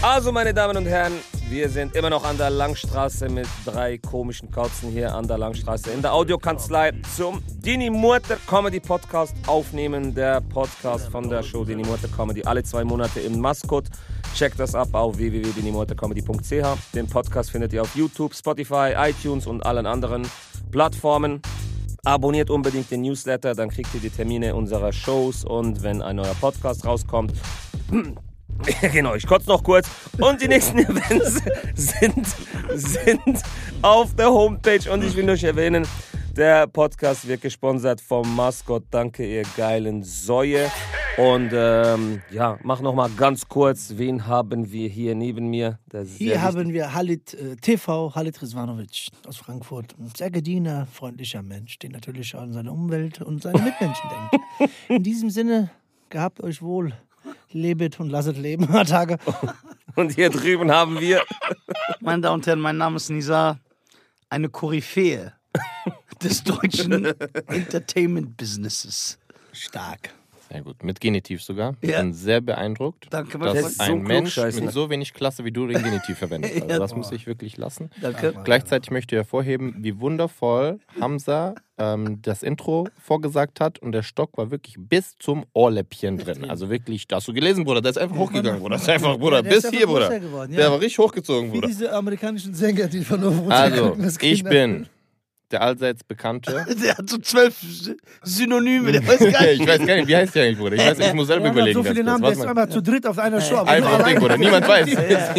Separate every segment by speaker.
Speaker 1: Also, meine Damen und Herren, wir sind immer noch an der Langstraße mit drei komischen Kauzen hier an der Langstraße in der Audiokanzlei zum Dini Mutter Comedy Podcast aufnehmen. Der Podcast von der Show Dini Mutter Comedy alle zwei Monate im Maskott. Checkt das ab auf www.dinimurtercomedy.ch. Den Podcast findet ihr auf YouTube, Spotify, iTunes und allen anderen Plattformen. Abonniert unbedingt den Newsletter, dann kriegt ihr die Termine unserer Shows und wenn ein neuer Podcast rauskommt, genau, ich kotze noch kurz. Und die nächsten Events sind, sind auf der Homepage und ich will euch erwähnen, der Podcast wird gesponsert vom Mascot. Danke, ihr geilen Säue. Und ähm, ja, mach noch mal ganz kurz, wen haben wir hier neben mir? Der ist
Speaker 2: Hier
Speaker 1: sehr
Speaker 2: haben wir Halit äh, TV, Halit Rizvanovic aus Frankfurt. Ein Sehr gediener, freundlicher Mensch, der natürlich an seine Umwelt und seine Mitmenschen denkt. In diesem Sinne, gehabt euch wohl, lebet und lasset leben, Tage.
Speaker 1: wichtig. Und hier drüben haben wir
Speaker 3: Oh, Meine Damen und Herren, mein Name ist Nizar, eine Koryphäe des deutschen Entertainment-Businesses.
Speaker 2: Stark.
Speaker 4: Sehr gut. Mit Genitiv sogar. Ich
Speaker 3: Ja.
Speaker 4: bin sehr beeindruckt,
Speaker 3: Danke, mein
Speaker 4: dass
Speaker 3: Freund.
Speaker 1: so
Speaker 4: ein Mensch
Speaker 1: klugscheißig.
Speaker 4: mit so wenig Klasse wie du den Genitiv verwendet hat. Also das muss ich wirklich lassen.
Speaker 3: Danke.
Speaker 4: Gleichzeitig möchte ich hervorheben, wie wundervoll Hamza ähm, das Intro vorgesagt hat und der Stock war wirklich bis zum Ohrläppchen drin. Also wirklich, das hast du gelesen, Bruder. Der ist einfach hochgegangen, Bruder. Das ist einfach, Bruder,
Speaker 2: der ist
Speaker 4: bis hier,
Speaker 2: einfach größer
Speaker 4: Bruder.
Speaker 2: geworden, ja.
Speaker 4: Der war richtig hochgezogen,
Speaker 2: Wie
Speaker 4: Bruder.
Speaker 2: diese amerikanischen Sänger, die von oben
Speaker 4: Also, ich bin der allseits bekannte.
Speaker 3: Der hat so zwölf Synonyme, der weiß gar
Speaker 4: Ich
Speaker 3: nicht.
Speaker 4: weiß gar nicht, wie heißt der eigentlich, Bruder? Ich, weiß, ich muss selber
Speaker 5: Wir haben so
Speaker 4: überlegen.
Speaker 5: viele
Speaker 4: ganz kurz.
Speaker 5: Namen, der ist
Speaker 4: Warte mal.
Speaker 5: einmal zu dritt auf einer Show. aber nur
Speaker 4: Einfach Ding,
Speaker 5: alleine.
Speaker 4: Bruder. Niemand weiß.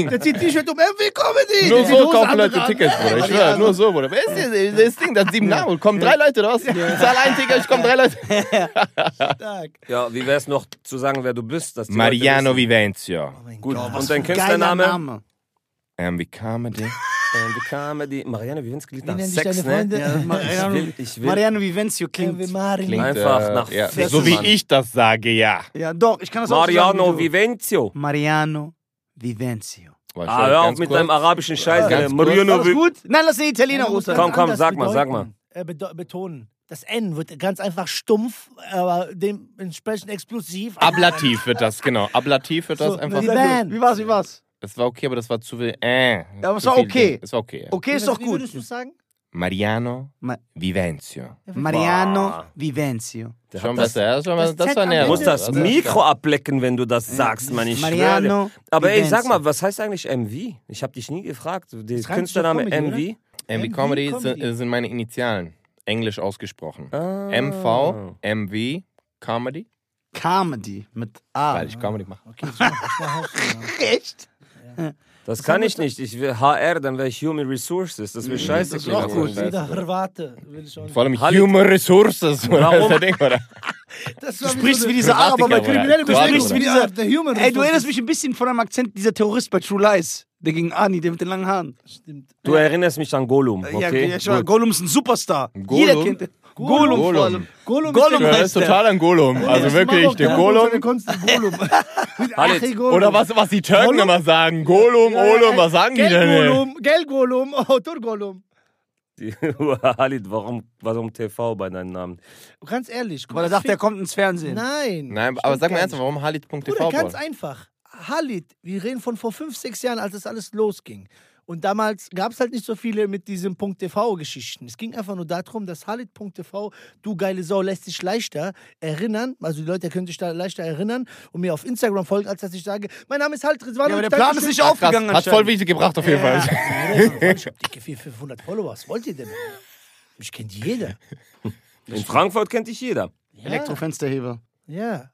Speaker 5: Der zieht T-Shirt um, MW Comedy!
Speaker 4: Nur
Speaker 5: Der zieht
Speaker 4: so
Speaker 5: Hose
Speaker 4: kaufen
Speaker 5: an,
Speaker 4: Leute
Speaker 5: dran.
Speaker 4: Tickets, Bruder. Ich schwör, nur so, Bruder. Wer ist hier? Das Ding, das sieben Namen. Kommen drei Leute raus. Ich zahl ein Ticket, ich komm drei Leute.
Speaker 1: Ja, wie wär's noch zu sagen, wer du bist? Dass die Leute
Speaker 4: Mariano
Speaker 1: wissen?
Speaker 4: Vivenzio.
Speaker 5: Oh
Speaker 1: Gut, und dein
Speaker 3: Geiler
Speaker 1: Künstlername?
Speaker 3: Name.
Speaker 4: MV Comedy.
Speaker 1: Ähm, wie kam er die? Mariano Vivens klingt nach
Speaker 2: Wie nenn dich
Speaker 1: Sex,
Speaker 2: deine
Speaker 1: ne?
Speaker 2: Freunde?
Speaker 3: Ja,
Speaker 1: Ich
Speaker 3: Mariano,
Speaker 1: will, ich will.
Speaker 3: Mariano Vivencio klingt.
Speaker 4: Klingt, äh,
Speaker 1: Einfach nach
Speaker 4: ja.
Speaker 1: Sex,
Speaker 4: So wie
Speaker 1: Mann.
Speaker 4: ich das sage, ja.
Speaker 3: Ja, doch, ich kann das auch
Speaker 1: Mariano
Speaker 3: so sagen. wie du.
Speaker 1: Vivenzio.
Speaker 3: Mariano Vivencio.
Speaker 4: Warte,
Speaker 1: Ah,
Speaker 4: schau,
Speaker 1: hör auf
Speaker 4: ganz
Speaker 1: mit
Speaker 4: kurz.
Speaker 1: deinem arabischen Scheiß.
Speaker 4: Ganz
Speaker 1: äh,
Speaker 4: kurz.
Speaker 3: War
Speaker 1: Mariano
Speaker 3: das
Speaker 1: Vi-
Speaker 3: gut? Nein, lass den Italiener runter.
Speaker 1: Komm, komm, sag mal, sag mal.
Speaker 2: Äh, bedo- betonen. Das N wird ganz einfach stumpf, aber dementsprechend explosiv.
Speaker 4: Ablativ wird das, genau. Ablativ wird das einfach.
Speaker 2: wie Van.
Speaker 3: Wie war's, wie war's?
Speaker 4: Es war okay, aber das war zu viel. Äh,
Speaker 3: Ja, aber es
Speaker 4: zu
Speaker 3: war
Speaker 4: viel
Speaker 3: okay.
Speaker 4: Ding. Es war okay. ja.
Speaker 3: Okay, ist
Speaker 2: Wie-
Speaker 3: doch
Speaker 2: wie
Speaker 3: gut.
Speaker 2: würdest du sagen?
Speaker 4: Mariano
Speaker 3: Ma-
Speaker 4: Vivenzio.
Speaker 3: Mariano Vivencio.
Speaker 4: Schon besser, ja, schon
Speaker 2: das
Speaker 4: besser. Das
Speaker 2: Z
Speaker 4: war
Speaker 2: am
Speaker 4: näher.
Speaker 1: Du musst
Speaker 4: dran.
Speaker 1: das Mikro ablecken, wenn du das sagst, Mann. Ich schwöre.
Speaker 3: Mariano
Speaker 1: dir. Aber ey,
Speaker 3: Vivenzio.
Speaker 1: sag mal, was heißt eigentlich MV? Ich habe dich nie gefragt. Der
Speaker 2: rein
Speaker 1: Künstlername
Speaker 2: zur Comedy,
Speaker 1: MV?
Speaker 4: MV Comedy sind, sind meine Initialen. Englisch ausgesprochen.
Speaker 1: Ah.
Speaker 4: MV, MV, Comedy.
Speaker 3: Comedy mit A.
Speaker 4: Weil ich Comedy mache.
Speaker 2: Okay, ich mach, ich mach Hausnummer.
Speaker 3: Echt?
Speaker 1: Das kann ich nicht. Ich will HR, dann wäre ich Human Resources. Das will scheiße
Speaker 3: Mhm, das ist
Speaker 1: klingen.
Speaker 3: auch gut.
Speaker 4: Scheiße.
Speaker 2: Jeder Hrwate will ich auch nicht.
Speaker 4: Vor allem
Speaker 1: Halit.
Speaker 4: Human Resources. Oder?
Speaker 1: Warum?
Speaker 4: Das ist der Ding, oder?
Speaker 2: Das
Speaker 3: Du
Speaker 2: war wie
Speaker 3: sprichst
Speaker 2: so
Speaker 3: wie
Speaker 2: eine-
Speaker 3: dieser Araber bei
Speaker 4: Bruder.
Speaker 3: Kriminelle. Du
Speaker 4: Kroatiker,
Speaker 3: sprichst wie
Speaker 4: Bruder.
Speaker 3: dieser...
Speaker 2: Der Human
Speaker 3: Ey, du
Speaker 2: Resources.
Speaker 3: erinnerst mich ein bisschen von einem Akzent dieser Terrorist bei True Lies. Der gegen Ani, der mit den langen Haaren.
Speaker 2: Stimmt.
Speaker 1: Du erinnerst mich an Gollum,
Speaker 3: Ja,
Speaker 1: okay?
Speaker 3: ja, schon mal, Gollum ist ein Superstar.
Speaker 4: Gollum?
Speaker 3: Jeder kennt den. Gollum, vor allem.
Speaker 2: Gollum,
Speaker 3: Gollum
Speaker 4: Das ist
Speaker 3: heißt der.
Speaker 4: total ein Golem. Also wirklich, der Golem.
Speaker 2: Golum.
Speaker 1: Halit.
Speaker 4: Oder was, was die Türken immer sagen. Golem, Olem, was sagen die denn? ey?
Speaker 2: Golum, Gel Golum, Autor Golum.
Speaker 1: Halid, warum, warum TV bei deinem Namen?
Speaker 2: Ganz ehrlich. guck
Speaker 3: Weil er
Speaker 2: mal,
Speaker 3: dachte, er
Speaker 2: das
Speaker 3: kommt ins Fernsehen.
Speaker 2: fängt- Nein.
Speaker 4: Nein, aber
Speaker 2: stimmt
Speaker 4: sag mal
Speaker 2: gar
Speaker 4: ernsthaft,
Speaker 2: nicht.
Speaker 4: warum Halit.tv?
Speaker 2: Bruder, ganz
Speaker 4: Bruder?
Speaker 2: einfach. Halit, wir reden von vor fünf, sechs Jahren, als das alles losging. Und damals gab es halt nicht so viele mit diesen .tv-Geschichten. Es ging einfach nur darum, dass Halit.tv, du geile Sau, lässt sich leichter erinnern. Also die Leute können sich da leichter erinnern und mir auf Instagram folgen, als dass ich sage, mein Name ist Halit Rizwan.
Speaker 3: Ja, aber der Plan ist nicht
Speaker 4: Ah, Krass,
Speaker 3: aufgegangen.
Speaker 4: hat voll
Speaker 3: anscheinend.
Speaker 4: viel gebracht auf jeden Fall.
Speaker 2: Ich hab dicke 400, 500 Follower, was wollt ihr denn? Mich kennt jeder.
Speaker 1: In Frankfurt kennt dich jeder.
Speaker 3: Elektrofensterheber.
Speaker 2: Ja.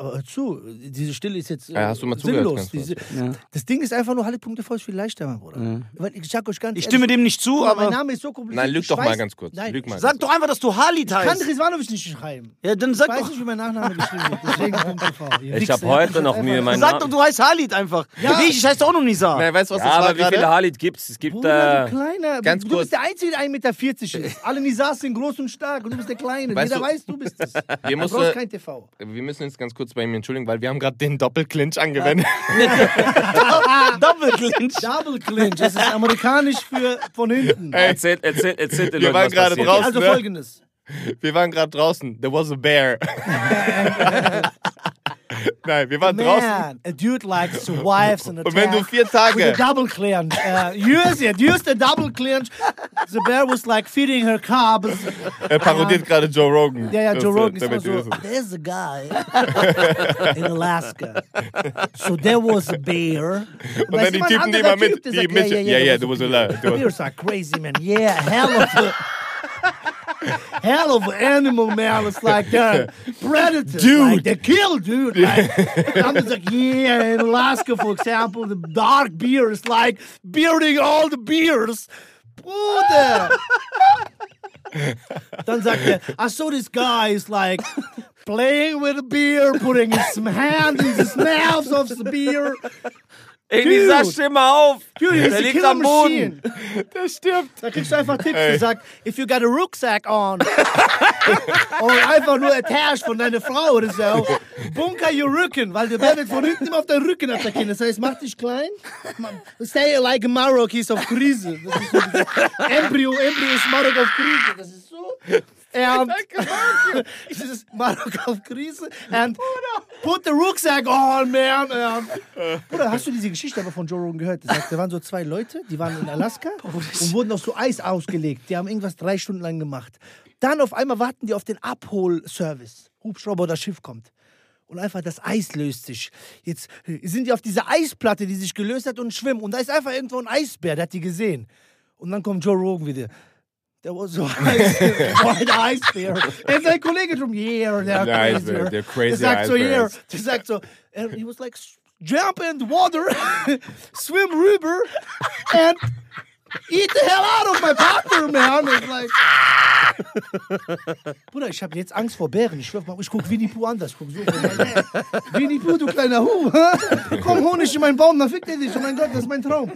Speaker 2: Aber hör zu, diese Stille ist jetzt äh,
Speaker 4: Ja, hast du mal zugehört,
Speaker 2: sinnlos.
Speaker 4: ganz kurz.
Speaker 2: Diese,
Speaker 3: Ja.
Speaker 2: das Ding ist einfach nur Halit.tv ist viel leichter, mein Bruder. Weil Ich sag euch ganz
Speaker 3: Ich stimme
Speaker 2: ehrlich,
Speaker 3: dem nicht zu,
Speaker 2: Bruder, mein
Speaker 3: aber
Speaker 2: Name ist so kompliziert.
Speaker 4: Nein, lüg
Speaker 2: ich
Speaker 4: doch mal
Speaker 2: weiß-
Speaker 4: ganz kurz.
Speaker 2: Nein,
Speaker 4: Lüg mal.
Speaker 3: sag doch einfach, dass du Halit
Speaker 2: ich kann
Speaker 3: heißt.
Speaker 2: Rizvanovic nicht schreiben.
Speaker 3: Ja, dann
Speaker 2: Ich
Speaker 3: sag
Speaker 2: weiß
Speaker 3: doch,
Speaker 2: nicht, wie mein Nachname geschrieben wird. Deswegen .tv. ihr
Speaker 1: Ich
Speaker 2: Wichser,
Speaker 1: habe
Speaker 2: ihr habt
Speaker 1: heute
Speaker 2: das
Speaker 1: noch
Speaker 2: einfach-
Speaker 1: Mühe, meinen
Speaker 3: sag doch,
Speaker 1: Namen.
Speaker 3: du heißt Halit einfach. Nee, ich heiße auch noch Nisa.
Speaker 4: Nein, weißt du, was
Speaker 1: Ja,
Speaker 4: das war
Speaker 1: aber wie
Speaker 4: gerade?
Speaker 1: viele Halid gibt's? Es gibt
Speaker 2: Bruder,
Speaker 1: äh,
Speaker 2: du Kleiner,
Speaker 4: ganz
Speaker 2: du
Speaker 4: kurz.
Speaker 2: bist der Einzige, der 1,40 Meter ist. Alle Nisas sind groß und stark und du bist der Kleine.
Speaker 4: Weißt
Speaker 2: Jeder
Speaker 4: du- äh,
Speaker 2: weiß, du bist es.
Speaker 4: Wir
Speaker 2: Du
Speaker 4: mussten-
Speaker 2: brauchst kein TV.
Speaker 4: Wir müssen jetzt ganz kurz bei ihm entschuldigen, weil wir haben gerade den Doppelclinch angewendet.
Speaker 3: Double Clinch.
Speaker 2: Double Clinch, das ist amerikanisch für von hinten.
Speaker 1: Erzählt, erzählt, erzählt den
Speaker 4: Wir
Speaker 1: Leuten,
Speaker 4: waren
Speaker 1: was
Speaker 4: gerade
Speaker 1: passiert
Speaker 4: draußen.
Speaker 1: ist.
Speaker 2: Also
Speaker 4: ne?
Speaker 2: folgendes.
Speaker 4: Wir waren gerade draußen. There was a bear. Nein, wir waren draußen.
Speaker 2: Man, a dude likes to wives and
Speaker 4: Und wenn du
Speaker 2: attack
Speaker 4: vier
Speaker 2: with a
Speaker 4: Tage.
Speaker 2: double clinch. Uh, used it, used a double clinch. The bear was like feeding her cubs.
Speaker 4: Er parodiert gerade Joe Rogan.
Speaker 2: Ja, ja,
Speaker 4: Das,
Speaker 2: Joe
Speaker 4: äh,
Speaker 2: Rogan ist immer
Speaker 4: damit
Speaker 2: so,
Speaker 4: ihr wisst.
Speaker 2: there's a guy in Alaska. So there was a bear.
Speaker 4: Und dann die Typen, die immer mit. Die mit. Ja, ja, du musst Also, lie.
Speaker 2: Bears are crazy, man. Yeah, hell of a... Hell of an animal, man. It's like they're predators.
Speaker 4: Dude.
Speaker 2: Like they kill, dude. Like, I'm just like, yeah, in Alaska, for example, the dark beer is like bearding all the beers. Bruder. Dann sagt er, I saw this guy is like playing with a beer, putting his hand in his mouth of the beer.
Speaker 1: Ey, dieser Schimmer auf!
Speaker 2: Dude, he's
Speaker 1: Der
Speaker 2: a
Speaker 1: liegt
Speaker 2: killer
Speaker 1: am Boden!
Speaker 2: machine. Der stirbt. Da kriegst du einfach Tipps, der sagt, if you got a rucksack on. Oder einfach nur attached von deiner Frau oder so. Bunker your Rücken, weil der Bär wird von hinten immer auf deinen Rücken attackieren. Das heißt, mach dich klein. ma- Stay like a Marok ist auf Krise. Das ist so dieses Embryo, Embryo ist Marok auf Krise. Das ist so. And this is Marok auf Krise. And put the rucksack on, man. And Bruder, hast du diese Geschichte aber von Joe Rogan gehört? Das heißt, da waren so zwei Leute, die waren in Alaska und wurden auf so Eis ausgelegt. Die haben irgendwas drei Stunden lang gemacht. Dann auf einmal warten die auf den Abholservice. Hubschrauber oder Schiff kommt. Und einfach das Eis löst sich. Jetzt äh, sind die auf dieser Eisplatte, die sich gelöst hat und schwimmen. Und da ist einfach irgendwo ein Eisbär, der hat die gesehen. Und dann kommt Joe Rogan wieder. There was so ice, white ice there. And sein Kollege drum, yeah, they're
Speaker 4: Der
Speaker 2: crazy.
Speaker 4: Eisbär, der crazy
Speaker 2: Der sagt so,
Speaker 4: Eisbär
Speaker 2: yeah.
Speaker 4: ist.
Speaker 2: Der sagt so, and he was like, jump in the water, swim rüber and eat the hell out of my partner, man. It's like, Bruder, ich habe jetzt Angst vor Bären. Ich schwör, mal, ich guck Winnie Pooh anders. Guck so. Winnie Pooh, du kleiner Hu. Komm, Honig in meinen Baum, dann fickt er dich. Oh mein Gott, das ist mein Traum.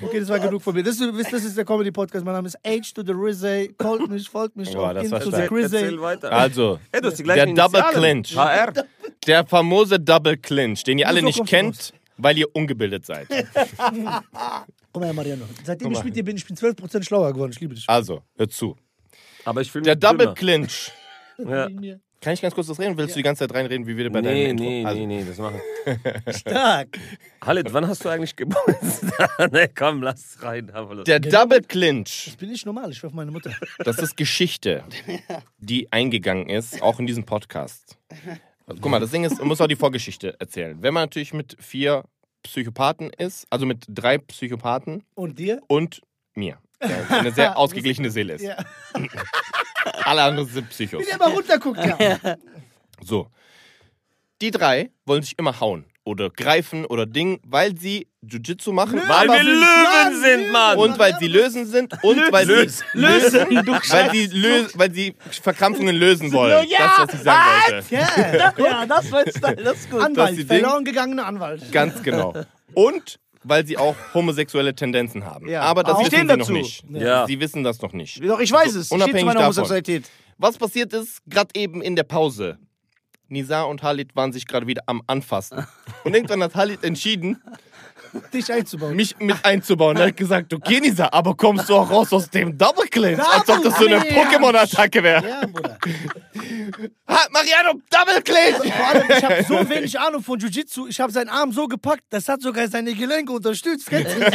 Speaker 2: Okay, das war genug von mir. Das ist, das ist der Comedy-Podcast. Mein Name ist H to the Rizzy. Callt mich, folgt mich
Speaker 4: Boah, das war
Speaker 2: Insta
Speaker 4: stark.
Speaker 1: Erzähl weiter.
Speaker 4: Also,
Speaker 1: Ey, du hast die
Speaker 4: der
Speaker 1: gleichen
Speaker 4: Double
Speaker 1: Initialen.
Speaker 4: Clinch.
Speaker 1: HR.
Speaker 4: Der famose Double Clinch, den ihr alle
Speaker 2: so
Speaker 4: nicht
Speaker 2: kommst du
Speaker 4: kennt, weil ihr ungebildet seid.
Speaker 2: Guck mal, Herr Mariano. Seitdem ich mit dir bin, ich bin 12% schlauer geworden. Ich liebe dich.
Speaker 4: Also, hör zu.
Speaker 1: Aber ich fühle mich
Speaker 4: Der Double
Speaker 1: dümmer.
Speaker 4: Clinch.
Speaker 1: Ja.
Speaker 4: Kann ich ganz kurz das reden? Willst du die ganze Zeit reinreden, wie wir bei deinem
Speaker 1: Nee,
Speaker 4: Intro?
Speaker 1: nee,
Speaker 4: also,
Speaker 1: nee, nee, das machen wir.
Speaker 2: Stark.
Speaker 1: Halit, wann hast du eigentlich Geburtstag? nee, komm, lass rein. hab Lust.
Speaker 4: Der Double Clinch,
Speaker 2: Ich bin nicht normal. Ich schwör auf meine Mutter.
Speaker 4: das ist Geschichte, die eingegangen ist, auch in diesem Podcast. Also, guck mal, das Ding ist, man muss auch die Vorgeschichte erzählen. Wenn man natürlich mit vier Psychopathen ist, also mit drei Psychopathen
Speaker 2: Und dir?
Speaker 4: und mir, der eine sehr ausgeglichene Seele ist.
Speaker 2: Ja.
Speaker 4: Alle anderen sind Psychos.
Speaker 2: Der mal runterguckt, ja.
Speaker 4: So. Die drei wollen sich immer hauen oder greifen oder Ding, weil sie Jiu-Jitsu machen.
Speaker 1: Weil
Speaker 4: aber-
Speaker 1: wir Löwen sind, Mann!
Speaker 4: und weil sie lösen sind und weil sie lösen, weil sie, lö weil sie Verkrampfungen lösen wollen. Das, was ich sagen wollte.
Speaker 2: Ja.
Speaker 3: Ja, das war jetzt, das ist gut.
Speaker 4: die
Speaker 2: Anwalt.
Speaker 4: Ding-
Speaker 2: Verloren gegangener Anwalt.
Speaker 4: Ganz genau. Und weil sie auch homosexuelle Tendenzen haben.
Speaker 3: Ja.
Speaker 4: Aber das
Speaker 3: Sie
Speaker 4: wissen
Speaker 3: stehen
Speaker 4: sie
Speaker 3: dazu.
Speaker 4: noch nicht.
Speaker 1: Ja.
Speaker 4: Sie wissen das noch nicht.
Speaker 3: Doch, ich weiß es.
Speaker 4: Unabhängig
Speaker 3: Unabhängig zu meiner
Speaker 4: davon.
Speaker 3: Homosexualität.
Speaker 4: Was passiert ist, gerade eben in der Pause. Nisa und Halit waren sich gerade wieder am Anfassen. Und irgendwann hat Halit entschieden,
Speaker 2: Dich einzubauen.
Speaker 4: mich mit einzubauen. Er hat gesagt, okay, Nisa, aber kommst du auch raus aus dem Double Clinch? Als ob das so eine
Speaker 2: Double Clinch.
Speaker 4: Pokémon-Attacke wäre.
Speaker 2: Ja, Bruder.
Speaker 4: Ha, Mariano, Double Clinch!
Speaker 2: Vor allem, ich habe so wenig Ahnung von Jiu-Jitsu. Ich habe seinen Arm so gepackt, das hat sogar seine Gelenke unterstützt. Kennst du das?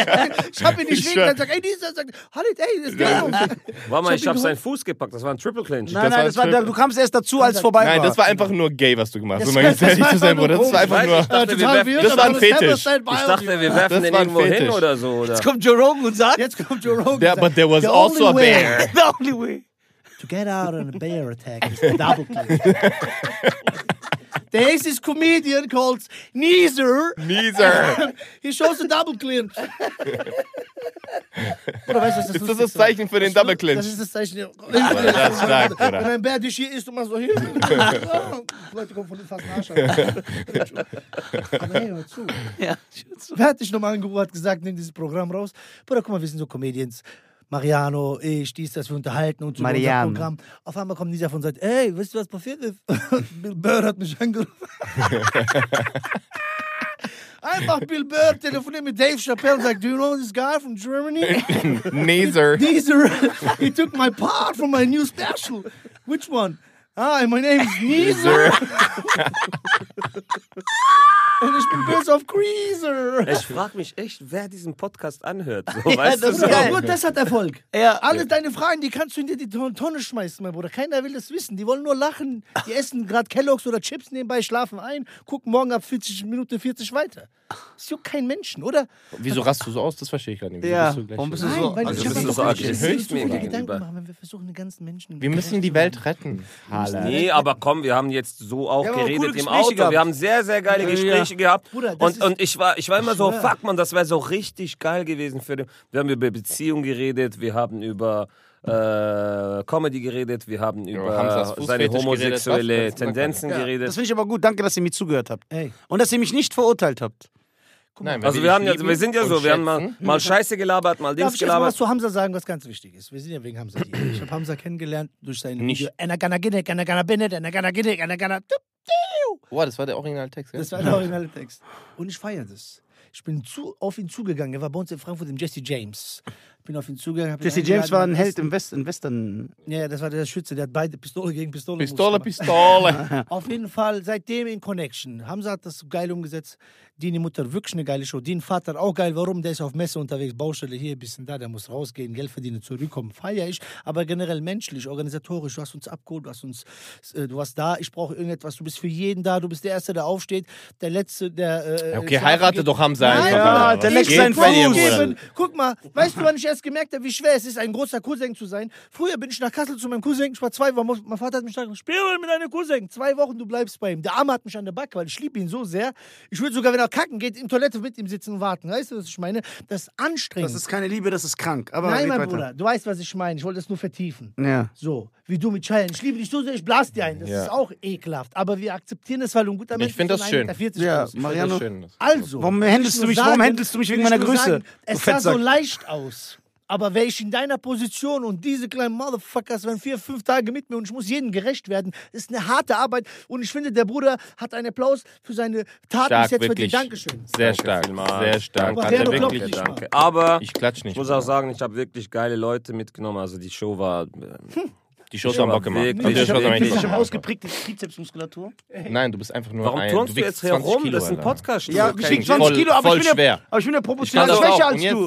Speaker 2: Ich habe ihn nicht
Speaker 4: Ich
Speaker 2: wegen
Speaker 4: schwör.
Speaker 2: gesagt, ey, dieser sagt, Halit, ey, das geht nicht.
Speaker 1: Warte mal,
Speaker 2: Ich
Speaker 1: ich
Speaker 2: hab ihn
Speaker 1: hab seinen Fuß gepackt. Das war ein Triple Clinch.
Speaker 3: Nein,
Speaker 4: war
Speaker 3: nein, das war,
Speaker 4: Triple.
Speaker 3: du kamst erst dazu, als vorbei
Speaker 4: Nein,
Speaker 3: war.
Speaker 4: das war einfach nur gay, was du gemacht hast. Um mal
Speaker 2: war-
Speaker 4: ganz ehrlich
Speaker 2: das war
Speaker 4: zu sein,
Speaker 2: einfach
Speaker 4: Bruder.
Speaker 2: nur
Speaker 4: Das war
Speaker 1: Ich
Speaker 4: einfach
Speaker 1: weiß, ich dachte, wir
Speaker 4: nur.
Speaker 1: werfen,
Speaker 4: Das war ein Fetisch.
Speaker 2: Ich
Speaker 1: ich dachte, wir
Speaker 4: Das
Speaker 1: werfen den
Speaker 4: war ein
Speaker 1: irgendwo hin
Speaker 4: Fetisch.
Speaker 1: oder so. Oder?
Speaker 3: Jetzt kommt Joe Rogan und sagt,
Speaker 2: Jetzt kommt Joe Rogan.
Speaker 4: There,
Speaker 2: sagt,
Speaker 4: but there was
Speaker 2: "The
Speaker 4: also a
Speaker 2: only way
Speaker 4: bear.
Speaker 3: the only way.
Speaker 2: To get out on a bear attack is a double click. There is this comedian called Neezer.
Speaker 4: Nieser.
Speaker 2: He shows a double clinch. Oder weißt du, was das
Speaker 4: Ist das
Speaker 2: Lustigste
Speaker 4: das Zeichen für den
Speaker 2: war?
Speaker 4: Double
Speaker 2: Das
Speaker 4: Clinch?
Speaker 2: ist das Zeichen. der-
Speaker 4: Das ist stark,
Speaker 2: Wenn
Speaker 4: Bruder.
Speaker 2: ein Bär dich hier isst und machst so hier. Die Leute kommen von den fast Arsch an. Aber hey, hör zu.
Speaker 3: Ja.
Speaker 2: Wer hat dich nochmal angerufen, hat gesagt, nimm dieses Programm raus. Bruder, guck mal, wir sind so Comedians. Mariano, ich, dies, das, wir unterhalten uns über
Speaker 3: Mariano.
Speaker 2: unser Programm. Auf einmal kommt dieser von und sagt, ey, wisst ihr, was passiert ist? Bill Burr hat mich angerufen. Einfach Bill Burr telefoniert mit Dave Chappelle und sagt, do you know this guy from Germany?
Speaker 4: Nieser.
Speaker 2: These are. he took my part from my new special. Which one? Hi, my name is Nieser. Und ich bin böse auf Greaser.
Speaker 1: Ich frage mich echt, wer diesen Podcast anhört. So,
Speaker 3: Ja,
Speaker 1: weißt
Speaker 3: das
Speaker 1: du?
Speaker 3: ist
Speaker 2: Aber
Speaker 3: geil.
Speaker 2: nur das hat Erfolg.
Speaker 3: Ja.
Speaker 2: Alle deine Fragen, die kannst du hinter die Ton- Tonne schmeißen, mein Bruder. Keiner will das wissen. Die wollen nur lachen. Die essen gerade Kelloggs oder Chips nebenbei, schlafen ein, gucken morgen ab 40 Minute 40 weiter. Das juckt kein Menschen, oder?
Speaker 4: Wieso rast du so aus? Das verstehe ich gar nicht. Wieso
Speaker 3: Ja,
Speaker 4: bist du gleich
Speaker 3: warum bist du
Speaker 4: so-
Speaker 2: Nein,
Speaker 3: so-
Speaker 2: weil
Speaker 1: also
Speaker 2: ich
Speaker 1: bist
Speaker 2: habe
Speaker 1: du so
Speaker 2: auch
Speaker 1: aggressiv
Speaker 2: so
Speaker 1: mir
Speaker 2: viele Gedanken
Speaker 1: gegenüber?
Speaker 2: machen, wenn wir versuchen, den ganzen Menschen...
Speaker 4: Wir müssen die Welt retten.
Speaker 1: Nee, aber komm, wir haben jetzt so auch
Speaker 3: Wir haben auch
Speaker 1: geredet
Speaker 3: coole
Speaker 1: im
Speaker 3: Gespräche
Speaker 1: Auto.
Speaker 3: gehabt.
Speaker 1: Wir haben sehr, sehr geile
Speaker 3: Ja,
Speaker 1: Gespräche gehabt.
Speaker 2: Bruder, das
Speaker 1: und
Speaker 2: ist-
Speaker 1: und ich, war, ich war immer so,
Speaker 2: schwör.
Speaker 1: fuck man, das wäre so richtig geil gewesen für den. Wir haben über Beziehung geredet, wir haben über äh, Comedy geredet, wir haben
Speaker 4: Hamzas
Speaker 1: über
Speaker 4: Fußfetisch
Speaker 1: seine
Speaker 4: geredet,
Speaker 1: homosexuelle
Speaker 4: was? Das-
Speaker 1: Tendenzen
Speaker 3: Das
Speaker 1: geredet.
Speaker 3: finde ich aber gut. Danke, dass ihr mir zugehört habt.
Speaker 2: Ey.
Speaker 3: Und dass ihr mich nicht verurteilt habt.
Speaker 4: Nein, wenn
Speaker 1: Also
Speaker 4: dich
Speaker 1: wir, haben ja,
Speaker 4: lieben
Speaker 1: wir sind ja
Speaker 4: und
Speaker 1: so, wir haben mal,
Speaker 4: schätzen,
Speaker 1: mal Scheiße gelabert, mal
Speaker 2: Darf
Speaker 1: Dings
Speaker 2: ich erst mal
Speaker 1: gelabert.
Speaker 2: was zu Hamza sagen, was ganz wichtig ist? Wir sind ja wegen Hamza hier. Ich habe Hamza kennengelernt durch sein
Speaker 4: Nicht.
Speaker 2: Video. Anagana Ginnik, Anagana Bennett, Anagana Ginnik, Anagana...
Speaker 4: Boah, Oh, das war der Originaltext. Ja?
Speaker 2: Das war der originale Text. Und ich feiere das. Ich bin zu, auf ihn zugegangen. Er war bei uns in Frankfurt im Jesse James. Ich bin auf ihn zugegangen. hab ihn
Speaker 3: Jesse James war ein
Speaker 2: eingeladen,
Speaker 3: Held im, West, im Western.
Speaker 2: Ja, das war der Schütze. Der hat beide Pistole gegen Pistole.
Speaker 4: Pistole,
Speaker 2: Moves
Speaker 4: Pistole.
Speaker 2: gemacht. Auf jeden Fall seitdem in Connection. Hamza hat das geil umgesetzt. Dini Mutter wirklich eine geile Show. Dini Vater auch geil. Warum? Der ist auf Messe unterwegs. Baustelle hier, bisschen da. Der muss rausgehen, Geld verdienen, zurückkommen. Feier ich. Aber generell menschlich, organisatorisch. Du hast uns abgeholt, du hast uns, äh, du warst da. Ich brauche irgendetwas. Du bist für jeden da. Du bist der Erste, der aufsteht. Der Letzte, der. Äh,
Speaker 4: okay,
Speaker 2: schlafen
Speaker 4: heirate
Speaker 2: geht.
Speaker 4: doch Hamza
Speaker 2: Nein,
Speaker 4: einfach.
Speaker 3: ja,
Speaker 4: mal.
Speaker 3: der
Speaker 4: Was
Speaker 3: leckt
Speaker 4: geht
Speaker 3: seinen
Speaker 4: bei dir,
Speaker 3: Fuß.
Speaker 4: Bruder?
Speaker 2: Geben. Guck mal, weißt du, wann ich erst gemerkt habe, wie schwer es ist, ein großer Cousin zu sein? Früher bin ich nach Kassel zu meinem Cousin, ich war zwei Wochen, mein Vater hat mich gesagt, spiel mit deinem Cousin, zwei Wochen, du bleibst bei ihm. Der Arme hat mich an der Backe, weil ich liebe ihn so sehr. Ich würde sogar, wenn er kacken geht, in Toilette mit ihm sitzen und warten. Weißt du, was ich meine? Das ist anstrengend.
Speaker 3: Das ist keine Liebe, das ist krank. Aber
Speaker 2: Nein,
Speaker 3: red
Speaker 2: mein
Speaker 3: weiter.
Speaker 2: Bruder, du weißt, was ich meine. Ich wollte das nur vertiefen.
Speaker 3: Ja.
Speaker 2: So, wie du mit Cheyenne. Ich liebe dich so sehr, ich blase dir ein. Das
Speaker 4: Ja.
Speaker 2: ist auch ekelhaft. Aber wir akzeptieren es, weil du ein guter Mensch
Speaker 4: find
Speaker 2: bist
Speaker 4: das
Speaker 2: und
Speaker 4: schön.
Speaker 2: 1,40
Speaker 3: Ja,
Speaker 2: groß.
Speaker 4: Das ist
Speaker 3: Mariano.
Speaker 4: schön.
Speaker 2: Also.
Speaker 3: Warum
Speaker 2: will ich
Speaker 3: händelst du
Speaker 2: nur
Speaker 3: mich- warum händelst du mich
Speaker 2: will
Speaker 3: wegen
Speaker 2: ich
Speaker 3: meiner
Speaker 2: nur
Speaker 3: Größe,
Speaker 2: Sagen,
Speaker 3: du
Speaker 2: es sah so
Speaker 3: Fettsack?
Speaker 2: leicht aus. Aber wäre ich in deiner Position und diese kleinen Motherfuckers wären vier, fünf Tage mit mir und ich muss jedem gerecht werden, ist eine harte Arbeit. Und ich finde, der Bruder hat einen Applaus für seine Taten
Speaker 4: Stark,
Speaker 2: bis jetzt
Speaker 4: wirklich.
Speaker 2: verdient. Dankeschön.
Speaker 4: Sehr stark. Sehr stark.
Speaker 2: Aber
Speaker 4: Hat
Speaker 2: der
Speaker 4: er
Speaker 2: doch glaubt
Speaker 4: wirklich.
Speaker 2: nicht mal.
Speaker 1: Danke. Aber
Speaker 4: Ich klatsch nicht.
Speaker 1: ich muss auch sagen, ich habe wirklich geile Leute mitgenommen. Also die Show war.
Speaker 4: Die Shows haben Bock
Speaker 1: Ja,
Speaker 4: gemacht.
Speaker 1: wirklich.
Speaker 4: Also,
Speaker 1: Ich hab
Speaker 4: Shows haben echt
Speaker 1: wirklich
Speaker 4: Bock
Speaker 1: schon
Speaker 4: gemacht.
Speaker 3: ausgeprägte Trizepsmuskulatur.
Speaker 4: Nein, du bist einfach nur
Speaker 1: Warum
Speaker 4: ein.
Speaker 1: turnst du
Speaker 4: wiegst
Speaker 1: jetzt
Speaker 4: 20
Speaker 1: herum?
Speaker 4: Kilo,
Speaker 1: Das ist ein
Speaker 4: Alter.
Speaker 1: Podcast.
Speaker 3: Ja,
Speaker 1: Kein-
Speaker 3: ich wieg
Speaker 4: Voll-
Speaker 3: 20 Kilo, aber
Speaker 4: voll
Speaker 3: ich bin ja,
Speaker 4: schwer.
Speaker 3: aber ich bin ja proportional
Speaker 4: das
Speaker 3: schwächer
Speaker 4: auch.
Speaker 3: als
Speaker 4: Und jetzt-
Speaker 3: du.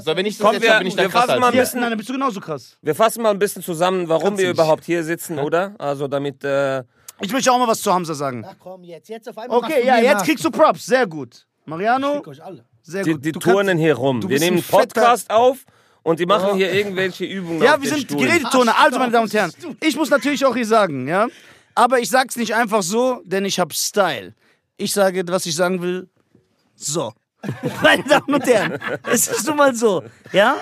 Speaker 4: So, wenn ich das
Speaker 1: Komm,
Speaker 4: jetzt
Speaker 1: wir-
Speaker 4: mache, bin ich
Speaker 1: wir
Speaker 4: dann
Speaker 1: fassen
Speaker 4: krasser
Speaker 1: mal
Speaker 4: als
Speaker 1: ein
Speaker 4: du.
Speaker 1: bisschen-
Speaker 3: Nein, dann bist du genauso krass.
Speaker 1: Wir fassen mal ein bisschen zusammen, warum
Speaker 3: Kannst
Speaker 1: wir
Speaker 3: nicht.
Speaker 1: überhaupt hier sitzen, oder? Also damit. Äh,
Speaker 3: Ich möchte auch mal was zu Hamza sagen.
Speaker 2: Ach komm, jetzt. Jetzt auf einmal. machst
Speaker 3: Okay,
Speaker 2: du
Speaker 3: ja,
Speaker 2: mir
Speaker 3: jetzt
Speaker 2: nach.
Speaker 3: kriegst du Props. Sehr gut.
Speaker 2: Ich
Speaker 3: Mariano,
Speaker 2: fick euch alle.
Speaker 3: sehr
Speaker 1: die,
Speaker 3: gut.
Speaker 1: die
Speaker 3: Du
Speaker 1: turnen
Speaker 3: kannst-
Speaker 1: hier rum.
Speaker 3: du
Speaker 1: Wir
Speaker 3: bist ein
Speaker 1: nehmen einen
Speaker 3: fetter-
Speaker 1: Podcast auf und die machen hier irgendwelche Übungen.
Speaker 3: Ja,
Speaker 1: auf
Speaker 3: wir
Speaker 1: den
Speaker 3: sind
Speaker 1: Stuhl.
Speaker 3: Geredetone. Also, meine Damen und Herren, ich muss natürlich auch hier sagen, ja. Aber ich sag's nicht einfach so, denn ich hab Style. Ich sage, was ich sagen will, so. meine Damen und Herren, es ist nun mal so, ja?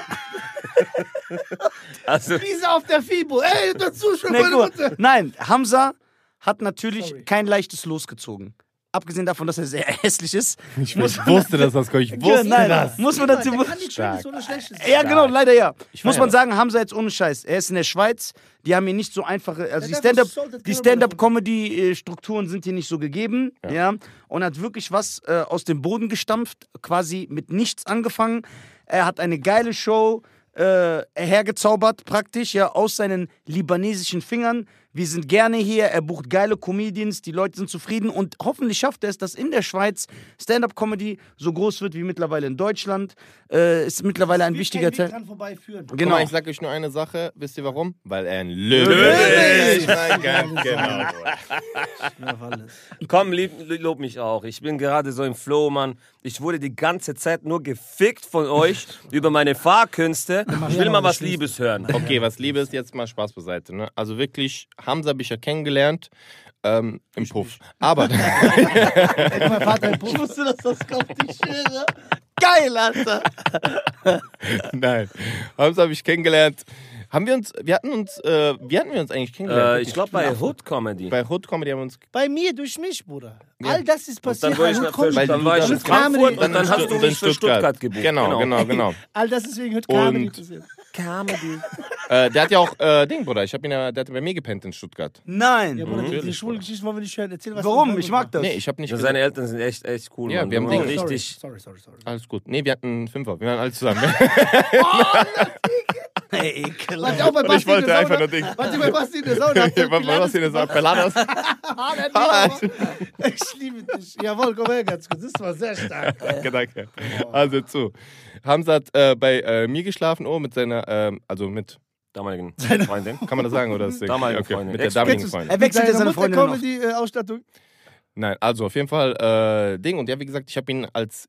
Speaker 1: Also,
Speaker 2: Diese auf der FIBO. Ey, dazu schon
Speaker 3: Nee,
Speaker 2: meine
Speaker 3: guck
Speaker 2: Mutter.
Speaker 3: mal. Nein, Hamza hat natürlich
Speaker 2: Sorry.
Speaker 3: kein leichtes Los gezogen. Abgesehen davon, dass er sehr hässlich ist.
Speaker 4: Ich wusste, dass das Genau. kommt. Ich wusste
Speaker 3: Nein,
Speaker 4: das.
Speaker 3: Muss man
Speaker 2: Der
Speaker 3: dazu.
Speaker 2: kann nichts Schönes
Speaker 4: Stark.
Speaker 2: ohne Schlechtes.
Speaker 3: Ja, genau, leider ja. Muss
Speaker 4: feier
Speaker 3: man
Speaker 4: das.
Speaker 3: sagen, Hamza jetzt ohne Scheiß. Er ist in der Schweiz. Die haben hier nicht so einfache, also die
Speaker 2: darf
Speaker 3: Stand-up,
Speaker 2: nicht so- das kann
Speaker 3: die
Speaker 2: man machen.
Speaker 3: Stand-up-Comedy-Strukturen sind hier nicht so gegeben, ja. Und hat wirklich was äh, aus dem Boden gestampft, quasi mit nichts angefangen. Er hat eine geile Show äh, hergezaubert, praktisch, ja, aus seinen libanesischen Fingern. Wir sind gerne hier. Er bucht geile Comedians, die Leute sind zufrieden und hoffentlich schafft er es, dass in der Schweiz Stand-up-Comedy so groß wird wie mittlerweile in Deutschland. Äh, ist mittlerweile ein
Speaker 2: Wie kein
Speaker 3: wichtiger
Speaker 2: Weg
Speaker 3: Teil.
Speaker 2: dran vorbeiführen.
Speaker 4: Guck
Speaker 3: Genau.
Speaker 4: mal, ich sag euch nur eine Sache. Wisst ihr warum? Weil er ein Löwe
Speaker 2: Löwe
Speaker 4: ist. Ich mein, ganz genau.
Speaker 1: komm, lieb, lob mich auch. Ich bin gerade so im Flow, Mann. Ich wurde die ganze Zeit nur gefickt von euch über meine Fahrkünste. Ich will mal was Liebes hören.
Speaker 4: Okay, was Liebe ist, jetzt mal Spaß beiseite. Ne? Also wirklich, Hamza habe ich ja kennengelernt. Ähm, Im Puff. Aber
Speaker 2: Guck mal, Vater, ein Puff.
Speaker 3: Ich wusste, dass das kommt, ich schwöre. Geil, Alter.
Speaker 4: nein, Hamza habe ich kennengelernt. Haben wir uns, wir hatten uns, äh, wie hatten wir uns eigentlich kennengelernt?
Speaker 1: Äh, ich glaube bei Hood Comedy.
Speaker 4: bei Hood Comedy haben wir uns
Speaker 2: Bei mir, durch mich, Bruder. All das ist passiert.
Speaker 1: Dann war ich,
Speaker 2: Harut
Speaker 1: nach,
Speaker 2: Kohl-
Speaker 4: Weil
Speaker 1: dann
Speaker 4: du
Speaker 1: war ich
Speaker 4: dann
Speaker 1: in
Speaker 4: in
Speaker 1: Frankfurt
Speaker 2: Comedy-
Speaker 1: und dann hast du
Speaker 4: in
Speaker 1: mich für Stuttgart gebucht.
Speaker 4: Genau, genau, genau.
Speaker 2: All das ist wegen Hüt
Speaker 4: Und-
Speaker 2: Comedy passiert.
Speaker 4: äh, der hat ja auch äh, Ding, Bruder. Ich habe ihn ja, der hat bei mir gepennt in Stuttgart.
Speaker 3: Nein.
Speaker 2: Ja, Bruder, diese
Speaker 4: Natürlich,
Speaker 2: schwulen Geschichten wollen wir nicht hören. Erzähl was.
Speaker 3: Warum?
Speaker 2: du
Speaker 3: Ich mag das.
Speaker 4: Nee, ich habe nicht.
Speaker 1: Seine Eltern sind echt, echt cool.
Speaker 4: Ja,
Speaker 1: Mann.
Speaker 4: wir haben
Speaker 1: Die
Speaker 4: Dinge.
Speaker 1: machen
Speaker 2: Sorry,
Speaker 1: richtig.
Speaker 2: Sorry, sorry, sorry.
Speaker 4: Alles gut. Nee, wir hatten einen Fünfer. Wir waren alle zusammen.
Speaker 3: Ey, ekelhaft.
Speaker 2: Warte auch bei Basti
Speaker 4: Ich wollte
Speaker 2: in der Sauna.
Speaker 4: einfach nur Ding.
Speaker 2: Warte bei Basti in der Sauna.
Speaker 4: Hier, was war das denn jetzt? Peladas?
Speaker 2: Ah, ich liebe dich. Jawohl, komm her ganz kurz. Das war sehr stark.
Speaker 4: Danke, danke. Also zu. Hamza hat äh, bei äh, mir geschlafen, oh, mit seiner, ähm, also mit,
Speaker 1: Damaligen Freundin.
Speaker 4: kann man das sagen, oder? ist das-
Speaker 1: Damalige Freundin.
Speaker 4: Mit der
Speaker 1: Ex-
Speaker 4: damaligen
Speaker 2: Jetzt ist-
Speaker 4: Freundin.
Speaker 3: Er wechselt ja seine
Speaker 2: Deine
Speaker 3: Freundin noch.
Speaker 2: äh, Comedy-Ausstattung.
Speaker 4: Nein, also auf jeden Fall äh, Ding. Und ja, wie gesagt, ich habe ihn als,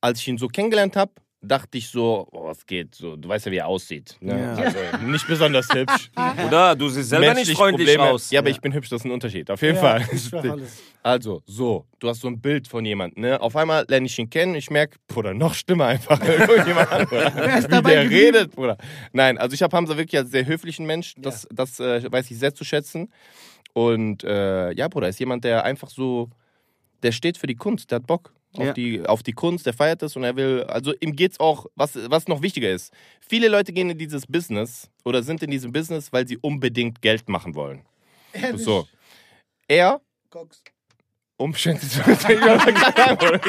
Speaker 4: als ich ihn so kennengelernt habe, dachte ich so, oh, was geht? So, du weißt ja, wie er aussieht. Ne? Also, nicht besonders hübsch.
Speaker 1: Oder du siehst selber nicht
Speaker 4: Menschlich
Speaker 1: freundlich
Speaker 4: Probleme.
Speaker 1: aus.
Speaker 4: Ja, aber ich bin hübsch, das ist ein Unterschied. Auf jeden
Speaker 2: Ja, ich schwör
Speaker 4: Fall.
Speaker 2: alles.
Speaker 4: Also, so, du hast so ein Bild von jemandem, ne? Auf einmal lerne ich ihn kennen, ich merke, Bruder, noch schlimmer einfach. Guck jemand an, Wer
Speaker 2: ist
Speaker 4: wie
Speaker 2: dabei
Speaker 4: der
Speaker 2: geblieben?
Speaker 4: redet, Bruder. Nein, also ich habe Hamza wirklich als sehr höflichen Mensch, das, das äh, weiß ich sehr zu schätzen. Und äh, ja, Bruder, ist jemand, der einfach so, der steht für die Kunst, der hat Bock. Auf,
Speaker 3: Ja.
Speaker 4: die, auf die Kunst, der feiert es und er will, also ihm geht's auch, was, was noch wichtiger ist. Viele Leute gehen in dieses Business oder sind in diesem Business, weil sie unbedingt Geld machen wollen. So. Er
Speaker 2: Cox.
Speaker 4: Umstände zu bedenken.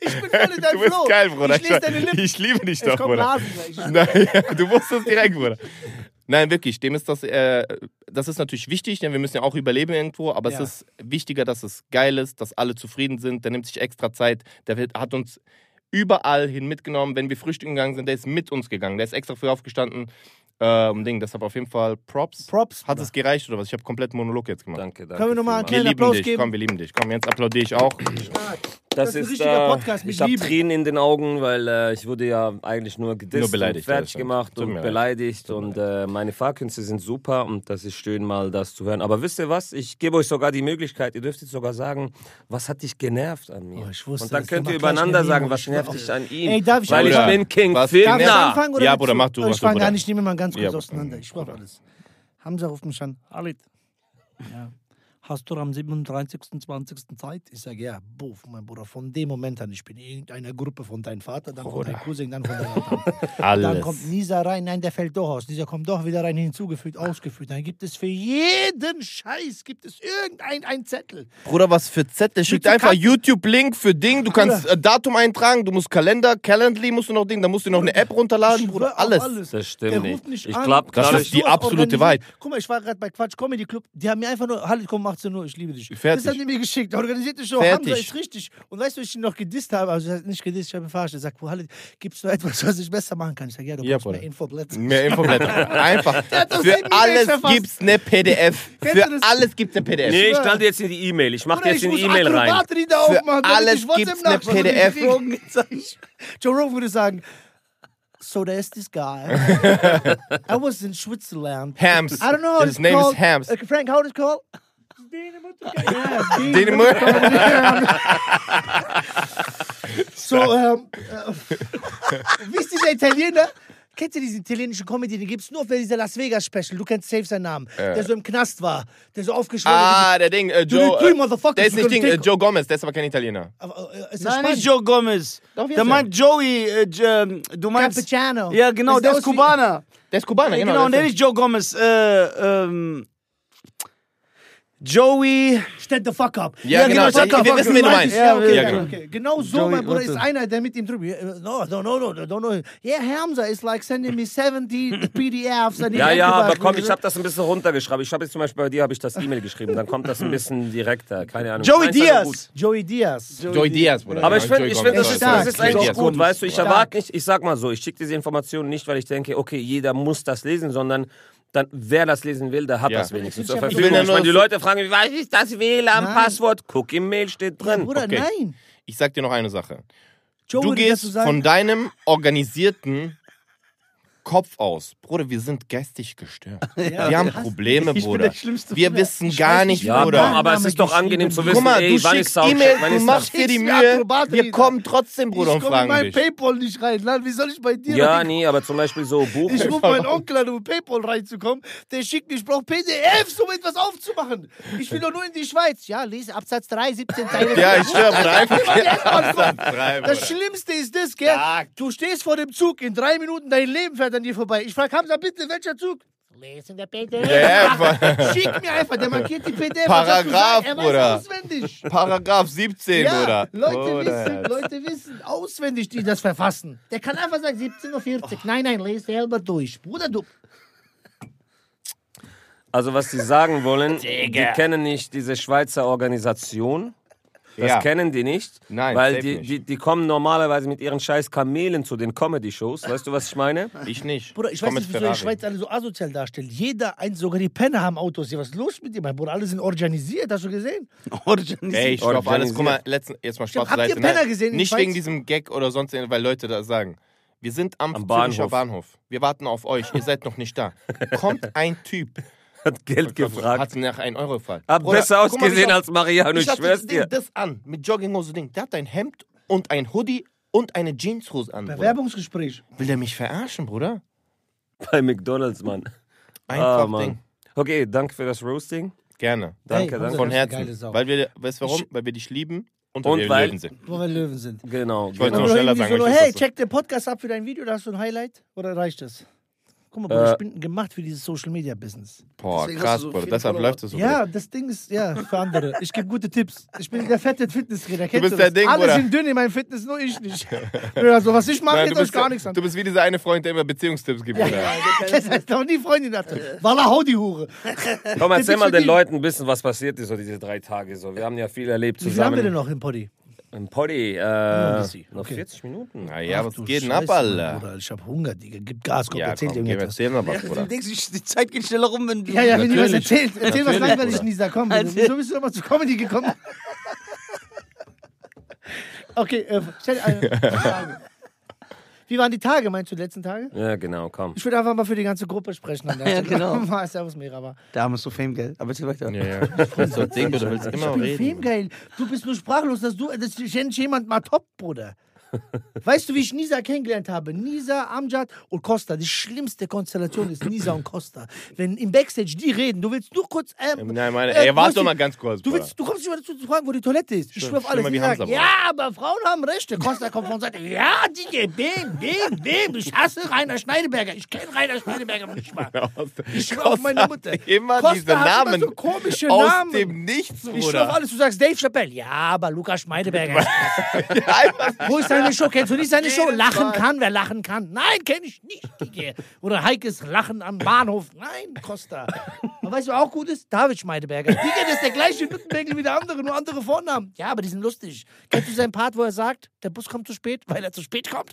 Speaker 2: Ich bin voll in deinem
Speaker 4: Du bist
Speaker 2: Flow.
Speaker 4: geil, Bruder.
Speaker 2: Ich lese deine Lippen.
Speaker 4: Ich liebe dich
Speaker 2: Es
Speaker 4: doch,
Speaker 2: kommt
Speaker 4: Bruder.
Speaker 2: Blasen gleich.
Speaker 4: Nein, du wusstest direkt, Bruder. Nein, wirklich, dem ist das, äh, das ist natürlich wichtig, denn wir müssen ja auch überleben irgendwo, aber
Speaker 2: Ja.
Speaker 4: es ist wichtiger, dass es geil ist, dass alle zufrieden sind, der nimmt sich extra Zeit, der wird, hat uns überall hin mitgenommen, wenn wir frühstücken gegangen sind, der ist mit uns gegangen, der ist extra früh aufgestanden, ähm, Ding, deshalb auf jeden Fall Props.
Speaker 2: Props.
Speaker 4: Hat es gereicht oder was? Ich habe komplett Monolog jetzt gemacht.
Speaker 1: Danke, danke.
Speaker 2: Können wir nochmal
Speaker 1: vielmals.
Speaker 2: einen
Speaker 4: Wir
Speaker 2: kleinen
Speaker 4: lieben
Speaker 2: Applaus
Speaker 4: dich,
Speaker 2: geben?
Speaker 4: komm, wir lieben dich. Komm, jetzt applaudiere ich auch.
Speaker 1: Das,
Speaker 2: Das ist ein
Speaker 1: ist
Speaker 2: richtiger
Speaker 1: äh,
Speaker 2: Podcast mit
Speaker 1: Ich habe
Speaker 2: Liebe.
Speaker 1: Tränen in den Augen, weil äh, ich wurde ja eigentlich nur gedisst
Speaker 4: Nur beleidigt,
Speaker 1: und
Speaker 4: ja, das
Speaker 1: fertig
Speaker 4: stimmt.
Speaker 1: gemacht
Speaker 4: Tut mir
Speaker 1: und
Speaker 4: leid.
Speaker 1: beleidigt. Und äh, meine Fahrkünste sind super und das ist schön, mal das zu hören. Aber wisst ihr was? Ich gebe euch sogar die Möglichkeit, ihr dürftet sogar sagen, was hat dich genervt an mir?
Speaker 2: Oh, ich wusste,
Speaker 1: und dann
Speaker 2: dass
Speaker 1: könnt
Speaker 2: du
Speaker 1: ihr
Speaker 2: mal gleich
Speaker 1: übereinander
Speaker 2: eine
Speaker 1: sagen,
Speaker 2: Memo-
Speaker 1: was
Speaker 2: ich
Speaker 1: nervt
Speaker 2: mach-
Speaker 1: dich an ihm.
Speaker 2: Ey, darf ich
Speaker 1: weil ich
Speaker 4: Bruder,
Speaker 1: bin King
Speaker 4: was
Speaker 2: Darf ich
Speaker 4: Na.
Speaker 1: Fitner.
Speaker 2: anfangen? Oder
Speaker 4: Ja,
Speaker 2: willst
Speaker 4: Bruder, mach du,
Speaker 2: Ich
Speaker 4: mach du,
Speaker 2: fange
Speaker 4: Bruder.
Speaker 2: an, ich nehme mal ganz kurz
Speaker 4: Ja,
Speaker 2: auseinander. Ich schwör alles. Hamza ruft mich an. Alit. Ja. Hast du am 27.20. Zeit? Ich sage, ja, buff, mein Bruder, von dem Moment an, ich bin in irgendeiner Gruppe von deinem Vater, dann von deinem Cousin, dann von deiner Tante. Dann
Speaker 4: Alles.
Speaker 2: kommt Nisa rein, nein, der fällt doch aus. Dieser kommt doch wieder rein, hinzugefügt, ausgefügt. Dann gibt es für jeden Scheiß, gibt es irgendein ein Zettel.
Speaker 4: Bruder, was für Zettel?
Speaker 2: Mit
Speaker 4: Schickt
Speaker 2: so
Speaker 4: einfach
Speaker 2: Karten.
Speaker 4: YouTube-Link für Ding. Du kannst äh, Datum eintragen, du musst Kalender, Calendly musst du noch Ding, da musst du noch eine App runterladen, Bruder.
Speaker 2: Auf
Speaker 4: Alles.
Speaker 1: Das stimmt
Speaker 2: Der
Speaker 1: nicht.
Speaker 2: ruft mich
Speaker 1: Ich
Speaker 2: an.
Speaker 1: glaub, Das
Speaker 4: dadurch- ist die
Speaker 2: sowas
Speaker 4: absolute
Speaker 2: organisiert.
Speaker 4: Wahrheit.
Speaker 2: Guck mal, ich war gerade bei Quatsch Comedy Club. Die haben mir einfach nur, Halle, komm, 18 Uhr, ich liebe dich.
Speaker 4: Fertig.
Speaker 2: Das haben die mir geschickt. Organisierte Show,
Speaker 4: Fertig.
Speaker 2: Hamza ist richtig. Und weißt du, was ich ihn noch gedisst habe? Also das heißt nicht gedisst, ich habe ihn verarscht. Er sagt, Halle, gibt's noch etwas, was ich besser machen kann? Ich sage, ja, du
Speaker 4: Ja,
Speaker 2: brauchst mehr
Speaker 4: Bruder.
Speaker 2: Infoblätter.
Speaker 4: Mehr Infoblätter. Einfach.
Speaker 2: doch
Speaker 4: Für
Speaker 2: sieben E-Mails
Speaker 4: alles
Speaker 2: verfasst.
Speaker 4: gibt's ne PDF.
Speaker 2: Kennst
Speaker 4: Für
Speaker 2: du das?
Speaker 4: alles gibt's ne PDF.
Speaker 1: Nee, ich stand jetzt in die E-Mail. Ich mache
Speaker 2: Bruder,
Speaker 1: jetzt
Speaker 2: ich
Speaker 1: in
Speaker 2: muss
Speaker 1: die E-Mail rein.
Speaker 2: Akrobatrieder
Speaker 4: Für
Speaker 2: aufmachen, damit
Speaker 4: alles
Speaker 2: ich WhatsApp
Speaker 4: gibt's eine
Speaker 2: Nachrichten
Speaker 4: PDF.
Speaker 2: kriege. Joe Rogan würde sagen, so there's this guy. I was in Switzerland.
Speaker 4: Hams.
Speaker 2: I don't know how
Speaker 4: His
Speaker 2: it's
Speaker 4: name
Speaker 2: called.
Speaker 4: is Hams.
Speaker 2: Uh, Frank, how it's called?
Speaker 4: Den im Mund.
Speaker 2: So, ähm, äh, wie ist dieser Italiener? Kennt ihr diesen italienischen Comedy? Den gibt es nur für diese Las Vegas-Special. Du kennst safe seinen Namen. Der so im Knast war. Der so aufgeschwollen
Speaker 4: Ah, der Ding, äh,
Speaker 2: Du, die
Speaker 4: Joe.
Speaker 2: three
Speaker 4: Äh,
Speaker 2: motherfuckers,
Speaker 4: der ist
Speaker 2: you
Speaker 4: nicht Ding,
Speaker 2: gonna
Speaker 4: äh,
Speaker 2: take-
Speaker 4: Joe Gomez, der ist aber kein Italiener.
Speaker 2: Aber, äh, ist das
Speaker 3: Nein, nicht
Speaker 2: Spanisch?
Speaker 3: Joe Gomez.
Speaker 4: Doch, wie
Speaker 3: der
Speaker 4: heißt
Speaker 3: meint Joey, äh, J- ähm, du meinst...
Speaker 2: Cappuccino.
Speaker 3: Ja, genau,
Speaker 2: Ist
Speaker 3: der
Speaker 2: aus
Speaker 3: ist
Speaker 2: wie-
Speaker 3: Kubaner.
Speaker 4: Der ist Kubaner,
Speaker 3: Äh,
Speaker 4: genau.
Speaker 3: genau, und
Speaker 4: der
Speaker 3: der
Speaker 4: ist-
Speaker 3: nicht Joe Gomez. Äh, ähm, Joey...
Speaker 2: Stand the fuck up.
Speaker 4: Ja, genau,
Speaker 3: genau,
Speaker 2: fuck up.
Speaker 3: wir wissen, wen du
Speaker 2: meinst.
Speaker 4: meinst.
Speaker 2: Ja, okay,
Speaker 4: Ja,
Speaker 2: okay,
Speaker 4: genau.
Speaker 2: okay. Genau so,
Speaker 3: Joey,
Speaker 2: mein Bruder,
Speaker 3: warte.
Speaker 2: ist einer, der mit ihm drüber. äh, No, no, no, no, no, no. Yeah, Hamza is like sending me 70 PDFs. and he
Speaker 1: Ja,
Speaker 2: can't
Speaker 1: ja,
Speaker 2: do
Speaker 1: aber
Speaker 2: that.
Speaker 1: komm, ich habe das ein bisschen runtergeschrieben. Ich habe jetzt zum Beispiel bei dir habe ich das E-Mail geschrieben, dann kommt das ein bisschen direkter. Keine Ahnung.
Speaker 3: Joey
Speaker 1: Ich find's aber
Speaker 3: Diaz.
Speaker 1: gut.
Speaker 2: Joey Diaz.
Speaker 4: Joey Diaz, Bruder.
Speaker 1: Aber ich
Speaker 4: Genau,
Speaker 1: finde,
Speaker 4: Joey
Speaker 1: ich find, das,
Speaker 4: Gomez.
Speaker 1: ist,
Speaker 2: Stark.
Speaker 1: das ist eigentlich
Speaker 4: Joey
Speaker 1: auch
Speaker 4: Diaz.
Speaker 1: gut, weißt du. Ich
Speaker 2: Stark.
Speaker 1: erwarte nicht, ich sag mal so, ich schicke diese Informationen nicht, weil ich denke, okay, jeder muss das lesen, sondern dann, wer das lesen will, der hat
Speaker 4: Ja.
Speaker 1: das wenigstens zur
Speaker 2: Ich will
Speaker 1: Verfügung.
Speaker 4: ja
Speaker 1: Ich meine,
Speaker 4: nur-
Speaker 1: die Leute fragen, wie weiß ich das
Speaker 2: Nein.
Speaker 1: WLAN-Passwort? Guck, im Mail steht
Speaker 2: Ja,
Speaker 1: drin.
Speaker 2: Bruder,
Speaker 4: Okay.
Speaker 2: nein.
Speaker 4: Ich sag dir noch eine Sache.
Speaker 2: Joe
Speaker 4: Du
Speaker 2: würde
Speaker 4: gehst
Speaker 2: dazu sagen,
Speaker 4: von deinem organisierten Kopf aus. Bruder, wir sind geistig gestört. wir haben Probleme,
Speaker 3: Ich bin
Speaker 4: Bruder.
Speaker 3: der schlimmste
Speaker 4: wir
Speaker 3: Bruder.
Speaker 4: wissen gar nicht,
Speaker 1: ja,
Speaker 4: Bruder.
Speaker 1: aber es
Speaker 2: Name
Speaker 1: ist doch
Speaker 2: geschrieben.
Speaker 1: angenehm zu
Speaker 4: Guck
Speaker 1: wissen,
Speaker 4: mal,
Speaker 1: ey,
Speaker 4: du
Speaker 1: wann ist
Speaker 4: schickst
Speaker 1: Soundcheck,
Speaker 4: E-Mail,
Speaker 1: wann
Speaker 4: du
Speaker 1: ist
Speaker 4: machst
Speaker 1: das?
Speaker 4: dir die
Speaker 2: Schickst mir
Speaker 4: Mühe.
Speaker 2: Akrobaten
Speaker 4: Wir
Speaker 2: wieder.
Speaker 4: kommen trotzdem, Bruder,
Speaker 2: ich
Speaker 4: und
Speaker 2: komme in
Speaker 4: fragen
Speaker 2: mein
Speaker 4: dich.
Speaker 2: Paypal nicht rein. Lan, wie soll ich bei dir
Speaker 1: Ja,
Speaker 2: rein-
Speaker 1: nee, aber zum Beispiel so Buch.
Speaker 2: Ich rufe meinen Onkel an, um in Paypal reinzukommen. Der schickt mir, ich brauche PDFs, um etwas aufzumachen. Ich will doch nur in die Schweiz. Ja, lese Absatz 3, 17 Teile.
Speaker 4: Ja, ich schwör, Bruder, einfach. Drei, Bruder.
Speaker 2: Das Schlimmste ist das, gell? Du stehst vor dem Zug, in drei Minuten dein Leben fährt an dir vorbei. Ich frage Hamza, bitte, welcher Zug? Lesen der PDF.
Speaker 4: Ja, ja,
Speaker 2: Schick mir einfach, der markiert die PDF.
Speaker 4: Paragraph,
Speaker 2: er
Speaker 4: Bruder.
Speaker 2: weiß auswendig.
Speaker 4: Paragraph 17,
Speaker 2: Ja,
Speaker 4: oder?
Speaker 2: Leute
Speaker 4: Oder?
Speaker 2: wissen, Leute wissen auswendig, die das verfassen. Der kann einfach sagen, 17.40 Uhr. Nein, nein, lese selber durch. Bruder, du.
Speaker 1: Also was die sagen wollen, die kennen nicht diese Schweizer Organisation. Das
Speaker 4: Ja.
Speaker 1: kennen die nicht,
Speaker 4: Nein,
Speaker 1: weil
Speaker 4: safe
Speaker 1: die,
Speaker 4: nicht.
Speaker 1: Die, die kommen normalerweise mit ihren scheiß Kamelen zu den Comedy-Shows. Weißt du, was ich meine?
Speaker 4: Ich nicht.
Speaker 2: Bruder, ich weiß
Speaker 4: Komm mit
Speaker 2: nicht, wieso die
Speaker 4: Ferrari.
Speaker 2: Schweiz alle so asozial darstellt. Jeder, eins, sogar die Penner haben Autos. hier. Was ist los mit dir, mein Bruder? Alle sind organisiert, hast du gesehen?
Speaker 4: Ey, ich schwör auf alles. Guck mal,
Speaker 1: Organisiert.
Speaker 4: letzten, jetzt mal
Speaker 2: Habt
Speaker 4: Spaß
Speaker 2: ihr
Speaker 4: beiseite.
Speaker 2: Penner
Speaker 4: Nein,
Speaker 2: gesehen in
Speaker 4: Nicht
Speaker 2: Schweiz?
Speaker 4: wegen diesem Gag oder sonst irgendwas, weil Leute das sagen. Wir sind am,
Speaker 1: Am
Speaker 4: Bahnhof.
Speaker 1: Bahnhof.
Speaker 4: Bahnhof. Wir warten auf euch. Ihr seid noch nicht da. Kommt ein Typ,
Speaker 1: Hat Geld gefragt.
Speaker 4: hat nach 1 Euro gefragt.
Speaker 1: Hab
Speaker 4: Bruder,
Speaker 1: besser
Speaker 4: guck mal, wie
Speaker 1: ausgesehen
Speaker 4: ich-
Speaker 1: als Mariano, ich
Speaker 4: ich hatte
Speaker 1: schwör's
Speaker 4: das
Speaker 1: dir.
Speaker 4: Ding, das an, mit Jogginghose Ding. Der hat ein Hemd und ein Hoodie und eine Jeanshose an. Bruder.
Speaker 2: Bewerbungsgespräch.
Speaker 4: Will der mich verarschen, Bruder?
Speaker 1: Bei McDonalds, Mann. Ah,
Speaker 4: Einfach Ding.
Speaker 1: Mann. Okay, danke für das Roasting.
Speaker 4: Gerne.
Speaker 1: Danke,
Speaker 2: Hey,
Speaker 1: danke.
Speaker 4: Von
Speaker 2: Das ist eine geile
Speaker 4: Herzen.
Speaker 2: Sau.
Speaker 4: Weil wir, weißt du warum? Weil wir dich lieben und,
Speaker 1: Und
Speaker 4: wir
Speaker 1: weil-
Speaker 4: Löwen sind.
Speaker 2: Wo wir Löwen sind.
Speaker 1: Genau,
Speaker 4: wollte
Speaker 1: genau.
Speaker 4: noch- schneller
Speaker 2: irgendwie
Speaker 4: sagen,
Speaker 2: so,
Speaker 4: aber ich
Speaker 2: hey,
Speaker 4: wusste es.
Speaker 2: check den Podcast ab für dein Video, da hast du ein Highlight. Oder reicht das? Guck mal,
Speaker 4: Äh,
Speaker 2: Bruder, ich bin gemacht für dieses Social-Media-Business.
Speaker 4: Boah,
Speaker 3: Deswegen hast
Speaker 4: krass,
Speaker 3: du so
Speaker 4: Bruder.
Speaker 3: viele
Speaker 4: Deshalb
Speaker 3: Follower.
Speaker 4: läuft es so.
Speaker 2: Ja, das Ding ist, ja, für andere. Ich gebe gute Tipps. Ich bin der fette Fitnesstrainer, kennst du,
Speaker 4: bist
Speaker 2: das?
Speaker 4: der Ding,
Speaker 2: Alle
Speaker 4: Bruder.
Speaker 2: sind dünn in meinem Fitness, nur ich nicht. Also, was ich mache,
Speaker 4: Nein,
Speaker 2: geht euch gar nichts an.
Speaker 4: du bist wie dieser eine Freund, der immer Beziehungstipps gibt. Bruder.
Speaker 2: Das heißt, auch nie Freundin
Speaker 4: Äh.
Speaker 2: hatte. Walla, hau die Hure.
Speaker 1: Komm, erzähl
Speaker 2: Tipps
Speaker 1: mal
Speaker 2: für
Speaker 1: den
Speaker 2: die-
Speaker 1: Leuten ein bisschen, was passiert ist, so diese drei Tage. So. Wir haben ja viel erlebt
Speaker 2: Wie viel haben wir denn
Speaker 1: zusammen.
Speaker 2: noch im Poddy?
Speaker 1: Im Poddy,
Speaker 2: ein
Speaker 1: äh,
Speaker 2: bisschen.
Speaker 1: noch
Speaker 2: Okay.
Speaker 1: 40 Minuten.
Speaker 4: Naja,
Speaker 2: Ach
Speaker 4: was
Speaker 2: du
Speaker 4: geht denn ab,
Speaker 2: Scheiße, Mann,
Speaker 4: Alter?
Speaker 2: Bruder, ich hab Hunger, Digga. Gib Gas, komm,
Speaker 4: Ja,
Speaker 2: erzähl
Speaker 4: komm,
Speaker 2: dir
Speaker 4: geh, wir
Speaker 2: irgendwas.
Speaker 4: erzählen noch was, Bruder.
Speaker 3: Die Zeit geht schneller rum, wenn du.
Speaker 2: Ja, ja, wenn du was
Speaker 4: Natürlich.
Speaker 2: erzählst, erzähl was
Speaker 4: Natürlich,
Speaker 2: langweilig,
Speaker 4: Bruder.
Speaker 2: Nisa, komm. bitte.
Speaker 3: Erzähl.
Speaker 2: Wieso bist du immer zu Comedy gekommen? Okay, äh, stell eine Frage. Wie waren die Tage, meinst du, die letzten Tage?
Speaker 1: Ja, genau, komm.
Speaker 2: Ich würde einfach mal für die ganze Gruppe sprechen. An der
Speaker 3: Ja,
Speaker 2: Stelle.
Speaker 3: genau.
Speaker 2: Mal Servus, Meraba.
Speaker 3: Da haben wir so Fame, gell? Aber erzähl weiter.
Speaker 4: Ja, ja. Das ist das Ding, Bruder. Du willst immer
Speaker 2: Ich bin
Speaker 4: reden.
Speaker 2: geil. Du bist nur sprachlos, dass du, das nennt jemand mal top, Bruder. Weißt du, wie ich Nisa kennengelernt habe? Nisa, Amjad und Costa. Die schlimmste Konstellation ist Nisa und Costa. Wenn im Backstage die reden, du willst nur kurz. ähm,
Speaker 4: Nein, meine,
Speaker 2: äh,
Speaker 4: ey, warte
Speaker 2: Mosti,
Speaker 4: doch mal ganz kurz,
Speaker 2: Du,
Speaker 4: Bruder.
Speaker 2: willst, du kommst nicht mal dazu zu fragen, wo die Toilette ist. Ich schwör auf alles.
Speaker 4: schlimmer
Speaker 2: Die
Speaker 4: wie Hamza,
Speaker 2: sagen,
Speaker 4: Bruder.
Speaker 2: ja, aber Frauen haben Rechte. Costa kommt von Seite. Ja, DJ, bim, bim, bim. Ich hasse Rainer Schneideberger. Ich kenne Rainer Schneideberger nicht mal. Ich schwör auf meine Mutter.
Speaker 4: Immer
Speaker 2: Costa
Speaker 4: diese
Speaker 2: hat
Speaker 4: Namen.
Speaker 2: Immer so komische
Speaker 4: aus
Speaker 2: Namen.
Speaker 4: dem Nichts,
Speaker 2: Ich schwör auf
Speaker 4: Bruder.
Speaker 2: alles, du sagst Dave Chappelle. Ja, aber Lukas Schmeideberger.
Speaker 4: Einfach
Speaker 2: Wo ist seine Show? Kennst du nicht seine Show?
Speaker 4: Jedes
Speaker 2: Lachen
Speaker 4: Mal.
Speaker 2: kann, wer lachen kann. Nein, kenne ich nicht. Digi. Oder Heikes Lachen am Bahnhof. Nein, Costa. Aber weißt du, wer auch gut ist? David Schmeideberger. Digga, das ist der gleiche Nuttenbengel wie der andere, nur andere Vornamen. Ja, aber die sind lustig. Kennst du seinen Part, wo er sagt, der Bus kommt zu spät, weil er zu spät kommt?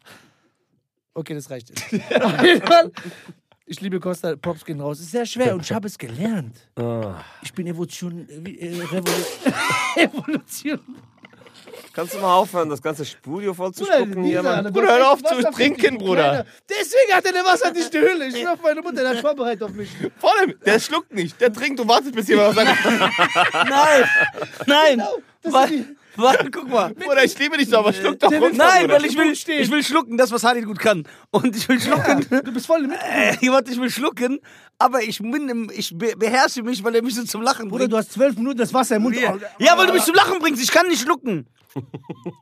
Speaker 2: Okay, das reicht jetzt. Auf jeden Fall. Ich liebe Costa, Props gehen raus. Ist sehr schwer und ich habe es gelernt. Ich bin Evolution, äh, wie- äh, Revolu- Evolution.
Speaker 1: Kannst du mal aufhören, das ganze Studio voll zu
Speaker 2: Bruder,
Speaker 1: spucken
Speaker 2: dieser,
Speaker 1: hier, Mann?
Speaker 2: Alter,
Speaker 4: Bruder,
Speaker 2: du hast
Speaker 4: hör auf
Speaker 2: echt
Speaker 4: zu
Speaker 2: wasserdichte
Speaker 4: trinken, Bruder.
Speaker 2: Kleine. Deswegen hat er eine wasserdichte Höhle. Ich schwör auf meine Mutter, der hat vorbereitet auf mich.
Speaker 4: Vor allem, der schluckt nicht. Der trinkt und wartet, bis jemand was sagt.
Speaker 3: Nein! Nein!
Speaker 2: das
Speaker 3: Wa-
Speaker 2: sind die-
Speaker 3: Warte, guck mal.
Speaker 4: Bruder, ich liebe dich so, aber
Speaker 2: Äh,
Speaker 4: schluck doch runter,
Speaker 3: Nein,
Speaker 4: Bruder.
Speaker 3: weil ich will, ich will schlucken, das, was Halid gut kann. Und ich will schlucken.
Speaker 2: Du bist voll im
Speaker 3: Äh, warte, ich will schlucken, aber ich, bin im, ich be beherrsche mich, weil er mich so zum Lachen
Speaker 2: Bruder,
Speaker 3: bringt.
Speaker 2: du hast zwölf Minuten das Wasser im Mund.
Speaker 3: Ja. ja, weil du mich zum Lachen bringst. Ich kann nicht schlucken.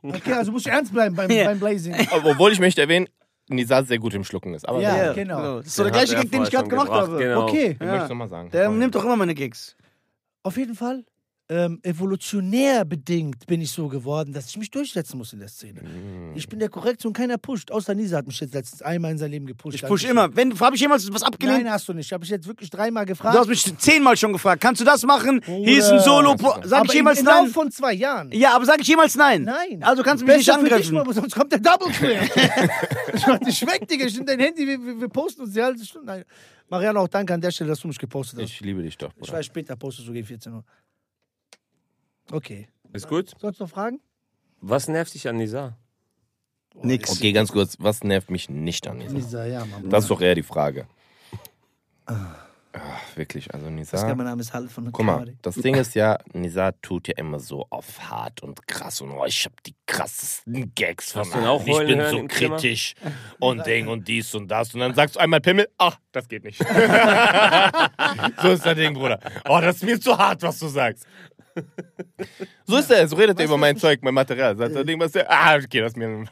Speaker 2: Okay, also musst du ernst bleiben beim,
Speaker 3: Ja.
Speaker 2: beim Blazing.
Speaker 4: Obwohl ich möchte erwähnen, Nisa sehr gut im Schlucken ist. Aber
Speaker 2: Ja,
Speaker 4: ja.
Speaker 2: genau.
Speaker 3: Das ist so der
Speaker 1: Den hat
Speaker 3: gleiche
Speaker 1: er
Speaker 3: Gag, den ich
Speaker 1: vorher schon
Speaker 3: gerade gemacht
Speaker 1: gebracht,
Speaker 3: habe.
Speaker 1: Genau.
Speaker 2: Okay,
Speaker 4: ich möchte es nochmal sagen.
Speaker 3: Der nimmt doch immer meine Gigs.
Speaker 2: auf jeden Fall. Ähm, evolutionär bedingt bin ich so geworden, dass ich mich durchsetzen muss in der Szene.
Speaker 3: Mhm.
Speaker 2: Ich bin der Korrektion, keiner pusht. Außer Nisa hat mich jetzt letztens einmal in seinem Leben gepusht.
Speaker 3: Ich push
Speaker 2: Dankeschön.
Speaker 3: immer. Wenn, hab ich jemals was abgelehnt?
Speaker 2: Nein, hast du nicht. Ich habe ich jetzt wirklich dreimal gefragt.
Speaker 3: Du hast mich zehnmal schon gefragt. Kannst du das machen? Hier ist ein
Speaker 2: Bruder.
Speaker 3: Solo. Sag
Speaker 2: Aber
Speaker 3: ich jemals
Speaker 2: im, im
Speaker 3: nein?
Speaker 2: Laufe von zwei Jahren.
Speaker 3: Ja, aber sag ich jemals nein?
Speaker 2: Nein.
Speaker 3: Also kannst du mich nicht
Speaker 2: Besser für dich,
Speaker 3: angreifen.
Speaker 2: Mann, sonst kommt der Double Square. ich mach dich weg, Digga. Ich nehm dein Handy, wir, wir, wir posten uns die halbe Stunde. Nein. Mariano, auch danke an der Stelle, dass du mich gepostet hast. Ich,
Speaker 4: Ich liebe dich doch, Bruder.
Speaker 2: weiß, später postest du gegen 14 Uhr. Okay.
Speaker 1: Ist gut?
Speaker 2: Sonst noch Fragen? Oh,
Speaker 1: Was nervt dich an Nisa?
Speaker 3: Nix.
Speaker 4: Okay, ganz kurz. Was nervt mich nicht an Nisa?
Speaker 2: Lisa, ja, Mann.
Speaker 4: Das ist doch eher die Frage.
Speaker 2: Ah.
Speaker 4: Ach, wirklich, also Nisa.
Speaker 2: mein Name ist Halle von der
Speaker 4: Guck mal, das Ding ist ja, Nisa tut ja immer so auf hart und krass und oh, ich hab die krassesten Gags von
Speaker 1: Hast du ihn auch
Speaker 4: allen. Ich
Speaker 1: heulen
Speaker 4: bin
Speaker 1: hören
Speaker 4: so
Speaker 1: im Zimmer?
Speaker 4: kritisch und Ding und dies und das. Und dann sagst du einmal Pimmel, ach, das geht nicht. so ist das Ding, Bruder. Oh, das ist mir zu hart, was du sagst.
Speaker 2: Äh.
Speaker 4: So ist er, so redet er über mein Zeug, mein Material. Sagt das Ding, was der, ah, okay, das ist mir.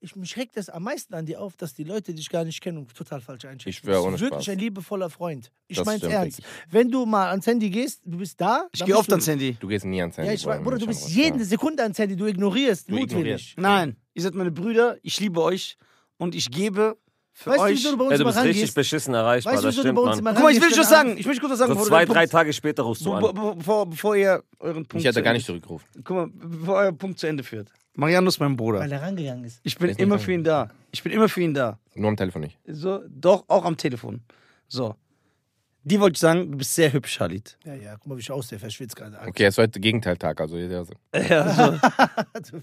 Speaker 2: ich, mich regt das am meisten an dir auf, dass die Leute dich gar nicht kennen und total falsch einschätzen.
Speaker 4: Ich schwöre,
Speaker 2: Du bist
Speaker 4: ohne Spaß.
Speaker 2: Wirklich ein liebevoller Freund. Ich
Speaker 4: Das
Speaker 2: mein's
Speaker 4: stimmt
Speaker 2: ernst. Wenn du mal ans Handy gehst, du bist da.
Speaker 3: Ich
Speaker 2: dann
Speaker 3: gehe
Speaker 2: bist
Speaker 3: oft
Speaker 2: du-
Speaker 3: ans Handy.
Speaker 4: Du gehst nie ans Handy.
Speaker 2: Ja, ich
Speaker 4: vor
Speaker 2: weiß,
Speaker 4: allem,
Speaker 2: Bruder, du
Speaker 4: wenn ich
Speaker 2: bist
Speaker 4: anrufe.
Speaker 2: jede Sekunde ans Handy, du ignorierst,
Speaker 4: Du ignorierst.
Speaker 2: mutwillig.
Speaker 3: Nein, ihr seid meine Brüder, ich liebe euch und ich gebe für
Speaker 2: Weißt du,
Speaker 3: euch.
Speaker 2: wieso du bei
Speaker 1: Ey,
Speaker 2: uns
Speaker 1: du
Speaker 2: immer
Speaker 1: bist richtig
Speaker 2: rangehst?
Speaker 1: beschissen erreichbar,
Speaker 2: Weißt du,
Speaker 1: das
Speaker 2: wieso du
Speaker 1: stimmt,
Speaker 2: bei uns
Speaker 1: Mann.
Speaker 2: immer
Speaker 3: Guck mal, ich will
Speaker 2: rangehst,
Speaker 3: schon
Speaker 2: wenn
Speaker 3: sagen, ich möchte kurz was sagen.
Speaker 1: So
Speaker 3: bevor du
Speaker 1: zwei,
Speaker 3: deinen
Speaker 1: drei
Speaker 3: Punkt-
Speaker 1: Tage später rufst du
Speaker 3: Be-
Speaker 1: an.
Speaker 3: be- Bevor, bevor ihr euren Punkt.
Speaker 4: Ich hätte
Speaker 3: zu
Speaker 4: gar
Speaker 3: Ende-
Speaker 4: nicht zurückgerufen.
Speaker 3: Guck mal, bevor euer Punkt zu Ende führt. Marianus, mein Bruder.
Speaker 2: Weil er rangegangen ist.
Speaker 3: Ich bin
Speaker 4: Ist nicht
Speaker 3: immer
Speaker 4: dran.
Speaker 3: für ihn da. Ich bin immer für ihn da.
Speaker 4: Nur am Telefon nicht.
Speaker 3: So, doch, auch am Telefon. So. Die wollte ich sagen, du bist sehr hübsch, Khalid.
Speaker 2: Ja, ja, guck mal, wie ich aussehe, verschwitzt gerade.
Speaker 4: Okay, es ist heute Gegenteiltag, also jeder
Speaker 3: Ja, so.
Speaker 2: Du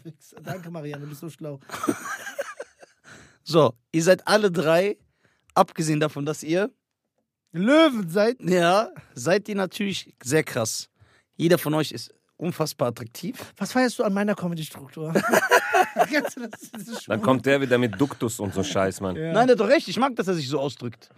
Speaker 2: Wichser. Danke, Marianne, du bist so schlau.
Speaker 3: so, ihr seid alle drei, abgesehen davon, dass ihr,
Speaker 2: Löwen seid.
Speaker 3: ja, seid ihr natürlich sehr krass. Jeder von euch ist unfassbar attraktiv.
Speaker 2: Was feierst du an meiner Comedy-Struktur? Kennst du das? Das ist
Speaker 1: Dann
Speaker 2: schwul.
Speaker 1: kommt der wieder mit Duktus und so Scheiß, Mann.
Speaker 2: Ja.
Speaker 3: Nein, der hat doch recht, ich mag, dass er sich so ausdrückt.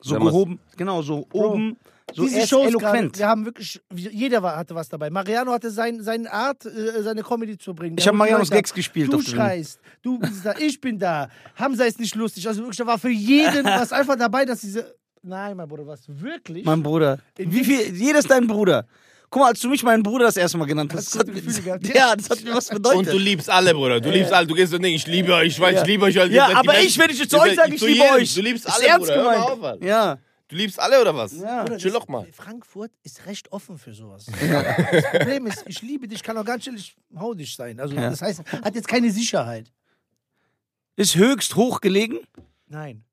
Speaker 3: So
Speaker 1: Sag mal-
Speaker 3: gehoben, genau, so oben, so
Speaker 2: Diese
Speaker 3: er ist
Speaker 2: Shows
Speaker 3: eloquent.
Speaker 2: Gerade, wir haben wirklich, jeder war, hatte was dabei. Mariano hatte sein, seine Art, äh, seine Comedy zu bringen.
Speaker 3: Ich
Speaker 2: Der
Speaker 3: hab
Speaker 2: hat
Speaker 3: Marianos
Speaker 2: gesagt,
Speaker 3: Gags gespielt
Speaker 2: Du
Speaker 3: auf der Bühne.
Speaker 2: schreist, du bist da, ich bin da. Hamza ist nicht lustig. Also wirklich, da war für jeden was einfach dabei, dass diese... Nein, mein Bruder, was wirklich?
Speaker 3: Mein Bruder. Wie viel, jeder ist dein Bruder. Guck mal, als du mich meinen Bruder das erste Mal genannt hast,
Speaker 2: du
Speaker 3: das hat,
Speaker 2: gute Gefühle gehabt?
Speaker 3: ja, das hat mir was
Speaker 4: Und du
Speaker 3: bedeutet.
Speaker 4: liebst alle, Bruder. Du liebst alle. Du gehst so Ding, ich liebe euch, weil ich liebe euch. weil ihr
Speaker 3: Ja,
Speaker 4: seid die
Speaker 3: aber
Speaker 4: Besten.
Speaker 3: ich, wenn ich jetzt zu
Speaker 4: Ihr
Speaker 3: euch
Speaker 4: seid-
Speaker 3: sage, ich
Speaker 4: zu
Speaker 3: liebe
Speaker 4: jedem.
Speaker 3: euch.
Speaker 4: Du liebst
Speaker 3: ist
Speaker 4: alle,
Speaker 3: ernst
Speaker 4: Bruder. Hör mal auf,
Speaker 3: gemeint.
Speaker 4: Alter.
Speaker 3: Ja.
Speaker 4: Du liebst alle oder was?
Speaker 3: Ja.
Speaker 2: Bruder,
Speaker 4: Chill
Speaker 2: das-
Speaker 4: doch mal.
Speaker 2: Frankfurt ist recht offen für sowas. das Problem ist, ich liebe dich, kann auch ganz schnell, ich hau dich sein. Also
Speaker 3: Ja.
Speaker 2: das heißt, hat jetzt keine Sicherheit.
Speaker 3: Ist höchst hoch gelegen.
Speaker 2: Nein.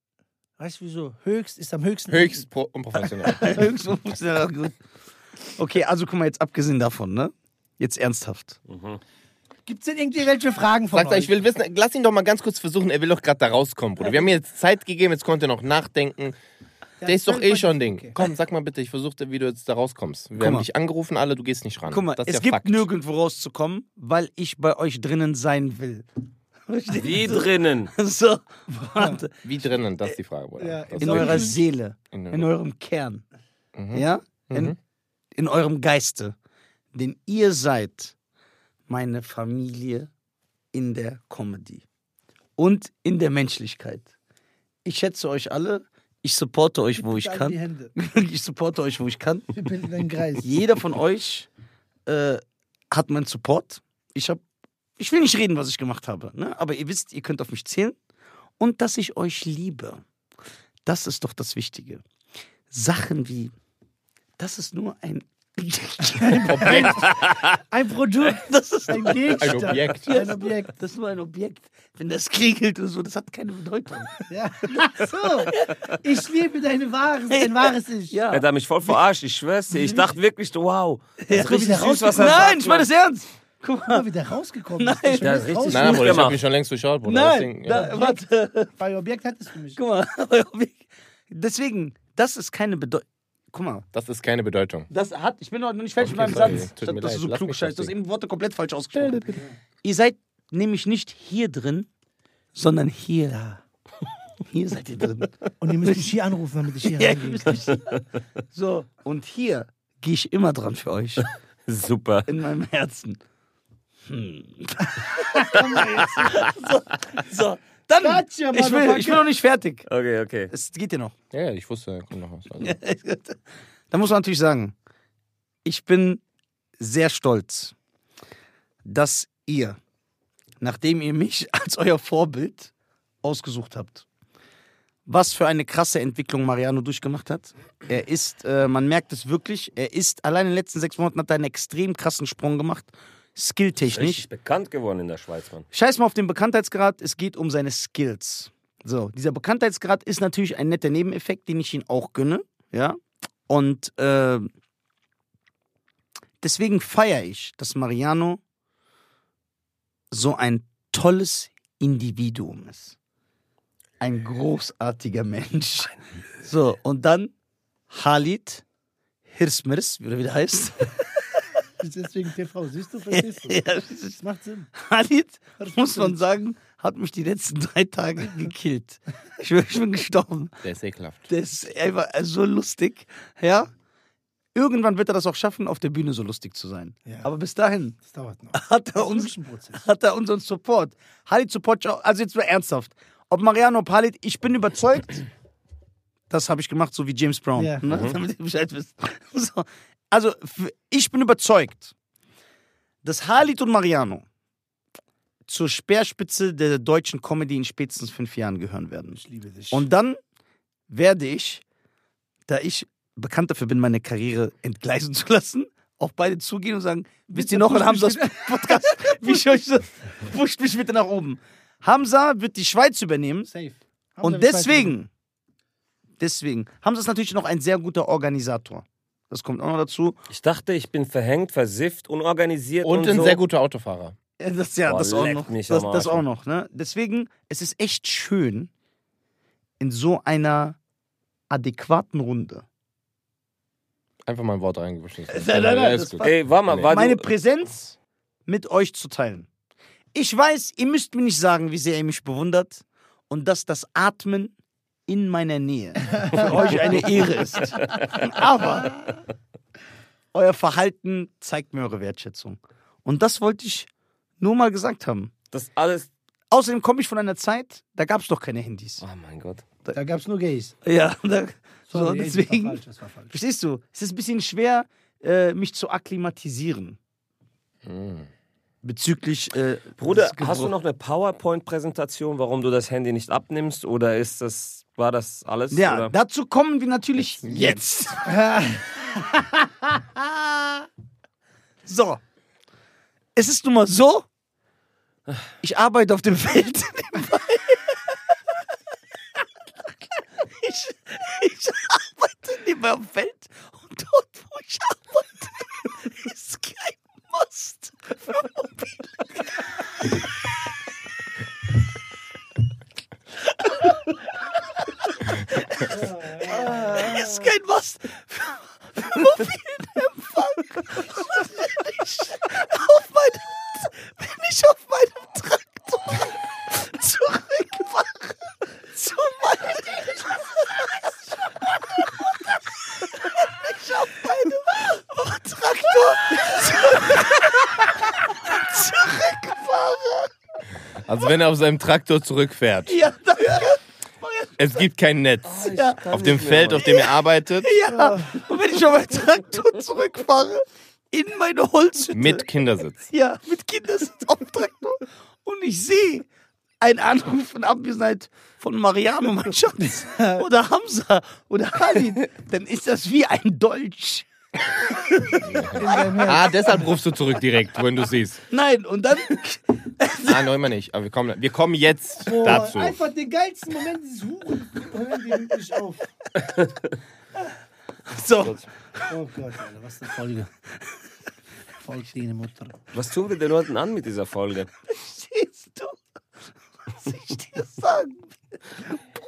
Speaker 2: Weißt du wieso? Höchst ist am höchsten.
Speaker 4: Höchst pro- unprofessionell.
Speaker 3: höchst hoch. Ja, gut. Okay, also guck mal, jetzt abgesehen davon, ne? Jetzt ernsthaft.
Speaker 2: Gibt es denn irgendwelche Fragen von
Speaker 4: Sagt er,
Speaker 2: euch?
Speaker 4: ich will wissen, lass ihn doch mal ganz kurz versuchen, er will doch gerade da rauskommen, Bruder. Wir haben ihm jetzt Zeit gegeben, jetzt konnte er noch nachdenken. Der ist doch eh schon Ding. Komm, sag mal bitte, ich versuche, wie du jetzt da rauskommst. Wir
Speaker 3: Guck
Speaker 4: haben
Speaker 3: mal.
Speaker 4: dich angerufen, alle, du gehst nicht ran.
Speaker 3: Guck mal,
Speaker 4: das ist
Speaker 3: es
Speaker 4: ja
Speaker 3: gibt
Speaker 4: Fakt.
Speaker 3: nirgendwo rauszukommen, weil ich bei euch drinnen sein will.
Speaker 1: Wie drinnen.
Speaker 3: So, warte.
Speaker 4: Wie drinnen, das ist die Frage, Bruder.
Speaker 2: Ja,
Speaker 4: Das
Speaker 3: In
Speaker 4: ist
Speaker 3: eurer
Speaker 4: wirklich-
Speaker 3: Seele.
Speaker 4: in
Speaker 3: in
Speaker 4: eurer-
Speaker 3: eurem Kern, ja, in, in eurem Geiste, denn ihr seid meine Familie in der Comedy und in der Menschlichkeit. Ich schätze euch alle, ich supporte euch, wo ich
Speaker 2: Bitte an Die
Speaker 3: kann.
Speaker 2: Hände.
Speaker 3: Ich supporte euch, wo ich kann.
Speaker 2: Wir bilden einen Kreis.
Speaker 3: Jeder von euch äh, hat meinen Support. Ich habe, ich will nicht reden, was ich gemacht habe, ne? aber ihr wisst, ihr könnt auf mich zählen und dass ich euch liebe. Das ist doch das Wichtige. Sachen wie, das ist nur ein,
Speaker 4: Objekt,
Speaker 2: Ein Produkt,
Speaker 3: das ist
Speaker 2: ein
Speaker 3: ein,
Speaker 4: ein
Speaker 2: Gegenstand.
Speaker 4: Objekt.
Speaker 2: Ein Objekt.
Speaker 3: das ist nur ein Objekt. Wenn das kriegelt und so, das hat keine Bedeutung.
Speaker 2: Ja. So. Ich liebe deine wahres, dein wahres Ich.
Speaker 3: Ja.
Speaker 1: Er hat mich voll verarscht, ich schwör's dir. Ich dachte wirklich, wow, das ist
Speaker 2: guck, wie
Speaker 1: richtig
Speaker 2: der
Speaker 1: süß, was er sagt.
Speaker 3: Nein, ich meine das ernst. Guck
Speaker 2: Guck mal,
Speaker 3: mal.
Speaker 2: wie der rausgekommen ist.
Speaker 3: Nein.
Speaker 2: Ich bin
Speaker 1: Ja,
Speaker 2: jetzt
Speaker 1: richtig.
Speaker 2: raus.
Speaker 4: Nein, Bruder, ich
Speaker 1: gemacht.
Speaker 4: hab mich schon längst durchschaut, Bruder.
Speaker 3: Nein,
Speaker 4: Deswegen, ja.
Speaker 3: da, warte.
Speaker 2: Bei Objekt hattest du mich.
Speaker 3: Guck mal, euer Weg. Deswegen, das ist keine Bedeutung. Guck mal,
Speaker 4: Das ist keine Bedeutung.
Speaker 3: das hat, ich bin noch nicht fertig
Speaker 4: Okay,
Speaker 3: mit
Speaker 4: sorry.
Speaker 3: meinem Satz.
Speaker 4: Tut mir
Speaker 3: Statt, dass
Speaker 4: leid,
Speaker 3: du so
Speaker 4: lass
Speaker 3: klug
Speaker 4: mich
Speaker 3: scheißt, du hast
Speaker 4: verstehen.
Speaker 3: eben Worte komplett falsch ausgesprochen. Ihr seid nämlich nicht hier drin, sondern hier. Hier seid ihr drin.
Speaker 2: Und ihr müsst mich hier anrufen, damit ich hier
Speaker 3: Ja, ihr
Speaker 2: reingehe.
Speaker 3: müsst nicht- so, und hier gehe ich immer dran für euch.
Speaker 1: Super.
Speaker 3: In meinem Herzen.
Speaker 2: Komm mal jetzt.
Speaker 3: So, dann.
Speaker 2: Gotcha,
Speaker 3: ich, will, ich bin noch nicht fertig.
Speaker 1: Okay, okay.
Speaker 3: Es geht dir noch.
Speaker 4: Ja, ja, ich wusste, da kommt noch was. Also,
Speaker 3: da muss man natürlich sagen, ich bin sehr stolz, dass ihr, nachdem ihr mich als euer Vorbild ausgesucht habt, was für eine krasse Entwicklung Mariano durchgemacht hat. Er ist, äh, man merkt es wirklich, er ist, allein in den letzten sechs Monaten hat er einen extrem krassen Sprung gemacht, skilltechnisch.
Speaker 1: Richtig bekannt geworden in der Schweiz, Mann.
Speaker 3: Scheiß mal auf den Bekanntheitsgrad, es geht um seine Skills. So, dieser Bekanntheitsgrad ist natürlich ein netter Nebeneffekt, den ich ihm auch gönne, ja. Und äh, deswegen feiere ich, dass Mariano so ein tolles Individuum ist. Ein großartiger Mensch. So, und dann Halid Hirsmirs, wie er wieder heißt.
Speaker 2: Das ist Deswegen TV. Siehst du, verstehst du? Das macht Sinn.
Speaker 3: Khalid, muss man sagen, hat mich die letzten drei Tage gekillt. Ich bin, ich bin gestorben.
Speaker 4: der ist ekelhaft.
Speaker 3: Der ist einfach so lustig. äh, Ja. Irgendwann wird er das auch schaffen, auf der Bühne so lustig zu sein.
Speaker 2: Ja.
Speaker 3: Aber bis dahin
Speaker 2: Das dauert noch.
Speaker 3: hat er uns
Speaker 2: Zwischenprozess.
Speaker 3: hat er unseren Support. Halit Support, also jetzt mal ernsthaft. Ob Mariano ob Halit, ich bin überzeugt, das habe ich gemacht, so wie James Brown.
Speaker 2: Ja.
Speaker 3: Ne? Damit ihr Bescheid wisst. So. Also, f- ich bin überzeugt, dass Halit und Mariano zur Speerspitze der deutschen Comedy in spätestens fünf Jahren gehören werden.
Speaker 2: Ich liebe dich.
Speaker 3: Und dann werde ich, da ich bekannt dafür bin, meine Karriere entgleisen zu lassen, auf beide zugehen und sagen, wisst ihr noch, in Hamzas Podcast, wie ich euch das, pusht mich bitte nach oben. Hamza wird die Schweiz übernehmen
Speaker 2: Safe. Haben
Speaker 3: und
Speaker 2: wir das zweite
Speaker 3: deswegen, deswegen, Hamza ist natürlich noch ein sehr guter Organisator. Das kommt auch noch dazu.
Speaker 1: Ich dachte, ich bin verhängt, versifft, unorganisiert und,
Speaker 4: Und ein
Speaker 1: so.
Speaker 4: sehr guter Autofahrer.
Speaker 3: Ja, Äh, Das, ja,
Speaker 1: Boah,
Speaker 3: das auch
Speaker 1: leck
Speaker 3: noch.
Speaker 1: mich
Speaker 3: das,
Speaker 1: am
Speaker 3: das
Speaker 1: Arsch.
Speaker 3: auch noch. Ne? Deswegen, es ist echt schön, in so einer adäquaten Runde
Speaker 4: Einfach mal ein Wort reingeschmissen.
Speaker 3: Nein, nein, nein,
Speaker 4: Alles
Speaker 3: das
Speaker 4: gut.
Speaker 3: war-
Speaker 1: Ey, warte mal,
Speaker 4: Nee.
Speaker 1: war
Speaker 3: meine
Speaker 1: du,
Speaker 3: Präsenz mit euch zu teilen. Ich weiß, ihr müsst mir nicht sagen, wie sehr ihr mich bewundert und dass das Atmen in meiner Nähe für euch eine Ehre ist. Aber euer Verhalten zeigt mir eure Wertschätzung. Und das wollte ich nur mal gesagt haben.
Speaker 1: das alles.
Speaker 3: Außerdem komme ich von einer Zeit, da gab es doch keine Handys.
Speaker 1: Oh mein Gott.
Speaker 2: Mal. Da gab es nur Gays.
Speaker 3: Ja, da,
Speaker 2: Sorry, ey, Das
Speaker 3: so,
Speaker 2: war
Speaker 3: deswegen,
Speaker 2: falsch, das war falsch.
Speaker 3: verstehst du, es ist ein bisschen schwer, äh, mich zu akklimatisieren. Bezüglich. Äh,
Speaker 1: Hm. Bruder,
Speaker 3: des Gebro-
Speaker 1: hast du noch eine PowerPoint-Präsentation, warum du das Handy nicht abnimmst? Oder ist das, war das alles?
Speaker 3: Ja,
Speaker 1: oder?
Speaker 3: dazu kommen wir natürlich jetzt. so. Es ist nun mal so, ich arbeite auf dem Feld nebenbei. ich, ich arbeite nebenbei auf dem Feld und dort, wo ich arbeite, ist kein Mast für Mobil. ist kein Mast für, für Mobilempfang. Wenn ich auf meinem, wenn ich auf meinem Traktor zurückfahre zu meinem. Wenn ich auf meinem Traktor zurückfahre.
Speaker 4: Also wenn er auf seinem Traktor zurückfährt.
Speaker 3: Ja, danke.
Speaker 4: Es gibt kein Netz.
Speaker 3: Ja.
Speaker 4: Auf dem Feld, auf dem er arbeitet,
Speaker 3: Ja, und wenn ich auf meinen Traktor zurückfahre, in meine Holzhütte.
Speaker 4: mit Kindersitz.
Speaker 3: Ja, mit Kindersitz auf dem Traktor. Und ich sehe einen Anruf von Abwesenheit von Mariano, mein Schatz, oder Hamza oder Khalid. Dann ist das wie ein Dolch.
Speaker 4: Ah, deshalb rufst du zurück direkt, wenn du siehst.
Speaker 3: Nein, und dann,
Speaker 4: Ah, nein, immer nicht. Aber wir kommen, wir kommen jetzt dazu.
Speaker 2: Oh, Einfach den geilsten Moment dieses Huren. Hören die wirklich auf.
Speaker 3: so,
Speaker 2: Oh Gott, Alter, was eine Folge. Folge deine Mutter.
Speaker 1: Was tun wir den Leuten an mit dieser Folge?
Speaker 3: siehst du, was ich dir sagen will.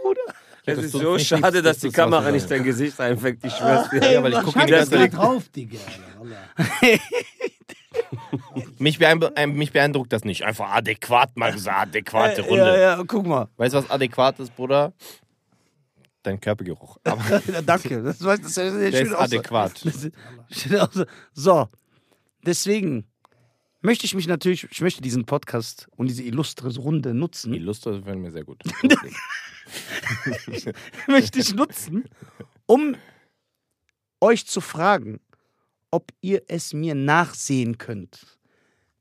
Speaker 3: Bruder,
Speaker 1: Es
Speaker 4: das
Speaker 1: ist
Speaker 4: so
Speaker 1: so
Speaker 4: nicht
Speaker 1: schade,
Speaker 4: lieb,
Speaker 1: dass
Speaker 4: dass
Speaker 1: die
Speaker 4: das rausgegangen
Speaker 1: Kamera nicht
Speaker 4: ist.
Speaker 1: dein Gesicht einfängt, ich schwör's dir.
Speaker 4: Ja, weil ich gucke die
Speaker 2: Scheiß
Speaker 4: ganze
Speaker 2: da
Speaker 4: Zeit.
Speaker 2: drauf, Digga. Alter, Wallah.
Speaker 4: Mich, beeindru ein- mich beeindruckt das nicht. Einfach adäquat mal gesagt, adäquate Runde.
Speaker 3: ja, ja, guck mal.
Speaker 4: Weißt du, was adäquat ist, Bruder? Dein Körpergeruch. Aber
Speaker 3: Ja, danke, das, das, das, das, das
Speaker 4: der ist adäquat.
Speaker 3: Steht auch so. So, deswegen möchte ich mich natürlich, ich möchte diesen Podcast und diese illustre Runde
Speaker 4: Die
Speaker 3: nutzen,
Speaker 4: Lust gefällt mir sehr gut.
Speaker 3: möchte ich nutzen, um euch zu fragen, ob ihr es mir nachsehen könnt,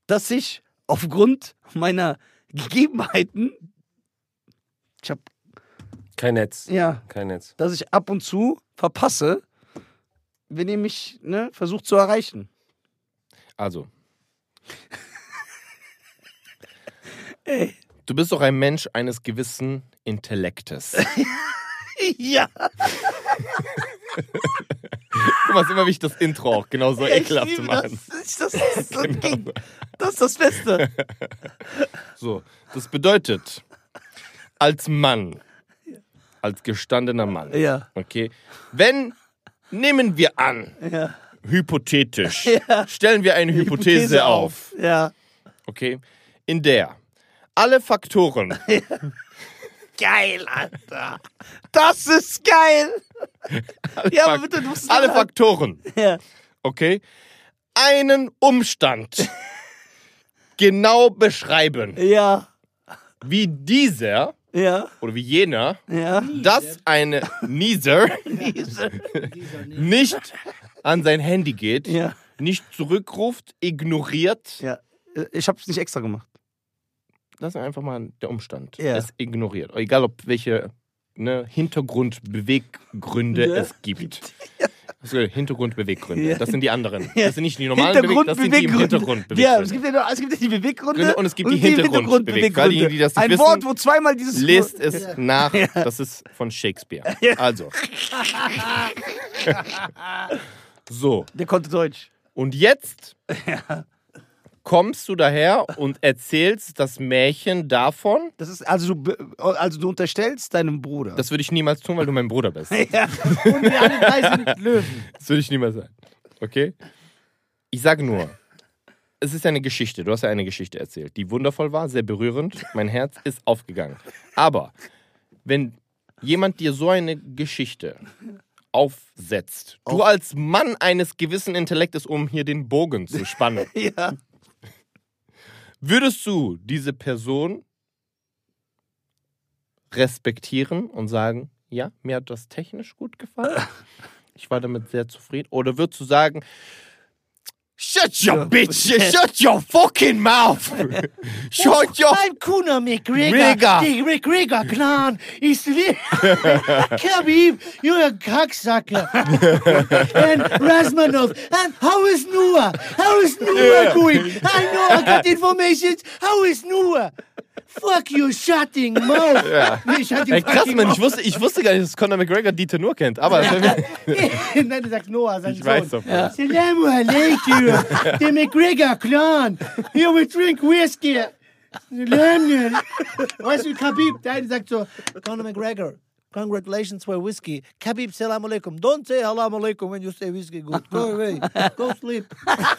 Speaker 3: dass ich aufgrund meiner Gegebenheiten, ich hab,
Speaker 1: Kein Netz.
Speaker 3: ja,
Speaker 1: Kein Netz.
Speaker 3: dass ich ab und zu verpasse, wenn ihr mich ne, versucht zu erreichen.
Speaker 4: Also.
Speaker 3: Ey.
Speaker 4: Du bist doch ein Mensch eines gewissen Intellektes.
Speaker 3: Ja.
Speaker 4: Guck mal, ist immer wichtig, das Intro auch genauso
Speaker 3: Ja, ich
Speaker 4: ekelhaft zu
Speaker 3: liebe
Speaker 4: machen. Genau.
Speaker 3: Das, ich, das, ist so ein Ding. das ist das Beste.
Speaker 4: So, das bedeutet, als Mann, als gestandener Mann,
Speaker 3: Ja.
Speaker 4: okay, wenn, nehmen wir an,
Speaker 3: Ja.
Speaker 4: hypothetisch, stellen wir eine Hypothese, auf,
Speaker 3: Ja.
Speaker 4: okay, in der alle Faktoren
Speaker 3: geil, Alter. Das ist geil. Ja, aber bitte, du musst
Speaker 4: alle
Speaker 3: sagen.
Speaker 4: Faktoren.
Speaker 3: Ja.
Speaker 4: Okay. Einen Umstand genau beschreiben,
Speaker 3: Ja,
Speaker 4: wie dieser
Speaker 3: ja,
Speaker 4: oder wie jener,
Speaker 3: ja.
Speaker 4: dass eine Nieser nicht an sein Handy geht,
Speaker 3: Ja.
Speaker 4: nicht zurückruft, ignoriert.
Speaker 3: ja. Äh, Ich hab's nicht extra gemacht.
Speaker 4: Das ist einfach mal der Umstand.
Speaker 3: Ja.
Speaker 4: Es ignoriert. Egal, ob welche ne, Hintergrundbeweggründe
Speaker 3: Ja.
Speaker 4: es gibt. Also Hintergrundbeweggründe.
Speaker 3: Ja.
Speaker 4: Das sind die anderen.
Speaker 3: Ja.
Speaker 4: Das sind nicht die normalen Beweggründe, das sind die im Hintergrund Genau,
Speaker 3: Ja, es gibt ja, nur, es gibt ja die Beweggründe
Speaker 4: Und es gibt die Hintergrundbeweggründe. Für alle, die das nicht
Speaker 3: Ein
Speaker 4: wissen,
Speaker 3: Wort, wo zweimal dieses
Speaker 4: Lest es nach. Das ist von Shakespeare. Also. so.
Speaker 3: Der konnte Deutsch.
Speaker 4: Und jetzt kommst du daher und erzählst das Märchen davon.
Speaker 3: Das ist also du, be- also du unterstellst deinem Bruder.
Speaker 4: Das würde ich niemals tun, weil du mein Bruder bist.
Speaker 3: ja.
Speaker 2: Und wir alle drei sind Löwen.
Speaker 4: Das würde ich niemals sagen. Okay? Ich sage nur, es ist eine Geschichte. Du hast ja eine Geschichte erzählt, die wundervoll war, sehr berührend. Mein Herz ist aufgegangen. Aber wenn jemand dir so eine Geschichte aufsetzt, du als Mann eines gewissen Intellektes, um hier den Bogen zu spannen,
Speaker 3: ja.
Speaker 4: würdest du diese Person respektieren und sagen, ja, mir hat das technisch gut gefallen? Ich war damit sehr zufrieden. Oder würdest du sagen, shut your bitch, shut your fucking mouth, shut your
Speaker 2: Mein Kuna
Speaker 4: Rega.
Speaker 2: McGregor, der McGregor-Clan ist wie Khabib, you're a Kacksacker. and Rasmanov, and how is Noah? How is Noah going? I know, I got information. How is Noah? Fuck you, shutting mouth. Nee, shut your
Speaker 4: Ey, krass,
Speaker 2: fucking
Speaker 4: Mann, ich
Speaker 2: mouth.
Speaker 4: wusste, ich wusste gar nicht, dass Conor McGregor Dieter Nur kennt. Aber
Speaker 2: Nein, du sagst Noah, sein
Speaker 4: ich
Speaker 2: Sohn.
Speaker 4: weiß doch. Ja.
Speaker 2: Salamu alaikum, der McGregor-Clan. Here we drink whiskey. Salamu Weißt du, Khabib, der eine sagt so, Conor McGregor, congratulations for whiskey. Khabib, salam alaikum. Don't say salam alaikum when you say whiskey good. Go away. Go sleep.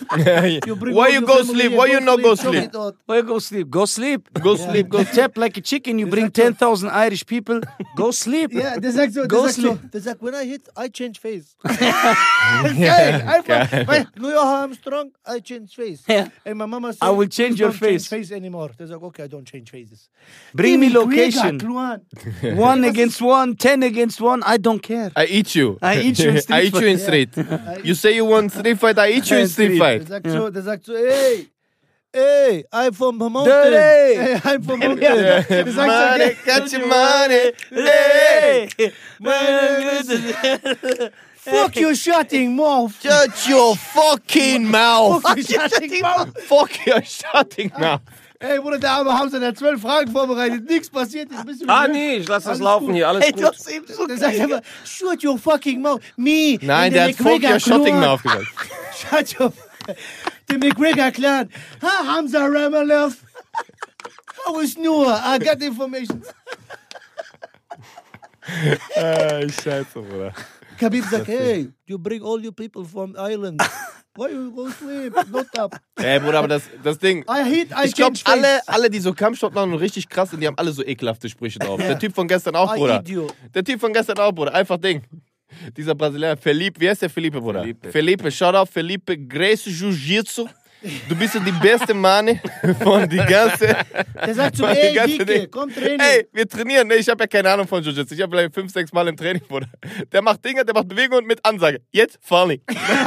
Speaker 2: bring all
Speaker 4: Why you
Speaker 2: your
Speaker 4: go
Speaker 2: family
Speaker 4: sleep?
Speaker 2: here.
Speaker 4: Why you not go sleep?
Speaker 2: Sort it out.
Speaker 3: Where go sleep? Go sleep.
Speaker 4: Go sleep, go
Speaker 3: Go tap like a chicken. You bring 10,000 Irish people. Go sleep.
Speaker 2: Ja, der sagt so, der
Speaker 3: Go
Speaker 2: sagt so,
Speaker 3: sleep.
Speaker 2: der sagt, when I hit, I change face. Geil, einfach. Weil, New York, I'm strong, I change face.
Speaker 3: Ja.
Speaker 2: And my mama said,
Speaker 3: I will change
Speaker 2: you
Speaker 3: your
Speaker 2: don't
Speaker 3: face.
Speaker 2: change face anymore. Der sagt, okay, I don't change faces.
Speaker 3: Bring me
Speaker 2: Give
Speaker 3: location.
Speaker 2: Gregor, Luan.
Speaker 3: One against one, ten against one. I don't care.
Speaker 4: I eat you.
Speaker 3: I eat you in street
Speaker 4: I eat you in street. You say you want street fight, I eat you in
Speaker 2: Der
Speaker 4: street fight.
Speaker 2: sagt so, der sagt so, ey. Ey, I'm from the mountain.
Speaker 3: Dirty.
Speaker 2: Ey, I'm from the mountain. Der sagt
Speaker 4: Money, got your money. Hey.
Speaker 2: so, fuck your shutting mouth.
Speaker 4: Shut your fucking mouth.
Speaker 2: Fuck your shutting mouth.
Speaker 4: Fuck your shutting mouth.
Speaker 2: Ey, Bruder, der arme Hamza, der hat zwölf Fragen vorbereitet. Nichts passiert. Ist ein bisschen
Speaker 1: Ah, nee, ich lass das
Speaker 2: Alles
Speaker 1: laufen
Speaker 2: gut.
Speaker 1: hier, alles
Speaker 3: Ey, du
Speaker 1: gut.
Speaker 3: hast eben so
Speaker 2: Der sagt immer, shut your fucking mouth. Me.
Speaker 4: Nein,
Speaker 2: and
Speaker 4: der
Speaker 2: the
Speaker 4: hat fuck your
Speaker 2: McGregor
Speaker 4: shutting
Speaker 2: Clan.
Speaker 4: mouth gesagt.
Speaker 2: Shut your... The McGregor Clan. Ha, Hamza Ramalov. I was nur. I got information.
Speaker 4: Äh, scheiße, Bruder.
Speaker 2: Khabib sagt, hey, you bring all your people from Ireland. Why you go sleep? Not up.
Speaker 4: Ey, Bruder, aber das, das Ding.
Speaker 2: I hate, I
Speaker 4: Ich glaube,
Speaker 2: change face.
Speaker 4: alle, alle, die so Kampfsport machen und richtig krass sind, die haben alle so ekelhafte Sprüche drauf. Der Typ von gestern auch,
Speaker 2: I
Speaker 4: Bruder.
Speaker 2: eat you.
Speaker 4: Der Typ von gestern auch, Bruder. Einfach Ding. Dieser Brasilianer, Felipe, wie heißt der Felipe, Bruder?
Speaker 1: Felipe.
Speaker 4: Felipe, shout out, Felipe, Grace Jiu-Jitsu. Du bist die beste Mane von die ganze.
Speaker 2: Der sagt so,
Speaker 4: Mann, die
Speaker 2: ey,
Speaker 4: ganze
Speaker 2: Dicke,
Speaker 4: Ding.
Speaker 2: komm trainieren.
Speaker 4: Ey, wir trainieren. Ne, ich habe ja keine Ahnung von Jiu-Jitsu. Ich habe vielleicht fünf, sechs Mal im Training, Bruder. Der macht Dinger, der macht Bewegungen mit Ansage. Jetzt, Farley. und dann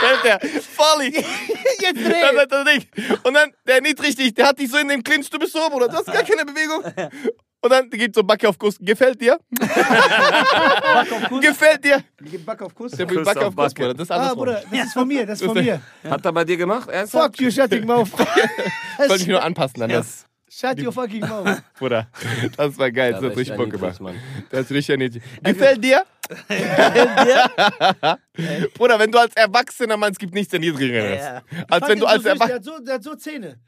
Speaker 4: fällt der. Farley.
Speaker 2: Jetzt
Speaker 4: Dann
Speaker 2: dreh.
Speaker 4: sagt er nicht. Und dann, der nicht richtig, der hat dich so in dem Clinch, du bist so, Bruder, das ist gar keine Bewegung. Und dann gibt so Backe auf Kuss. Gefällt dir? Gefällt dir?
Speaker 3: Back auf Kuss.
Speaker 4: Der will
Speaker 1: Kuss
Speaker 4: Backe
Speaker 1: auf
Speaker 4: auf Kuss,
Speaker 1: Backe.
Speaker 4: Bruder. Das ist
Speaker 2: Ah,
Speaker 4: andersrum.
Speaker 2: Bruder, das ist von mir, das ist von mir.
Speaker 1: Hat er bei dir gemacht? Ernsthaft?
Speaker 2: Fuck your shutting mouth.
Speaker 4: Soll ich mir nur anpassen an das,
Speaker 2: Shut your fucking mouth.
Speaker 4: Bruder. Das war geil,
Speaker 1: Ja,
Speaker 4: das
Speaker 1: aber
Speaker 4: hat
Speaker 1: ist
Speaker 4: richtig
Speaker 1: ja
Speaker 4: Bock
Speaker 1: niedlich,
Speaker 4: gemacht.
Speaker 1: Mann.
Speaker 4: Das ist richtig nicht. Gefällt dir? Bruder, wenn du als erwachsener Mann, es gibt nichts Erniedrigeres.
Speaker 3: Ja.
Speaker 4: Als wenn du als
Speaker 2: Erwachsener.
Speaker 4: erwachsener
Speaker 2: Der, hat so, der hat so Zähne.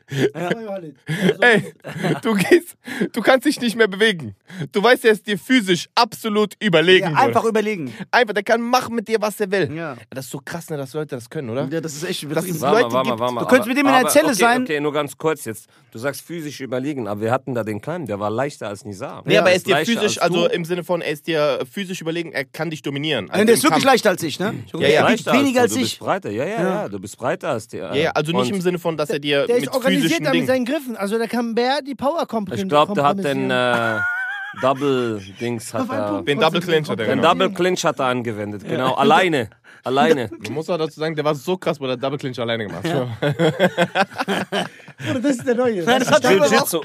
Speaker 4: Ey, du gehst, du kannst dich nicht mehr bewegen. Du weißt, er ist dir physisch absolut überlegen.
Speaker 3: Ja,
Speaker 4: Bruder.
Speaker 3: einfach überlegen.
Speaker 4: Einfach, der kann machen mit dir, was er will.
Speaker 3: Ja.
Speaker 4: Das ist so krass, ne, dass Leute das können, oder?
Speaker 3: Ja, das ist echt. Das
Speaker 4: ist-
Speaker 3: ist
Speaker 1: Warte mal, warte
Speaker 4: Leute
Speaker 1: mal,
Speaker 4: gibt's.
Speaker 1: warte mal.
Speaker 3: Du
Speaker 1: aber-
Speaker 3: könntest mit dem in der
Speaker 1: aber-
Speaker 3: Zelle
Speaker 1: okay,
Speaker 3: sein.
Speaker 1: Okay, nur ganz kurz jetzt. Du sagst physisch überlegen, aber wir hatten da den Kleinen, der war leichter als Nizar.
Speaker 4: Nee, aber er ist dir
Speaker 1: Leichter
Speaker 4: physisch,
Speaker 1: als du.
Speaker 4: also im Sinne von, er ist dir physisch überlegen, er kann dich dominieren. Also
Speaker 3: der ist
Speaker 4: im
Speaker 3: wirklich
Speaker 4: Kampf.
Speaker 3: leichter als ich,
Speaker 4: Ja, ja.
Speaker 3: ne? Der wiegt
Speaker 1: Leichter
Speaker 3: weniger
Speaker 1: als, also, du.
Speaker 3: als
Speaker 1: Du bist
Speaker 3: ich.
Speaker 1: breiter, ja, ja, ja. Du bist breiter als äh, der.
Speaker 4: Ja, ja, also nicht im Sinne von, dass er dir
Speaker 2: Der
Speaker 4: Also mit
Speaker 2: ist organisiert
Speaker 4: physischen
Speaker 2: da mit
Speaker 4: Dingen...
Speaker 2: seinen Griffen. Also der kann Bär die Power kompensieren.
Speaker 1: Ich glaube, der hat den äh, Double-Dings, hat er.
Speaker 4: Den Double Clinch hat er
Speaker 1: Den
Speaker 4: genau.
Speaker 1: Double Clinch hat er angewendet, genau. Alleine. Alleine.
Speaker 4: Man muss auch dazu sagen, der war so krass, weil er Double Clinch alleine gemacht hat.
Speaker 2: Bruder, das ist der Neue.
Speaker 3: Nein, das hat er aber auch.
Speaker 1: Jiu-Jitsu.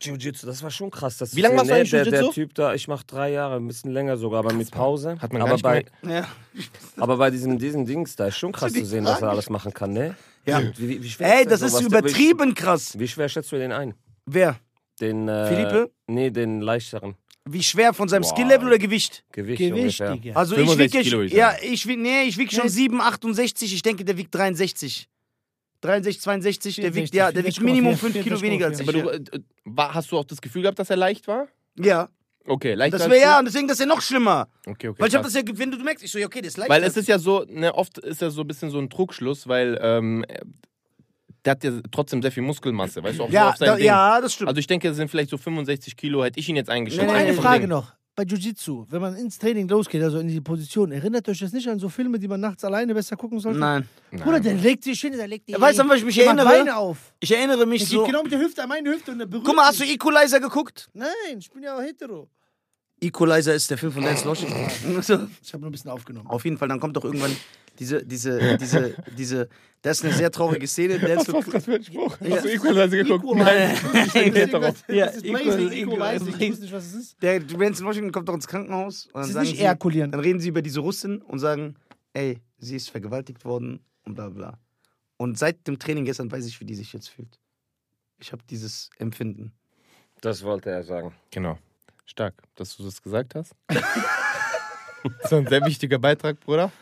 Speaker 1: Jiu-Jitsu, das war schon krass. Das
Speaker 4: Wie lange machst du eigentlich
Speaker 1: der, der
Speaker 4: Jiu-Jitsu?
Speaker 1: Typ da, ich mach drei Jahre, ein bisschen länger sogar, aber mit Pause.
Speaker 4: Hat man gar
Speaker 1: aber,
Speaker 4: nicht
Speaker 1: bei,
Speaker 4: gemerkt.
Speaker 3: Ja.
Speaker 1: aber bei diesem, diesem Dings, da ist schon krass zu sehen, was er alles machen kann, ne?
Speaker 3: Ja.
Speaker 1: Wie, wie, wie schwer
Speaker 3: Ey,
Speaker 1: denn
Speaker 3: das ist
Speaker 1: sowas?
Speaker 3: übertrieben krass.
Speaker 1: Wie, wie schwer schätzt du den ein?
Speaker 3: Wer?
Speaker 1: Den, äh,
Speaker 3: Philippe?
Speaker 1: Nee, den leichteren.
Speaker 3: Wie schwer von seinem Skill-Level oder Gewicht?
Speaker 1: Gewicht,
Speaker 2: Gewicht,
Speaker 1: ungefähr.
Speaker 2: Digga.
Speaker 3: Also ich
Speaker 4: 65
Speaker 3: wiege
Speaker 4: Kilo, ich
Speaker 3: ja,
Speaker 4: sag.
Speaker 3: ich wiege nee, ich wiege schon
Speaker 2: Nee.
Speaker 3: 7, 68, ich denke, der wiegt 63. 63, 62, der wiegt
Speaker 2: 64,
Speaker 3: ja, der wiegt
Speaker 2: 64,4,
Speaker 3: Minimum 5 Kilo
Speaker 2: 64,4.
Speaker 3: weniger als ich.
Speaker 4: Aber du,
Speaker 3: Ja,
Speaker 4: äh, war, hast du auch das Gefühl gehabt, dass er leicht war?
Speaker 3: ja.
Speaker 4: Okay, leichter
Speaker 3: das wäre ja,
Speaker 4: als
Speaker 3: und deswegen das ist ja noch schlimmer.
Speaker 4: du? Okay, okay,
Speaker 3: Weil ich habe
Speaker 4: krass.
Speaker 3: das ja, ge- wenn du, du merkst, ich so, ja, okay, das ist leicht.
Speaker 4: Weil es ist ja so, ne, oft ist ja so ein bisschen so ein Trugschluss, weil ähm, der hat ja trotzdem sehr viel Muskelmasse, weißt du, auch nur
Speaker 3: ja,
Speaker 4: auf sein
Speaker 3: da,
Speaker 4: Ding.
Speaker 3: ja, das stimmt.
Speaker 4: Also ich denke, es sind vielleicht so 65 Kilo, hätte ich ihn jetzt eingeschätzt.
Speaker 2: Guck mal,
Speaker 3: Nee,
Speaker 2: eine
Speaker 3: nee,
Speaker 2: Frage noch. Bei Jiu-Jitsu, wenn man ins Training losgeht, also in die Position, erinnert euch das nicht an so Filme, die man nachts alleine besser gucken sollte?
Speaker 3: Nein.
Speaker 2: Bruder, der legt sich hin, der legt die
Speaker 3: Ja, weißt du, an was ich mich
Speaker 2: die macht
Speaker 3: erinnere?
Speaker 2: Beine auf.
Speaker 3: Ich erinnere mich
Speaker 2: Ich
Speaker 3: so.
Speaker 2: geht genau mit der Hüfte an meine Hüfte und der berührt
Speaker 3: Guck mal, hast du
Speaker 2: mich.
Speaker 3: Equalizer geguckt?
Speaker 2: Nein, ich bin ja auch hetero.
Speaker 3: Equalizer ist der Film von Lance Loschik. So.
Speaker 2: Ich habe nur ein bisschen aufgenommen.
Speaker 3: Auf jeden Fall, dann kommt doch irgendwann diese, diese, diese, diese, das ist eine sehr traurige Szene. Lance Loschik-
Speaker 4: für ein Spruch?
Speaker 3: Ja. du
Speaker 4: Equalizer geguckt?
Speaker 2: Das ist
Speaker 3: Ja,
Speaker 2: Blazing,
Speaker 3: equal-
Speaker 2: Eco,
Speaker 3: equal-
Speaker 2: weiß ich, ich wusste nicht, was es ist.
Speaker 3: Der Lance Washington kommt doch ins Krankenhaus. Und dann
Speaker 2: Es ist
Speaker 3: sagen
Speaker 2: nicht
Speaker 3: sie,
Speaker 2: ejakulieren.
Speaker 3: Dann reden sie über diese Russin und sagen, ey, sie ist vergewaltigt worden und bla bla. Und seit dem Training gestern weiß ich, wie die sich jetzt fühlt. Ich habe dieses Empfinden.
Speaker 1: Das wollte er sagen.
Speaker 4: Genau. Stark, dass du das gesagt hast. das war ein sehr wichtiger Beitrag, Bruder.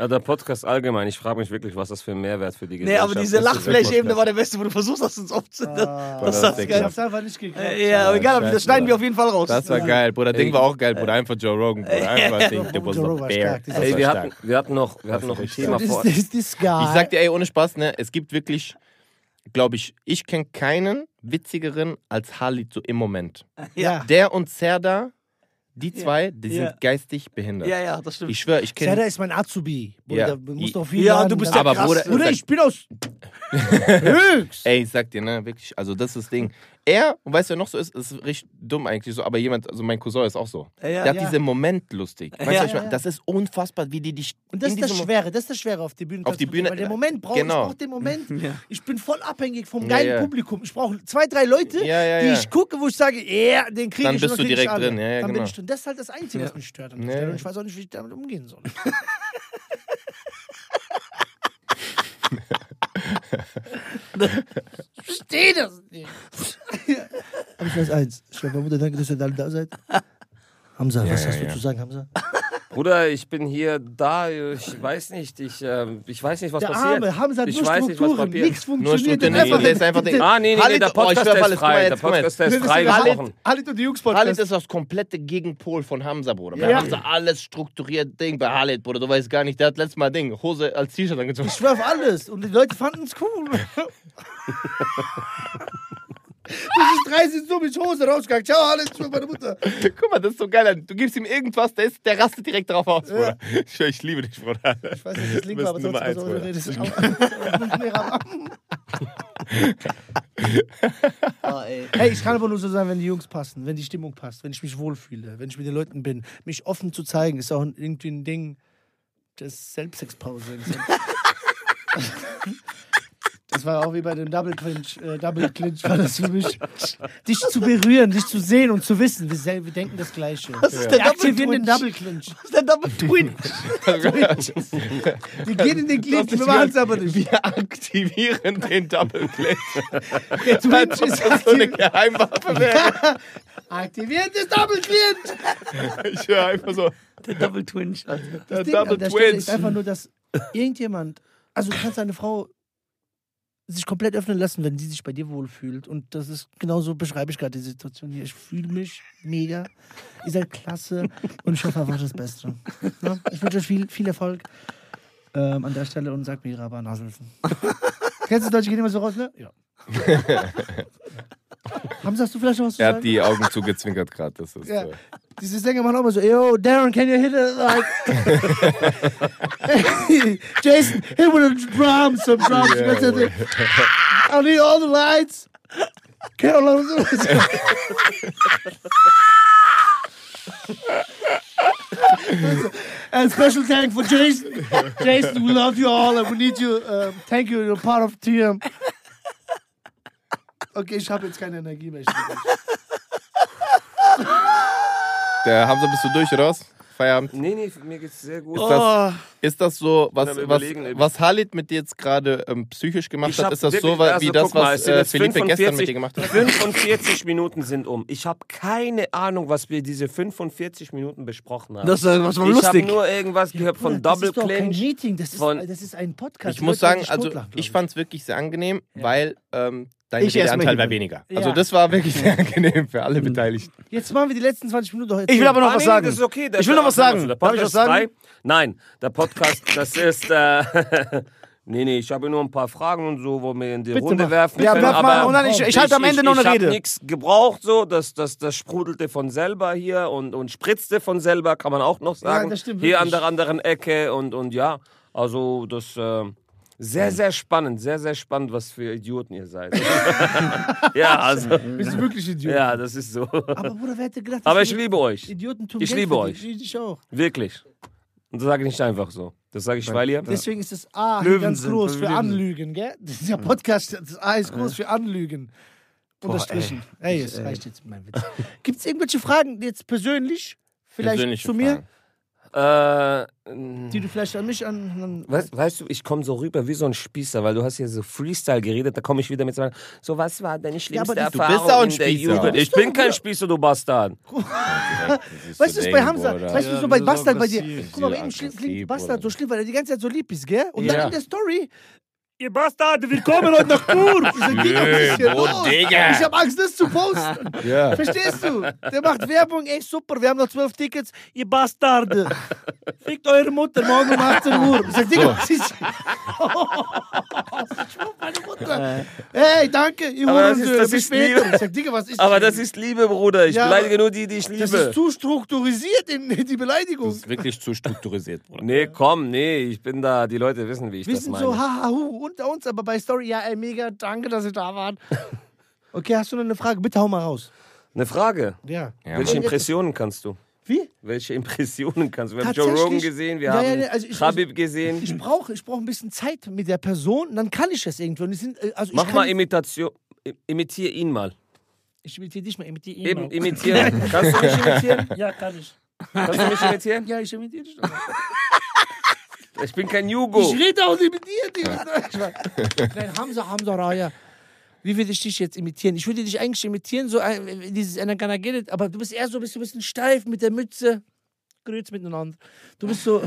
Speaker 1: Ja, der Podcast allgemein, ich frage mich wirklich, was das für einen Mehrwert für die
Speaker 3: Nee,
Speaker 1: Gesellschaft
Speaker 3: aber diese
Speaker 1: ist. Das ist
Speaker 3: Lachfläche-Ebene
Speaker 1: wirklich-
Speaker 3: war der beste, wo du versuchst, das uns aufzunehmen.
Speaker 2: Ah,
Speaker 4: das
Speaker 3: hast du
Speaker 2: ich
Speaker 4: geil.
Speaker 2: hab's einfach nicht gekriegt.
Speaker 3: Äh, ja, aber egal, aber das schneiden wir auf jeden Fall raus.
Speaker 4: Das war geil, Bruder. Ding war auch geil, Bruder. Einfach Joe Rogan, Bruder. Einfach Ding. Der
Speaker 2: Joe
Speaker 4: war so
Speaker 2: Rogan war
Speaker 4: bear.
Speaker 2: stark, dieser
Speaker 4: Ey,
Speaker 1: Ey, wir
Speaker 4: wir
Speaker 1: hatten, wir hatten noch, wir hatten noch ein
Speaker 4: richtig
Speaker 1: Thema vor.
Speaker 2: Das ist das geil.
Speaker 4: Ich sag dir, ey, ohne Spaß, ne? Es gibt wirklich, glaube ich, ich kenne keinen witzigeren als Halit so im Moment.
Speaker 2: ja.
Speaker 4: Der und Serda, die zwei, die
Speaker 3: Ja.
Speaker 4: sind geistig behindert.
Speaker 3: Ja, ja, das stimmt.
Speaker 4: Ich schwöre, ich
Speaker 2: Serda
Speaker 4: kenne.
Speaker 2: ist mein Azubi.
Speaker 4: Ja.
Speaker 2: Bruder, du musst doch viel
Speaker 3: Ja,
Speaker 2: lernen,
Speaker 3: du bist
Speaker 2: dann-
Speaker 4: Aber
Speaker 3: krass.
Speaker 4: Bruder,
Speaker 2: Bruder,
Speaker 4: sag-
Speaker 2: ich bin aus Höchst.
Speaker 4: Ey, ich sag dir, ne, wirklich, also das ist das Ding. Er, und weißt du, wer noch so ist, ist richtig dumm eigentlich so, aber jemand, also mein Cousin ist auch so.
Speaker 3: Ja, ja.
Speaker 4: der hat
Speaker 2: ja.
Speaker 4: diesen Moment lustig. Weißt du,
Speaker 3: Ja,
Speaker 4: was ich
Speaker 2: ja,
Speaker 4: meine?
Speaker 2: ja.
Speaker 4: Das ist unfassbar, wie die dich
Speaker 2: Und das
Speaker 4: in
Speaker 2: ist das
Speaker 4: diesem
Speaker 2: Schwere, das ist das Schwere auf die Bühne.
Speaker 4: Auf die Bühne,
Speaker 2: Weil der Moment braucht,
Speaker 4: genau.
Speaker 2: ich brauche den Moment. Ich bin voll abhängig vom
Speaker 4: Ja,
Speaker 2: geilen
Speaker 4: ja.
Speaker 2: Publikum. Ich brauche zwei, drei Leute,
Speaker 4: Ja, ja,
Speaker 2: die
Speaker 4: ja.
Speaker 2: ich gucke, wo ich sage, ja, den kriege
Speaker 4: Dann
Speaker 2: ich.
Speaker 4: bist
Speaker 2: und
Speaker 4: du
Speaker 2: krieg ich
Speaker 4: direkt
Speaker 2: alle.
Speaker 4: drin, ja, ja,
Speaker 2: Dann
Speaker 4: genau.
Speaker 2: bin ich drin. Das ist halt das Einzige, was mich stört. an der
Speaker 4: Ja,
Speaker 2: Stelle.
Speaker 4: ja.
Speaker 2: Und ich weiß auch nicht, wie ich damit umgehen soll. ich verstehe das nicht. Aber ich weiß eins. Ich glaube, meine Mutter, danke, dass ihr alle da seid. Hamza, was hast du zu sagen, Hamza?
Speaker 1: Bruder, ich bin hier, da, ich weiß nicht, ich, ähm, ich weiß nicht, was
Speaker 2: Der
Speaker 1: passiert.
Speaker 2: Arme, Hamza hat
Speaker 1: ich
Speaker 2: nur
Speaker 1: weiß nicht, was
Speaker 2: Strukturen,
Speaker 1: passiert.
Speaker 2: nichts
Speaker 4: Nur
Speaker 2: funktioniert.
Speaker 4: Stunden, nee,
Speaker 2: einfach-
Speaker 4: der ist einfach Ding.
Speaker 1: Ah, nee, nee, nee,
Speaker 4: Halit-
Speaker 1: der
Speaker 4: oh, ich
Speaker 1: Podcast
Speaker 4: schwör,
Speaker 1: der
Speaker 4: Halit,
Speaker 1: ist
Speaker 4: guck mal
Speaker 1: frei. Der
Speaker 4: jetzt, guck mal
Speaker 1: Podcast der ist frei
Speaker 2: Halit-
Speaker 1: gesprochen.
Speaker 2: Halit und die Jungs
Speaker 4: Halit
Speaker 2: Podcast.
Speaker 4: ist das komplette Gegenpol von Hamza, Bruder. Bei Hamza alles strukturiert, Ding. Bei Halit, Bruder, du weißt gar nicht, der hat letztes Mal Ding, Hose als T-Shirt angezogen.
Speaker 2: Ich schwör auf alles. Und die Leute fanden es cool. Ich ist 30 so mit Hose rausgegangen. Ciao, alles, ich bin meine Mutter.
Speaker 4: Guck mal, das ist so geil. Du gibst ihm irgendwas, der, ist, der rastet direkt drauf aus, Bruder. Ich, schwör, ich liebe dich, Bruder.
Speaker 2: Ich weiß nicht, das
Speaker 4: Du
Speaker 2: klingt
Speaker 4: bist
Speaker 2: aber
Speaker 4: Nummer
Speaker 2: trotzdem so,
Speaker 4: eins,
Speaker 2: du
Speaker 4: Bruder.
Speaker 2: redest auch.
Speaker 3: Ah, ey.
Speaker 2: Hey, ich kann aber nur so sein, wenn die Jungs passen, wenn die Stimmung passt, wenn ich mich wohlfühle, wenn ich mit den Leuten bin. Mich offen zu zeigen, ist auch ein- irgendwie ein Ding des Selbstexposings. Das war auch wie bei dem Double Clinch. Äh, Double Clinch war das für mich. Dich zu berühren, dich zu sehen und zu wissen, wir, sel- wir denken das Gleiche. Das
Speaker 3: ist der Double
Speaker 2: aktivieren den
Speaker 3: Clinch?
Speaker 2: Double Clinch.
Speaker 3: Das ist der Double Twin.
Speaker 4: Also,
Speaker 2: Wir gehen in den Clinch, wir machen es aber nicht.
Speaker 4: Wir aktivieren den Double Click.
Speaker 2: Der Twitch ist
Speaker 4: so eine
Speaker 2: aktiv.
Speaker 4: Geheimwaffe wäre.
Speaker 2: Aktiviert ist Doppelklient!
Speaker 4: Ich höre einfach so,
Speaker 3: Der Double Twin.
Speaker 2: Das Ding
Speaker 4: Double
Speaker 2: an der Stelle
Speaker 4: Twins.
Speaker 2: ist einfach nur, dass irgendjemand, also du kannst eine Frau sich komplett öffnen lassen, wenn sie sich bei dir wohlfühlt. Und das ist genauso beschreibe ich gerade die Situation hier. Ich fühle mich mega, ihr seid klasse und ich hoffe einfach das Beste. Ja? Ich wünsche euch viel, viel Erfolg ähm, an der Stelle und sag mir Raban Haselsen. Kennst du Deutsche gehen immer so raus, ne? Ja. Hamza, hast du vielleicht noch was zu
Speaker 4: er
Speaker 2: sagen?
Speaker 4: hat die Augen zugezwinkert gerade. Das ist
Speaker 2: Ja.
Speaker 4: äh,
Speaker 2: Diese Sänger machen auch immer so, yo, Darren, can you hit it? Like, Jason, hit with the drums, some drums. I need all the lights. Caroline. And special thank for Jason. Jason, we love you all and we need you. Um, thank you, you're part of TM. Okay, ich habe jetzt keine Energie mehr. Ich bin durch.
Speaker 4: der Hamza, bist du durch, raus? Feierabend.
Speaker 1: Nee, nee, mir geht's sehr gut.
Speaker 4: Ist
Speaker 2: Oh.
Speaker 4: das, ist das so, was,
Speaker 1: Bin am
Speaker 4: was,
Speaker 1: überlegen, ey.
Speaker 4: was Halid mit dir jetzt gerade ähm, psychisch gemacht
Speaker 1: Ich
Speaker 4: hat?
Speaker 1: hab
Speaker 4: Ist das so
Speaker 1: wirklich-
Speaker 4: wa-
Speaker 1: also
Speaker 4: wie das,
Speaker 1: guck mal, es
Speaker 4: was
Speaker 1: sind
Speaker 4: äh,
Speaker 1: jetzt
Speaker 4: Felipe gestern
Speaker 1: 45
Speaker 4: mit dir gemacht hat?
Speaker 1: 45 Minuten sind um. Ich habe keine Ahnung, was wir diese 45 Minuten besprochen haben.
Speaker 3: Das, äh, was war
Speaker 1: ich habe
Speaker 3: lustig.
Speaker 1: nur irgendwas gehört von
Speaker 2: Das
Speaker 1: Double
Speaker 2: ist doch kein
Speaker 1: Clinch.
Speaker 2: Meeting, das ist,
Speaker 1: von-
Speaker 2: das ist ein Podcast.
Speaker 4: Ich
Speaker 2: Die
Speaker 4: muss
Speaker 2: Leute werden
Speaker 4: sagen,
Speaker 2: sich
Speaker 4: also
Speaker 2: totlachen, glaub
Speaker 4: ich fand es wirklich sehr angenehm, weil ähm, dein
Speaker 3: Ich erst mal
Speaker 4: Redeanteil
Speaker 3: hier
Speaker 4: war
Speaker 3: bin.
Speaker 4: weniger. Also
Speaker 2: Ja. Mhm.
Speaker 4: das war wirklich sehr angenehm für alle Beteiligten.
Speaker 2: Jetzt machen wir die letzten 20 Minuten doch jetzt.
Speaker 3: Ich will aber noch
Speaker 1: Ah,
Speaker 3: was
Speaker 1: nee,
Speaker 3: sagen.
Speaker 1: Das ist okay. Das
Speaker 3: Ich will noch was
Speaker 1: das-
Speaker 3: sagen.
Speaker 1: Der
Speaker 3: Darf ich
Speaker 1: Podcast
Speaker 3: was sagen?
Speaker 1: ist frei. Nein, der Podcast, das ist. Äh, nee, nee, ich habe nur ein paar Fragen und so, wo wir in die Runde
Speaker 2: mach.
Speaker 1: werfen
Speaker 3: Ja,
Speaker 1: können.
Speaker 3: werf mal.
Speaker 1: aber
Speaker 3: Und dann ich, ich halte am Ende
Speaker 1: ich,
Speaker 3: noch eine
Speaker 1: ich
Speaker 3: Rede.
Speaker 1: Ich habe nichts gebraucht, so. Das, das, das sprudelte von selber hier und, und spritzte von selber, kann man auch noch sagen.
Speaker 2: das stimmt
Speaker 1: hier an
Speaker 2: wirklich.
Speaker 1: der anderen Ecke und, und ja. Also, das. ähm,
Speaker 3: Hm.
Speaker 1: sehr, sehr spannend, sehr, sehr spannend, was für Idioten ihr seid. ja, also,
Speaker 2: Bist du wirklich Idiot?
Speaker 1: ja, das ist so.
Speaker 2: Aber Bruder, wer hätte gedacht, dass
Speaker 1: Aber ich
Speaker 2: wir
Speaker 1: liebe euch.
Speaker 2: Idioten tun
Speaker 1: Ich
Speaker 2: Geld
Speaker 1: liebe
Speaker 2: verdienen?
Speaker 1: euch.
Speaker 2: Ich auch.
Speaker 1: Wirklich. Und das sage ich nicht einfach so. Das sage ich, weil ihr.
Speaker 2: Deswegen ist das A hier
Speaker 3: Löwen
Speaker 2: ganz
Speaker 3: sind,
Speaker 2: groß
Speaker 3: weil
Speaker 2: für
Speaker 3: wir Löwen sind.
Speaker 2: Anlügen, gell? Das ist ja Podcast, das A ist groß für Anlügen. Unterstrichen. Ey, es reicht jetzt mein Witz. Gibt es irgendwelche Fragen jetzt persönlich? Vielleicht
Speaker 4: Persönliche
Speaker 2: zu mir,
Speaker 4: Fragen.
Speaker 1: Äh,
Speaker 2: die du vielleicht an mich an. an
Speaker 1: weißt, weißt du, ich komme so rüber wie so ein Spießer, weil du hast hier so Freestyle geredet, da komme ich wieder mit so einer, so was war deine schlimmste
Speaker 2: aber
Speaker 4: bist
Speaker 1: Erfahrung
Speaker 4: auch ein
Speaker 1: in der
Speaker 4: Spießer.
Speaker 1: Jugend? Ich bin kein Spießer, du Bastard.
Speaker 2: Weißt du, was bei Hamza,
Speaker 4: Bruder.
Speaker 2: weißt du,
Speaker 3: Ja,
Speaker 2: so bei
Speaker 3: das ist
Speaker 2: Bastard bei dir.
Speaker 3: aggressiv.
Speaker 2: Guck mal, bei ihm
Speaker 4: Aggressiv,
Speaker 2: klingt Bastard
Speaker 4: Bruder.
Speaker 2: so schlimm, weil er die ganze Zeit so lieb ist, gell? Und
Speaker 4: Ja.
Speaker 2: dann in der Story,
Speaker 1: Ihr Bastard,
Speaker 2: willkommen heute nach Kur. Ich sag, Digga, was ist hier
Speaker 4: Nö, wo,
Speaker 2: los?
Speaker 4: Digga?
Speaker 2: Ich hab Angst, das zu posten.
Speaker 4: Ja.
Speaker 2: Verstehst du? Der macht Werbung, ey, super, wir haben noch zwölf Tickets, ihr Bastarde. Fickt eure Mutter morgen um 18 Uhr. Ich sag, Digga, was ist hier? Ich mach meine Mutter. Hey, danke, ihr
Speaker 1: Aber das ist-
Speaker 2: Hurensöhne,
Speaker 1: das
Speaker 2: bis
Speaker 1: ist Liebe.
Speaker 2: später. Ich sag, Digga, was ist
Speaker 1: Aber
Speaker 2: hier?
Speaker 1: das ist Liebe, Bruder. Ich
Speaker 2: Ja,
Speaker 1: beleidige
Speaker 2: aber-
Speaker 1: nur die, die ich liebe.
Speaker 2: Das ist zu strukturisiert in, in die
Speaker 4: Das
Speaker 2: Beleidigung.
Speaker 4: ist wirklich zu strukturisiert, Bruder.
Speaker 1: nee, komm, nee, ich bin da. Die Leute wissen, wie ich
Speaker 2: Wir
Speaker 1: das
Speaker 2: sind
Speaker 1: meine.
Speaker 2: so haha hu unter uns, aber bei Story, ja, ey, mega, danke, dass ihr da wart. Okay, hast du noch eine Frage? Bitte hau mal raus.
Speaker 1: Eine Frage.
Speaker 2: Ja.
Speaker 4: Ja,
Speaker 1: Welche
Speaker 4: Mann.
Speaker 1: Impressionen kannst du?
Speaker 2: Wie?
Speaker 1: Welche Impressionen kannst du? Wir haben Joe
Speaker 2: Tatsächlich-
Speaker 1: Rogan gesehen, wir
Speaker 2: Ja,
Speaker 1: haben
Speaker 2: ja, ja, also ich-
Speaker 1: Habib gesehen.
Speaker 2: Ich brauche ich brauch ein bisschen Zeit mit der Person, dann kann ich das irgendwann. Es sind, äh, also ich
Speaker 1: Mach
Speaker 2: kann,
Speaker 1: mal Imitation. I- Imitier ihn mal.
Speaker 2: Ich imitiere dich mal, imitiere ihn
Speaker 1: Eben,
Speaker 2: mal.
Speaker 1: imitieren. Kannst du mich imitieren?
Speaker 2: Ja, kann ich.
Speaker 1: Kannst du mich imitieren?
Speaker 2: Ja, ich imitiere dich. mal.
Speaker 1: Ich bin kein Jugo.
Speaker 2: Ich rede auch nicht mit dir, Digga. Nein, Hamza, Hamza, Raya. Wie würde ich dich jetzt imitieren? Ich würde dich eigentlich imitieren, so ein, dieses Anaganagelet, aber du bist eher so bist du ein bisschen steif mit der Mütze. Grüß miteinander. Du bist so.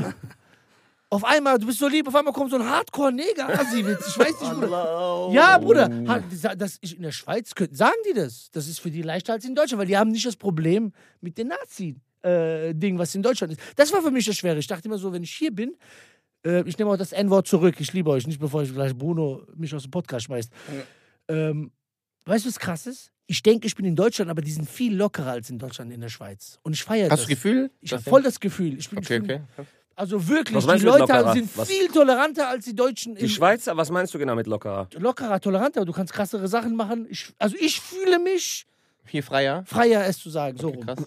Speaker 2: Auf einmal, du bist so lieb, auf einmal kommt so ein Hardcore-Neger-Assi-Witz. Ich weiß nicht, Bruder. Ja,
Speaker 1: Oh.
Speaker 2: Bruder. Ha- sa- Das, ich, in der Schweiz könnten, sagen die das. Das ist für die leichter als in Deutschland, weil die haben nicht das Problem mit den Nazi-Ding, was in Deutschland ist. Das war für mich das Schwere. Ich dachte immer so, wenn ich hier bin, äh, ich nehme auch das N-Wort zurück. Ich liebe euch nicht, bevor ich gleich Bruno mich aus dem Podcast schmeißt. Ähm, weißt du, was krass ist? Ich denke, ich bin in Deutschland, aber die sind viel lockerer als in Deutschland in der Schweiz. Und ich feiere das.
Speaker 4: Hast du das Gefühl?
Speaker 2: Ich habe voll das Gefühl. Ich bin,
Speaker 4: Okay,
Speaker 2: ich bin,
Speaker 4: okay.
Speaker 2: Also wirklich,
Speaker 1: Was
Speaker 2: die
Speaker 1: meinst du mit lockerer?
Speaker 2: Leute sind
Speaker 1: Was-
Speaker 2: viel toleranter als die Deutschen.
Speaker 1: Die
Speaker 2: in-
Speaker 1: Schweizer, was meinst du genau mit lockerer?
Speaker 2: lockerer, toleranter. Du kannst krassere Sachen machen. Ich, also ich fühle mich
Speaker 4: Viel freier.
Speaker 2: freier, es zu sagen. So rum.
Speaker 4: Krass.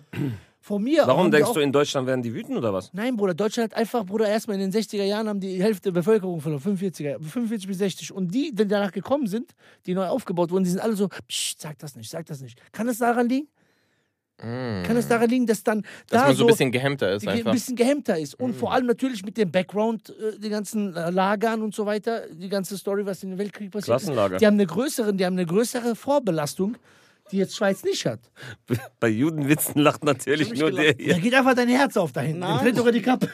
Speaker 2: Von mir.
Speaker 1: Warum
Speaker 2: haben die
Speaker 1: denkst
Speaker 2: auch-
Speaker 1: du, in Deutschland werden die wütend oder was?
Speaker 2: Nein, Bruder, Deutschland hat einfach, Bruder, erstmal in den 60er Jahren haben die Hälfte der Bevölkerung verloren, 45er, 45 bis 60. Und die, die danach gekommen sind, die neu aufgebaut wurden, die sind alle so, Psst, sag das nicht, sag das nicht. Kann es daran liegen? Kann es daran liegen, dass dann
Speaker 4: Mm. Dass
Speaker 2: da
Speaker 4: man so ein bisschen gehemmter ist
Speaker 2: die ge- ein
Speaker 4: einfach.
Speaker 2: bisschen gehemmter ist. Und vor allem natürlich mit dem Background, äh, den ganzen äh, Lagern und so weiter, die ganze Story, was in dem Weltkrieg passiert ist.
Speaker 1: Klassenlager.
Speaker 2: Die haben eine größere, die haben eine größere Vorbelastung. die jetzt Schweiz nicht hat.
Speaker 1: Bei Judenwitzen lacht natürlich nur der
Speaker 2: Da
Speaker 1: hier.
Speaker 2: geht einfach dein Herz auf da hinten. Dann tritt doch in die Kappe.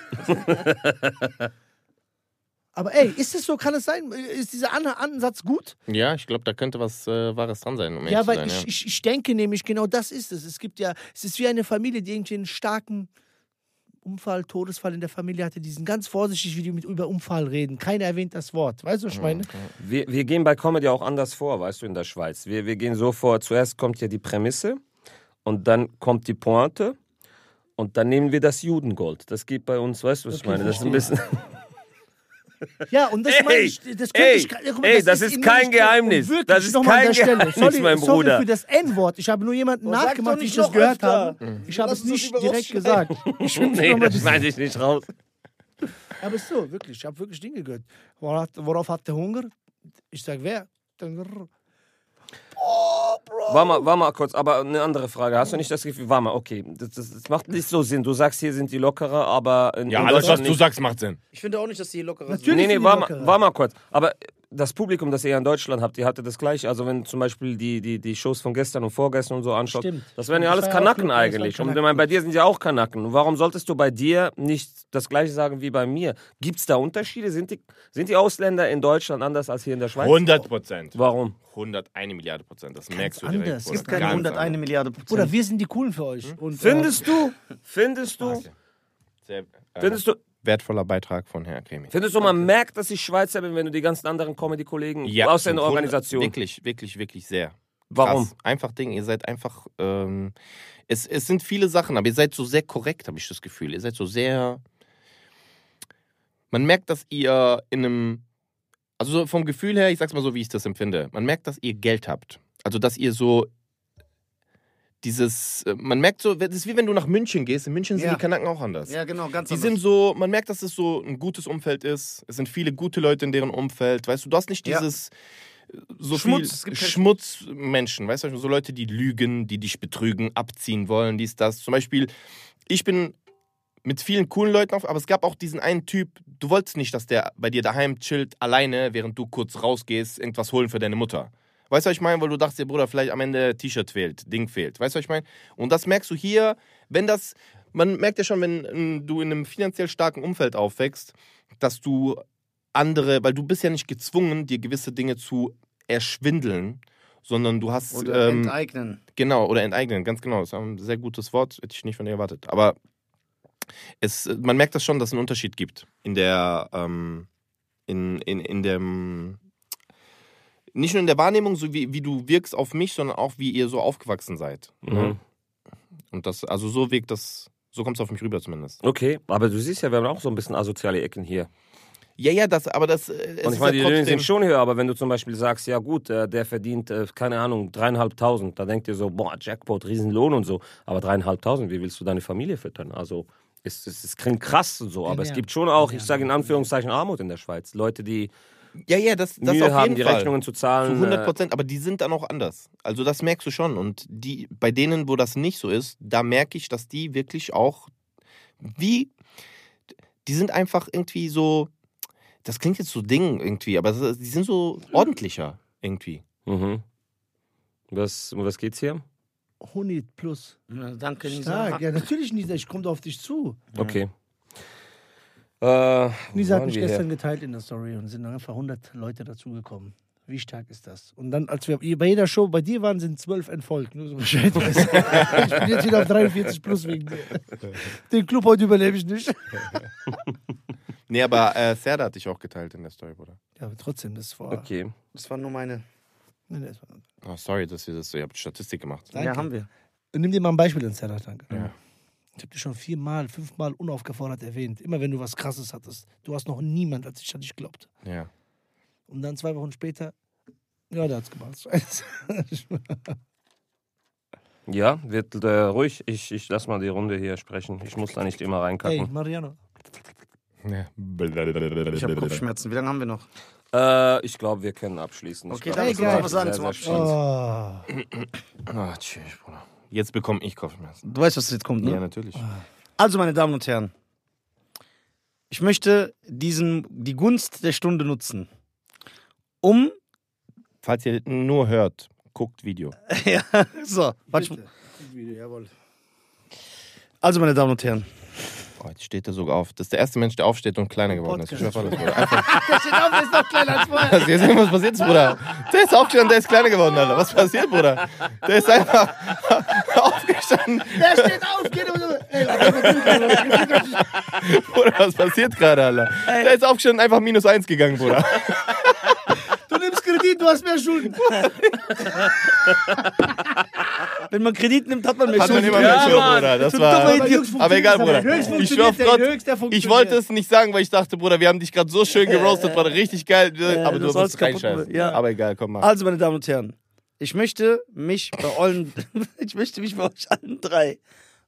Speaker 2: Aber ey, ist es so? Kann es sein? Ist dieser An Ansatz gut?
Speaker 4: Ja, ich glaube, da könnte was äh, Wahres dran sein. Um ehrlich
Speaker 2: ja,
Speaker 4: zu
Speaker 2: weil
Speaker 4: sein,
Speaker 2: ich, ich, ich denke nämlich, genau das ist es. Es gibt ja, es ist wie eine Familie, die irgendwie einen starken Unfall, Todesfall in der Familie hatte. Die sind ganz vorsichtig, wie die mit über Unfall reden. Keiner erwähnt das Wort. Weißt du, was ich
Speaker 1: Mhm,
Speaker 2: meine?
Speaker 1: Wir, wir gehen bei Comedy auch anders vor, weißt du, in der Schweiz. Wir, wir gehen so vor, zuerst kommt ja die Prämisse und dann kommt die Pointe und dann nehmen wir das Judengold. Das geht bei uns, weißt du, was ich meine? Das ist ein bisschen...
Speaker 2: Ja, und das meine ich, das könnte
Speaker 1: ey,
Speaker 2: ich, guck mal,
Speaker 1: ey, das ist
Speaker 2: in
Speaker 1: kein
Speaker 2: der Stelle.
Speaker 1: Geheimnis.
Speaker 2: Wirklich,
Speaker 1: Das ist
Speaker 2: nochmal an
Speaker 1: kein
Speaker 2: der Stelle.
Speaker 1: Geheimnis,
Speaker 2: sorry,
Speaker 1: mein Bruder.
Speaker 2: Sorry für das N-Wort. Ich habe nur jemanden
Speaker 3: Oh, sag
Speaker 2: nachgemacht,
Speaker 3: doch
Speaker 2: wie
Speaker 3: nicht
Speaker 2: ich das
Speaker 3: noch
Speaker 2: gelacht
Speaker 3: öfter.
Speaker 2: habe. Ich habe es
Speaker 3: uns
Speaker 2: nicht
Speaker 3: lieber
Speaker 2: direkt gesagt. Ich will
Speaker 1: Mhm. nee,
Speaker 2: noch mal
Speaker 1: das schneide ich nicht raus.
Speaker 2: Aber ist so, wirklich, ich habe wirklich Dinge gehört. Worauf, worauf hat der Hunger? Ich sag, wer? Dann grrr.
Speaker 1: War mal, war mal kurz, aber eine andere Frage. Hast du nicht das Gefühl, war mal, okay, das, das, das macht nicht so Sinn. Du sagst, hier sind die Lockerer, aber in,
Speaker 4: ja,
Speaker 1: in
Speaker 4: alles, was
Speaker 1: Deutschland
Speaker 4: du
Speaker 1: nicht.
Speaker 4: sagst, macht Sinn.
Speaker 3: Ich finde auch nicht, dass die lockerer sind.
Speaker 1: Nee,
Speaker 2: Natürlich
Speaker 1: nee,
Speaker 2: sind die
Speaker 1: war mal,
Speaker 2: Lockerer.
Speaker 1: war mal kurz. Aber das Publikum, das ihr in Deutschland habt, ihr hattet das gleich. Also wenn zum Beispiel die, die, die Shows von gestern und vorgestern und so anschaut,
Speaker 2: Stimmt.
Speaker 1: das wären ja
Speaker 2: Das
Speaker 1: alles
Speaker 2: war ja auch
Speaker 1: Kanaken
Speaker 2: Lockerer, das waren
Speaker 1: eigentlich. Und
Speaker 2: Kanaken.
Speaker 1: ich meine, bei dir sind ja auch Kanaken. Und warum solltest du bei dir nicht das gleiche sagen wie bei mir? Gibt es da Unterschiede? Sind die, sind die Ausländer in Deutschland anders als hier in der Schweiz?
Speaker 4: 100 Prozent.
Speaker 1: Warum?
Speaker 4: 101 Milliarde Prozent. Das merkst du
Speaker 2: anders.
Speaker 4: direkt.
Speaker 2: Es
Speaker 4: Bruder.
Speaker 3: Es gibt keine
Speaker 4: Ganz
Speaker 3: 101
Speaker 4: anders.
Speaker 3: Milliarde Prozent.
Speaker 2: Oder wir sind die Coolen für euch. Und, äh,
Speaker 1: Findest du, findest du,
Speaker 4: Sehr, äh,
Speaker 1: findest du,
Speaker 4: wertvoller Beitrag von Herrn Kremi.
Speaker 1: findest du, man merkt, dass ich Schweizer bin, wenn du die ganzen anderen Comedy-Kollegen aus
Speaker 4: im
Speaker 1: deiner
Speaker 4: Grunde
Speaker 1: Organisation.
Speaker 4: Wirklich, wirklich, wirklich sehr.
Speaker 1: Warum?
Speaker 4: Krass. Einfach Ding, ihr seid einfach. Ähm, es, es sind viele Sachen, aber ihr seid so sehr korrekt, habe ich das Gefühl. Ihr seid so sehr. Man merkt, dass ihr in einem. Also so vom Gefühl her, ich sag's mal so, wie ich das empfinde. Man merkt, dass ihr Geld habt. Also, dass ihr so. Dieses. äh, Man merkt so, das ist wie wenn du nach München gehst. In München sind
Speaker 3: Ja.
Speaker 4: die Kanaken auch anders.
Speaker 3: Ja, genau, ganz
Speaker 4: Die sind so, man merkt, dass es so ein gutes Umfeld ist. Es sind viele gute Leute in deren Umfeld. Weißt du, du hast nicht
Speaker 3: Ja.
Speaker 4: dieses äh, so
Speaker 3: Schmutz, es
Speaker 4: viel
Speaker 3: gibt keinen-
Speaker 4: Schmutzmenschen, weißt du, also so Leute, die lügen, die dich betrügen, abziehen wollen, dies, das. Zum Beispiel, ich bin mit vielen coolen Leuten auf, aber es gab auch diesen einen Typ, du wolltest nicht, dass der bei dir daheim chillt, alleine, während du kurz rausgehst, irgendwas holen für deine Mutter. Weißt du, was ich meine? Weil du dachtest, dir, Bruder, vielleicht am Ende T-Shirt fehlt, Ding fehlt. Weißt du, was ich meine? Und das merkst du hier, wenn das, man merkt ja schon, wenn ähm, du in einem finanziell starken Umfeld aufwächst, dass du andere, weil du bist ja nicht gezwungen, dir gewisse Dinge zu erschwindeln, sondern du hast
Speaker 3: Oder
Speaker 4: ähm,
Speaker 3: enteignen.
Speaker 4: Genau, oder enteignen, ganz genau. Das ist ein sehr gutes Wort, hätte ich nicht von dir erwartet. Aber es, man merkt das schon, dass es einen Unterschied gibt in der, ähm, in, in, in dem, nicht nur in der Wahrnehmung, so wie, wie du wirkst auf mich, sondern auch wie ihr so aufgewachsen seid. ne?
Speaker 1: Mhm.
Speaker 4: Und das, also so wirkt das, so kommt es auf mich rüber zumindest.
Speaker 1: Okay, aber du siehst ja, wir haben auch so ein bisschen asoziale Ecken hier.
Speaker 4: Ja, ja, das, aber das, äh, es
Speaker 1: Und ich meine, die
Speaker 4: ist
Speaker 1: Löhne
Speaker 4: ja
Speaker 1: sind
Speaker 4: trotzdem,
Speaker 1: schon höher, aber wenn du zum Beispiel sagst, ja gut, äh, der verdient, äh, keine Ahnung, dreieinhalbtausend, da denkt ihr so, boah, Jackpot, Riesenlohn und so, aber dreieinhalbtausend, wie willst du deine Familie füttern? Also, es, es, es klingt krass und so, aber es
Speaker 2: ja.
Speaker 1: gibt schon auch, ich sage in Anführungszeichen, Armut in der Schweiz. Leute, die
Speaker 4: ja, ja, das, das auf
Speaker 1: Mühe
Speaker 4: jeden
Speaker 1: haben, die
Speaker 4: Fall.
Speaker 1: Rechnungen zu
Speaker 4: Zu
Speaker 1: zahlen. äh,
Speaker 4: 100 Prozent, aber die sind dann auch anders. Also das merkst du schon. Und die, bei denen, wo das nicht so ist, da merke ich, dass die wirklich auch, wie, die sind einfach irgendwie so, das klingt jetzt so Ding irgendwie, aber das, die sind so ordentlicher irgendwie.
Speaker 1: Äh, mhm. was, um was geht's hier?
Speaker 2: 100 plus.
Speaker 3: Ja, danke, Nisa.
Speaker 2: Stark. Ja, natürlich, Nisa, ich komme da auf dich zu.
Speaker 1: Okay. Äh, wo
Speaker 2: Nisa hat
Speaker 1: waren
Speaker 2: mich
Speaker 1: wir her?
Speaker 2: gestern geteilt in der Story und sind einfach 100 Leute dazugekommen. Wie stark ist das? Und dann, als wir bei jeder Show bei dir waren, sind zwölf entfolgt. Nur so Bescheid weißt du. Ich bin jetzt wieder auf 43 plus wegen dir. Den Club heute überlebe ich nicht.
Speaker 4: Nee, aber äh, Serda hat dich auch geteilt in der Story, Bruder.
Speaker 2: Ja, aber trotzdem, das war.
Speaker 1: Okay.
Speaker 3: Das war nur meine.
Speaker 2: Nee, nee, das war
Speaker 4: Oh, sorry, dass ihr das, ihr habt Statistik gemacht.
Speaker 3: Ja, haben wir.
Speaker 2: Nimm dir mal ein Beispiel an, Serhat, danke.
Speaker 4: Ja.
Speaker 2: Ich habe dich schon viermal, fünfmal unaufgefordert erwähnt. Immer wenn du was Krasses hattest. Du hast noch niemand als ich an dich glaubt.
Speaker 4: Ja.
Speaker 2: Und dann zwei Wochen später, ja, der hat's gemacht.
Speaker 1: Ja, wird äh, ruhig. Ich, ich lass mal die Runde hier sprechen. Ich muss da nicht immer
Speaker 2: hey,
Speaker 1: reinkacken.
Speaker 2: Mariano.
Speaker 4: ja.
Speaker 3: Ich habe Kopfschmerzen. Wie lange haben wir noch?
Speaker 1: Äh, ich glaube, wir können abschließen. Ich
Speaker 3: Okay,
Speaker 1: glaub,
Speaker 3: dann
Speaker 1: das
Speaker 3: lass uns
Speaker 1: war
Speaker 3: noch
Speaker 1: sehr,
Speaker 3: was sagen zum
Speaker 1: sehr
Speaker 3: Abschluss.
Speaker 1: spannend.
Speaker 2: Ah.
Speaker 4: Ah, tschüss, Bruder. Jetzt bekomme ich Kopfschmerzen.
Speaker 3: Du weißt, was jetzt kommt, ne?
Speaker 4: Ja, natürlich.
Speaker 3: Also, meine Damen und Herren, ich möchte diesen, die Gunst der Stunde nutzen, um
Speaker 4: Falls ihr nur hört, guckt Video.
Speaker 3: ja, so. Warte,
Speaker 2: Video, jawohl.
Speaker 3: Also, meine Damen und Herren.
Speaker 4: Oh, jetzt steht er sogar auf. Das ist der erste Mensch, der aufsteht und kleiner geworden ist. Ich schwör auf alles, Bruder. Einfach,
Speaker 2: Der steht auf, der ist noch kleiner als vorher.
Speaker 4: dass ihr sehen, was passiert ist, Bruder. Der ist aufgestanden, der ist kleiner geworden, Alter. Was passiert, Bruder? Der ist einfach aufgestanden.
Speaker 2: Der steht auf, geht um. Ey, lass mich mal gucken.
Speaker 4: Bruder, was passiert gerade, Alter? Der ist aufgestanden, einfach minus eins gegangen, Bruder.
Speaker 2: Du nimmst Kredit, du hast mehr Schulden.
Speaker 3: Wenn man Kredit nimmt, hat man mehr
Speaker 4: Hat man immer
Speaker 3: Schulden.
Speaker 4: mehr
Speaker 1: Ja,
Speaker 4: Schuld,
Speaker 1: Mann.
Speaker 4: Bruder. Das
Speaker 3: Du
Speaker 4: war...
Speaker 3: dummer Idiot.
Speaker 4: Aber egal, Bruder.
Speaker 2: Höchst
Speaker 4: Ich schwör auf
Speaker 2: funktioniert der,
Speaker 4: Gott,
Speaker 2: höchst der
Speaker 4: Ich
Speaker 2: funktioniert.
Speaker 4: wollte es nicht sagen, weil ich dachte, Bruder, wir haben dich gerade so schön geroastet, war richtig geil. aber
Speaker 3: Äh, du
Speaker 4: du hast
Speaker 3: sollst
Speaker 4: es
Speaker 3: kaputt
Speaker 4: reinscheißen.
Speaker 3: machen, ja.
Speaker 4: Aber egal, komm mal.
Speaker 3: Also, meine Damen und Herren, ich möchte mich bei allen, ich möchte mich bei euch allen drei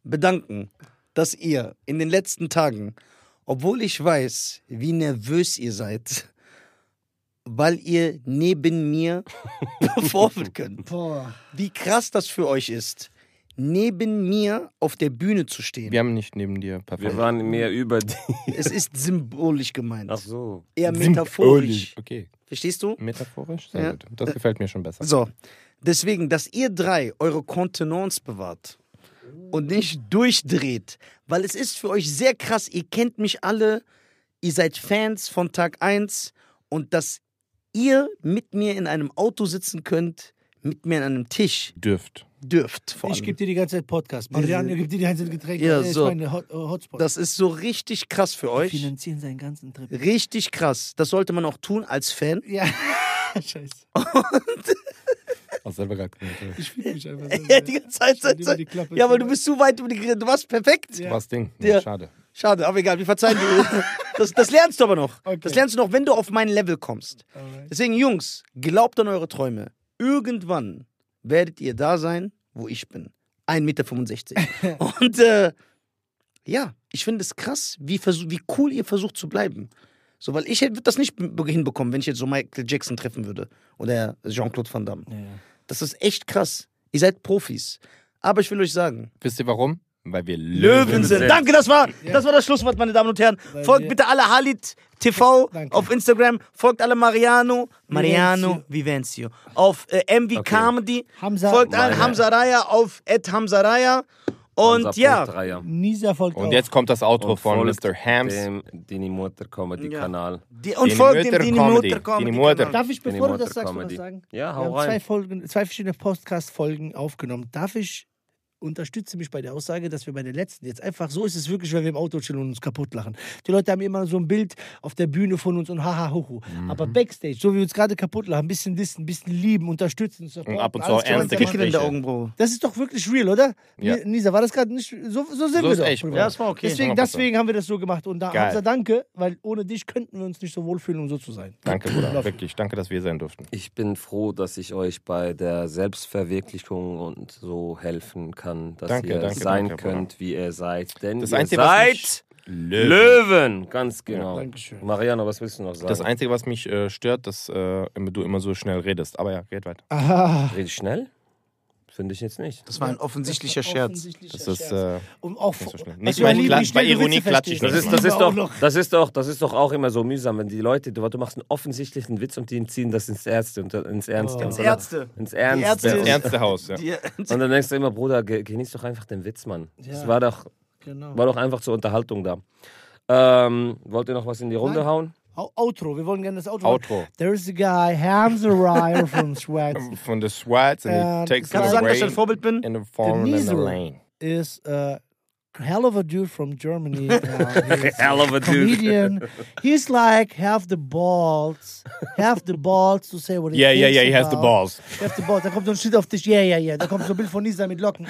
Speaker 3: bedanken, dass ihr in den letzten Tagen, obwohl ich weiß, wie nervös ihr seid, weil ihr neben mir performen könnt.
Speaker 2: Boah.
Speaker 3: Wie krass das für euch ist, neben mir auf der Bühne zu stehen.
Speaker 4: Wir haben nicht neben dir performt.
Speaker 1: Wir waren mehr über die.
Speaker 3: Es ist symbolisch gemeint,
Speaker 1: Ach so.
Speaker 3: eher metaphorisch.
Speaker 4: Okay,
Speaker 3: Verstehst du?
Speaker 4: metaphorisch? Sehr
Speaker 3: Ja. Also,
Speaker 4: gut. Das gefällt mir schon besser.
Speaker 3: So, deswegen, dass ihr drei eure Kontenance bewahrt und nicht durchdreht, weil es ist für euch sehr krass, ihr kennt mich alle, ihr seid Fans von Tag 1 und dass ihr mit mir in einem Auto sitzen könnt, mit mir an einem Tisch
Speaker 4: Dürft.
Speaker 3: dürft vor
Speaker 2: Ich
Speaker 3: allem.
Speaker 2: gebe dir die ganze Zeit Podcast. Marianne gibt dir die ganze Zeit Getränke.
Speaker 3: Ja,
Speaker 2: Das ist
Speaker 3: so.
Speaker 2: meine Hot, äh, Hotspot.
Speaker 3: Das ist so richtig krass für
Speaker 2: Wir
Speaker 3: euch.
Speaker 2: finanzieren seinen ganzen Trip.
Speaker 3: Richtig krass. Das sollte man auch tun als Fan.
Speaker 2: Ja, scheiße.
Speaker 4: Aus selber gar kein-
Speaker 2: Ich fühle mich einfach so.
Speaker 3: Ja, die ganze Zeit.
Speaker 2: Stell dir mal die Klappe
Speaker 3: Ja, aber
Speaker 2: zu.
Speaker 3: du bist so weit über die Grenze. Du warst perfekt.
Speaker 4: Du warst Ding.
Speaker 3: Ja.
Speaker 4: Ja, schade.
Speaker 3: Schade, aber egal, wir verzeihen dir. Das, das lernst du aber noch.
Speaker 2: Okay.
Speaker 3: Das lernst du noch, wenn du auf mein Level kommst.
Speaker 2: Alright.
Speaker 3: Deswegen, Jungs, glaubt an eure Träume. Irgendwann werdet ihr da sein, wo ich bin. 1,65 Meter. Und äh, ja, ich finde es krass, wie, versuch, wie cool ihr versucht zu bleiben. So, weil ich hätte- würde das nicht be- hinbekommen, wenn ich jetzt so Michael Jackson treffen würde. Oder Jean-Claude Van Damme. Das ist echt krass. Ihr seid Profis. Aber ich will euch sagen,
Speaker 4: Wisst ihr warum? Weil wir
Speaker 3: Löwen
Speaker 4: Löwen
Speaker 3: sind.
Speaker 1: sind.
Speaker 3: Danke, das war, das war das Schlusswort, meine Damen und Herren. Folgt
Speaker 2: wir-
Speaker 3: bitte alle Halit TV
Speaker 2: Danke.
Speaker 3: auf Instagram. Folgt alle Mariano, Mariano Vivencio. Auf äh, MV
Speaker 4: Okay.
Speaker 3: Comedy.
Speaker 2: Hamza-
Speaker 3: folgt allen
Speaker 1: Meine-
Speaker 3: Hamzaraya auf Ed Hamzaraya. Und
Speaker 1: Unser
Speaker 3: ja,
Speaker 1: Punkt Dreier.
Speaker 2: Nisa folgt
Speaker 4: Und
Speaker 2: auch.
Speaker 4: jetzt kommt das Outro
Speaker 1: Und
Speaker 4: von
Speaker 1: folgt
Speaker 4: Mr. Hams.
Speaker 1: Dem Dini Mutter Comedy
Speaker 3: Ja.
Speaker 1: Kanal.
Speaker 3: die, und folgt dem
Speaker 4: Mutter
Speaker 3: Dini
Speaker 4: Comedy.
Speaker 3: Mutter Comedy. genau.
Speaker 4: Dini Mutter.
Speaker 3: Kanal.
Speaker 2: Darf ich,
Speaker 1: Bin
Speaker 2: bevor du
Speaker 1: Immortal
Speaker 2: das sagst, noch was
Speaker 1: Comedy.
Speaker 2: sagen?
Speaker 1: Ja,
Speaker 2: Wir
Speaker 1: hau
Speaker 2: haben zwei,
Speaker 1: rein.
Speaker 2: Folgen, zwei verschiedene Podcast-Folgen aufgenommen. Darf ich, unterstütze mich bei der Aussage, dass wir bei den letzten jetzt einfach, so ist es wirklich, wenn wir im Auto chillen und uns kaputt lachen. Die Leute haben immer so ein Bild auf der Bühne von uns und haha, hoho.
Speaker 4: Mhm.
Speaker 2: Aber Backstage, so wie wir uns gerade kaputt lachen, ein bisschen dissen, ein bisschen lieben, unterstützen. supporten,
Speaker 4: ab und zu
Speaker 2: alles
Speaker 4: auch
Speaker 2: gemeinsam
Speaker 4: ernste
Speaker 2: machen.
Speaker 3: Pickel in der
Speaker 4: Gespräche.
Speaker 3: Augenbraue.
Speaker 2: Das ist doch wirklich real, oder?
Speaker 4: Ja.
Speaker 2: Ni- Nisa, war das gerade nicht, so, so sind
Speaker 4: So
Speaker 2: wir
Speaker 4: ist
Speaker 2: doch.
Speaker 4: echt,
Speaker 2: privat.
Speaker 4: ja.
Speaker 3: Ja, das war okay.
Speaker 2: Deswegen,
Speaker 4: Machen wir
Speaker 2: deswegen haben wir das so gemacht. Und da,
Speaker 4: Geil.
Speaker 2: Hamza, danke, weil ohne dich könnten wir uns nicht so wohlfühlen, um so zu sein.
Speaker 4: Danke, Bruder. Wirklich. Danke, dass wir sein durften.
Speaker 1: Ich bin froh, dass ich euch bei der Selbstverwirklichung und so helfen kann, dass
Speaker 4: Danke,
Speaker 1: ihr
Speaker 4: danke,
Speaker 1: sein
Speaker 4: danke,
Speaker 1: könnt, wie ihr seid. Denn
Speaker 4: Das
Speaker 1: ihr
Speaker 4: Einzige, was mich-
Speaker 1: seid Löwen. Ganz genau.
Speaker 2: Dankeschön.
Speaker 1: Mariano, was willst du noch sagen?
Speaker 4: Das Einzige, was mich äh, stört, dass äh, du immer so schnell redest. Aber ja, geht weiter.
Speaker 2: Aha.
Speaker 1: Rede ich schnell? Finde ich jetzt nicht.
Speaker 3: Das war ein offensichtlicher Scherz.
Speaker 4: Das ist. Äh,
Speaker 2: Und auch
Speaker 4: Nicht so schnell.
Speaker 2: also
Speaker 4: Nicht
Speaker 2: bei
Speaker 4: mal
Speaker 2: Liebe,
Speaker 4: klatsch-
Speaker 2: wie schnell
Speaker 4: bei
Speaker 2: du Witze
Speaker 4: Ironie klatsch ich
Speaker 2: verstehst.
Speaker 4: nicht.
Speaker 1: Das ist,
Speaker 2: lieben
Speaker 1: das, ist
Speaker 2: wir auch
Speaker 1: doch, das, ist doch, das ist doch auch immer so mühsam, wenn die Leute, du, du machst einen offensichtlichen Witz und die ziehen das ins Ärzte. Und, äh, ins Ernste.
Speaker 2: Ins
Speaker 1: Und-
Speaker 3: Ärzte.
Speaker 1: Ins Ernste.
Speaker 3: Ärzte.
Speaker 1: Und-
Speaker 4: Ernste Haus, ja.
Speaker 3: Die,
Speaker 1: Und dann denkst du immer, Bruder, ge genieß doch einfach den Witz, Mann. Das
Speaker 2: Ja.
Speaker 1: war doch,
Speaker 2: Genau.
Speaker 1: war doch einfach zur Unterhaltung da. Ähm, wollt ihr noch was in die Runde
Speaker 2: Nein.
Speaker 1: hauen?
Speaker 2: Au- Outro, wir wollen gerne das Outro.
Speaker 4: Outro.
Speaker 2: There is a guy, Hamza Ryer from Schweiz,
Speaker 4: Von the Swats and
Speaker 2: Ähm,
Speaker 4: he takes
Speaker 3: kannst
Speaker 4: them
Speaker 3: du sagen, dass
Speaker 4: away
Speaker 3: ich ein Vorbild bin?
Speaker 4: in the form and the
Speaker 2: Genießer.
Speaker 4: lane.
Speaker 2: is a hell of a dude from Germany. Uh, he's
Speaker 1: Hell of a dude.
Speaker 2: Comedian. He's like have the balls, have the balls to say what he
Speaker 4: Yeah, yeah,
Speaker 2: thinks
Speaker 4: yeah, he has the
Speaker 2: about-
Speaker 4: balls.
Speaker 2: You have the balls. Da kommt so ein Schild auf dich. Yeah, yeah, yeah. Da kommt so ein Bild von Nisa mit Locken.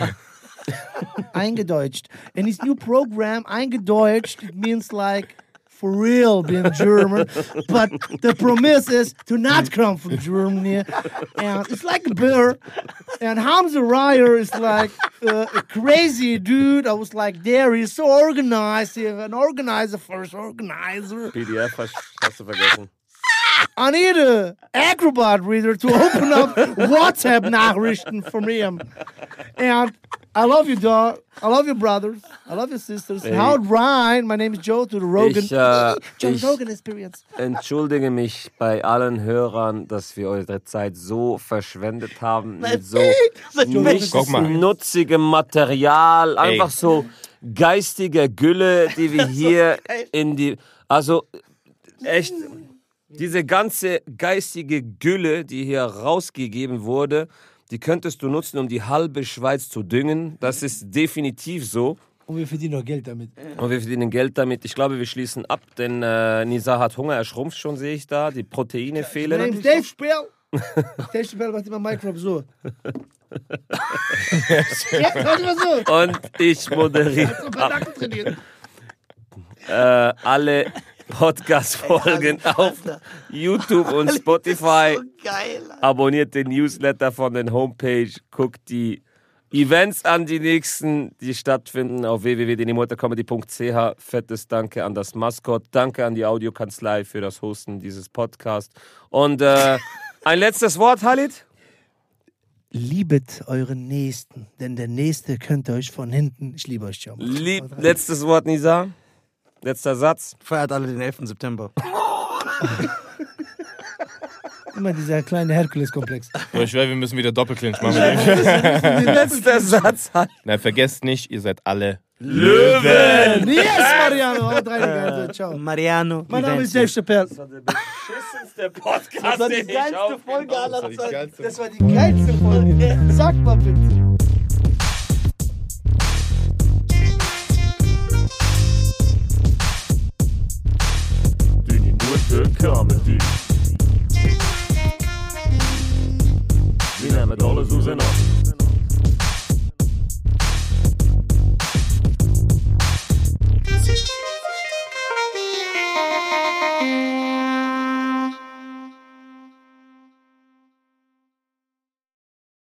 Speaker 2: Eingedeutscht. And his new program, Eingedeutscht, it means like for real being German. But the promise is to not come from Germany. And it's like a beer. And Hamza Ryer is like uh, a crazy dude. I was like, there he's so organized. He's an organizer first organizer.
Speaker 1: PDF hast, hast du vergessen.
Speaker 2: I need a Acrobat reader to open up WhatsApp Nachrichten from him. And I love you, dog. I love you, brothers. I love you, sisters. Howard Ryan. My name is Joe to the Rogan.
Speaker 1: Ich, äh,
Speaker 2: Joe
Speaker 1: ich-
Speaker 2: Rogan Experience.
Speaker 1: Entschuldige mich bei allen Hörern, dass wir eure Zeit so verschwendet haben mit so
Speaker 4: Guck mal.
Speaker 1: nichtsnutzigem Material, einfach so geistiger Gülle, die wir hier in die also echt diese ganze geistige Gülle, die hier rausgegeben wurde, die könntest du nutzen, um die halbe Schweiz zu düngen. Das ist definitiv so.
Speaker 2: Und wir verdienen noch Geld damit.
Speaker 1: Und wir verdienen Geld damit. Ich glaube, wir schließen ab, denn äh, Nisa hat Hunger, er schrumpft schon, sehe ich da. Die Proteine
Speaker 2: My
Speaker 1: fehlen.
Speaker 2: name is Dave Spell. Dave Spell macht immer Microbe so. ja, macht immer so.
Speaker 1: Und ich moderiere
Speaker 2: Ein paar Nacken trainiert.
Speaker 1: äh, alle Podcast-Folgen auf YouTube und Spotify.
Speaker 5: Geil.
Speaker 1: Abonniert den Newsletter von den Homepage. Guckt die Events an, die nächsten, die stattfinden auf www.denimotorcomedy.ch. Fettes Danke an das Maskott. Danke an die Audiokanzlei für das Hosten dieses Podcasts. Und äh, ein letztes Wort, Halit?
Speaker 2: Liebet euren Nächsten, denn der Nächste könnte euch von hinten. Ich liebe euch, Ciao.
Speaker 1: Lieb, letztes Wort, Nisa. Letzter Satz.
Speaker 3: Feiert alle den 11. September.
Speaker 2: Immer dieser kleine Herkules-Komplex.
Speaker 4: So, ich schwöre, wir müssen wieder Doppelclinch machen.
Speaker 1: Letzter Satz, Halit.
Speaker 4: Na, vergesst nicht, ihr seid alle
Speaker 2: yes, Mariano! Haut rein, ihr Geilen. Ciao.
Speaker 3: Mariano.
Speaker 2: Mein Name ist Dave Chappelle.
Speaker 1: beschissenste Podcast, den ich aufgenommen habe.
Speaker 2: Das war die geilste Folge. Sag mal bitte.
Speaker 6: Wir nehmen alles auseinander.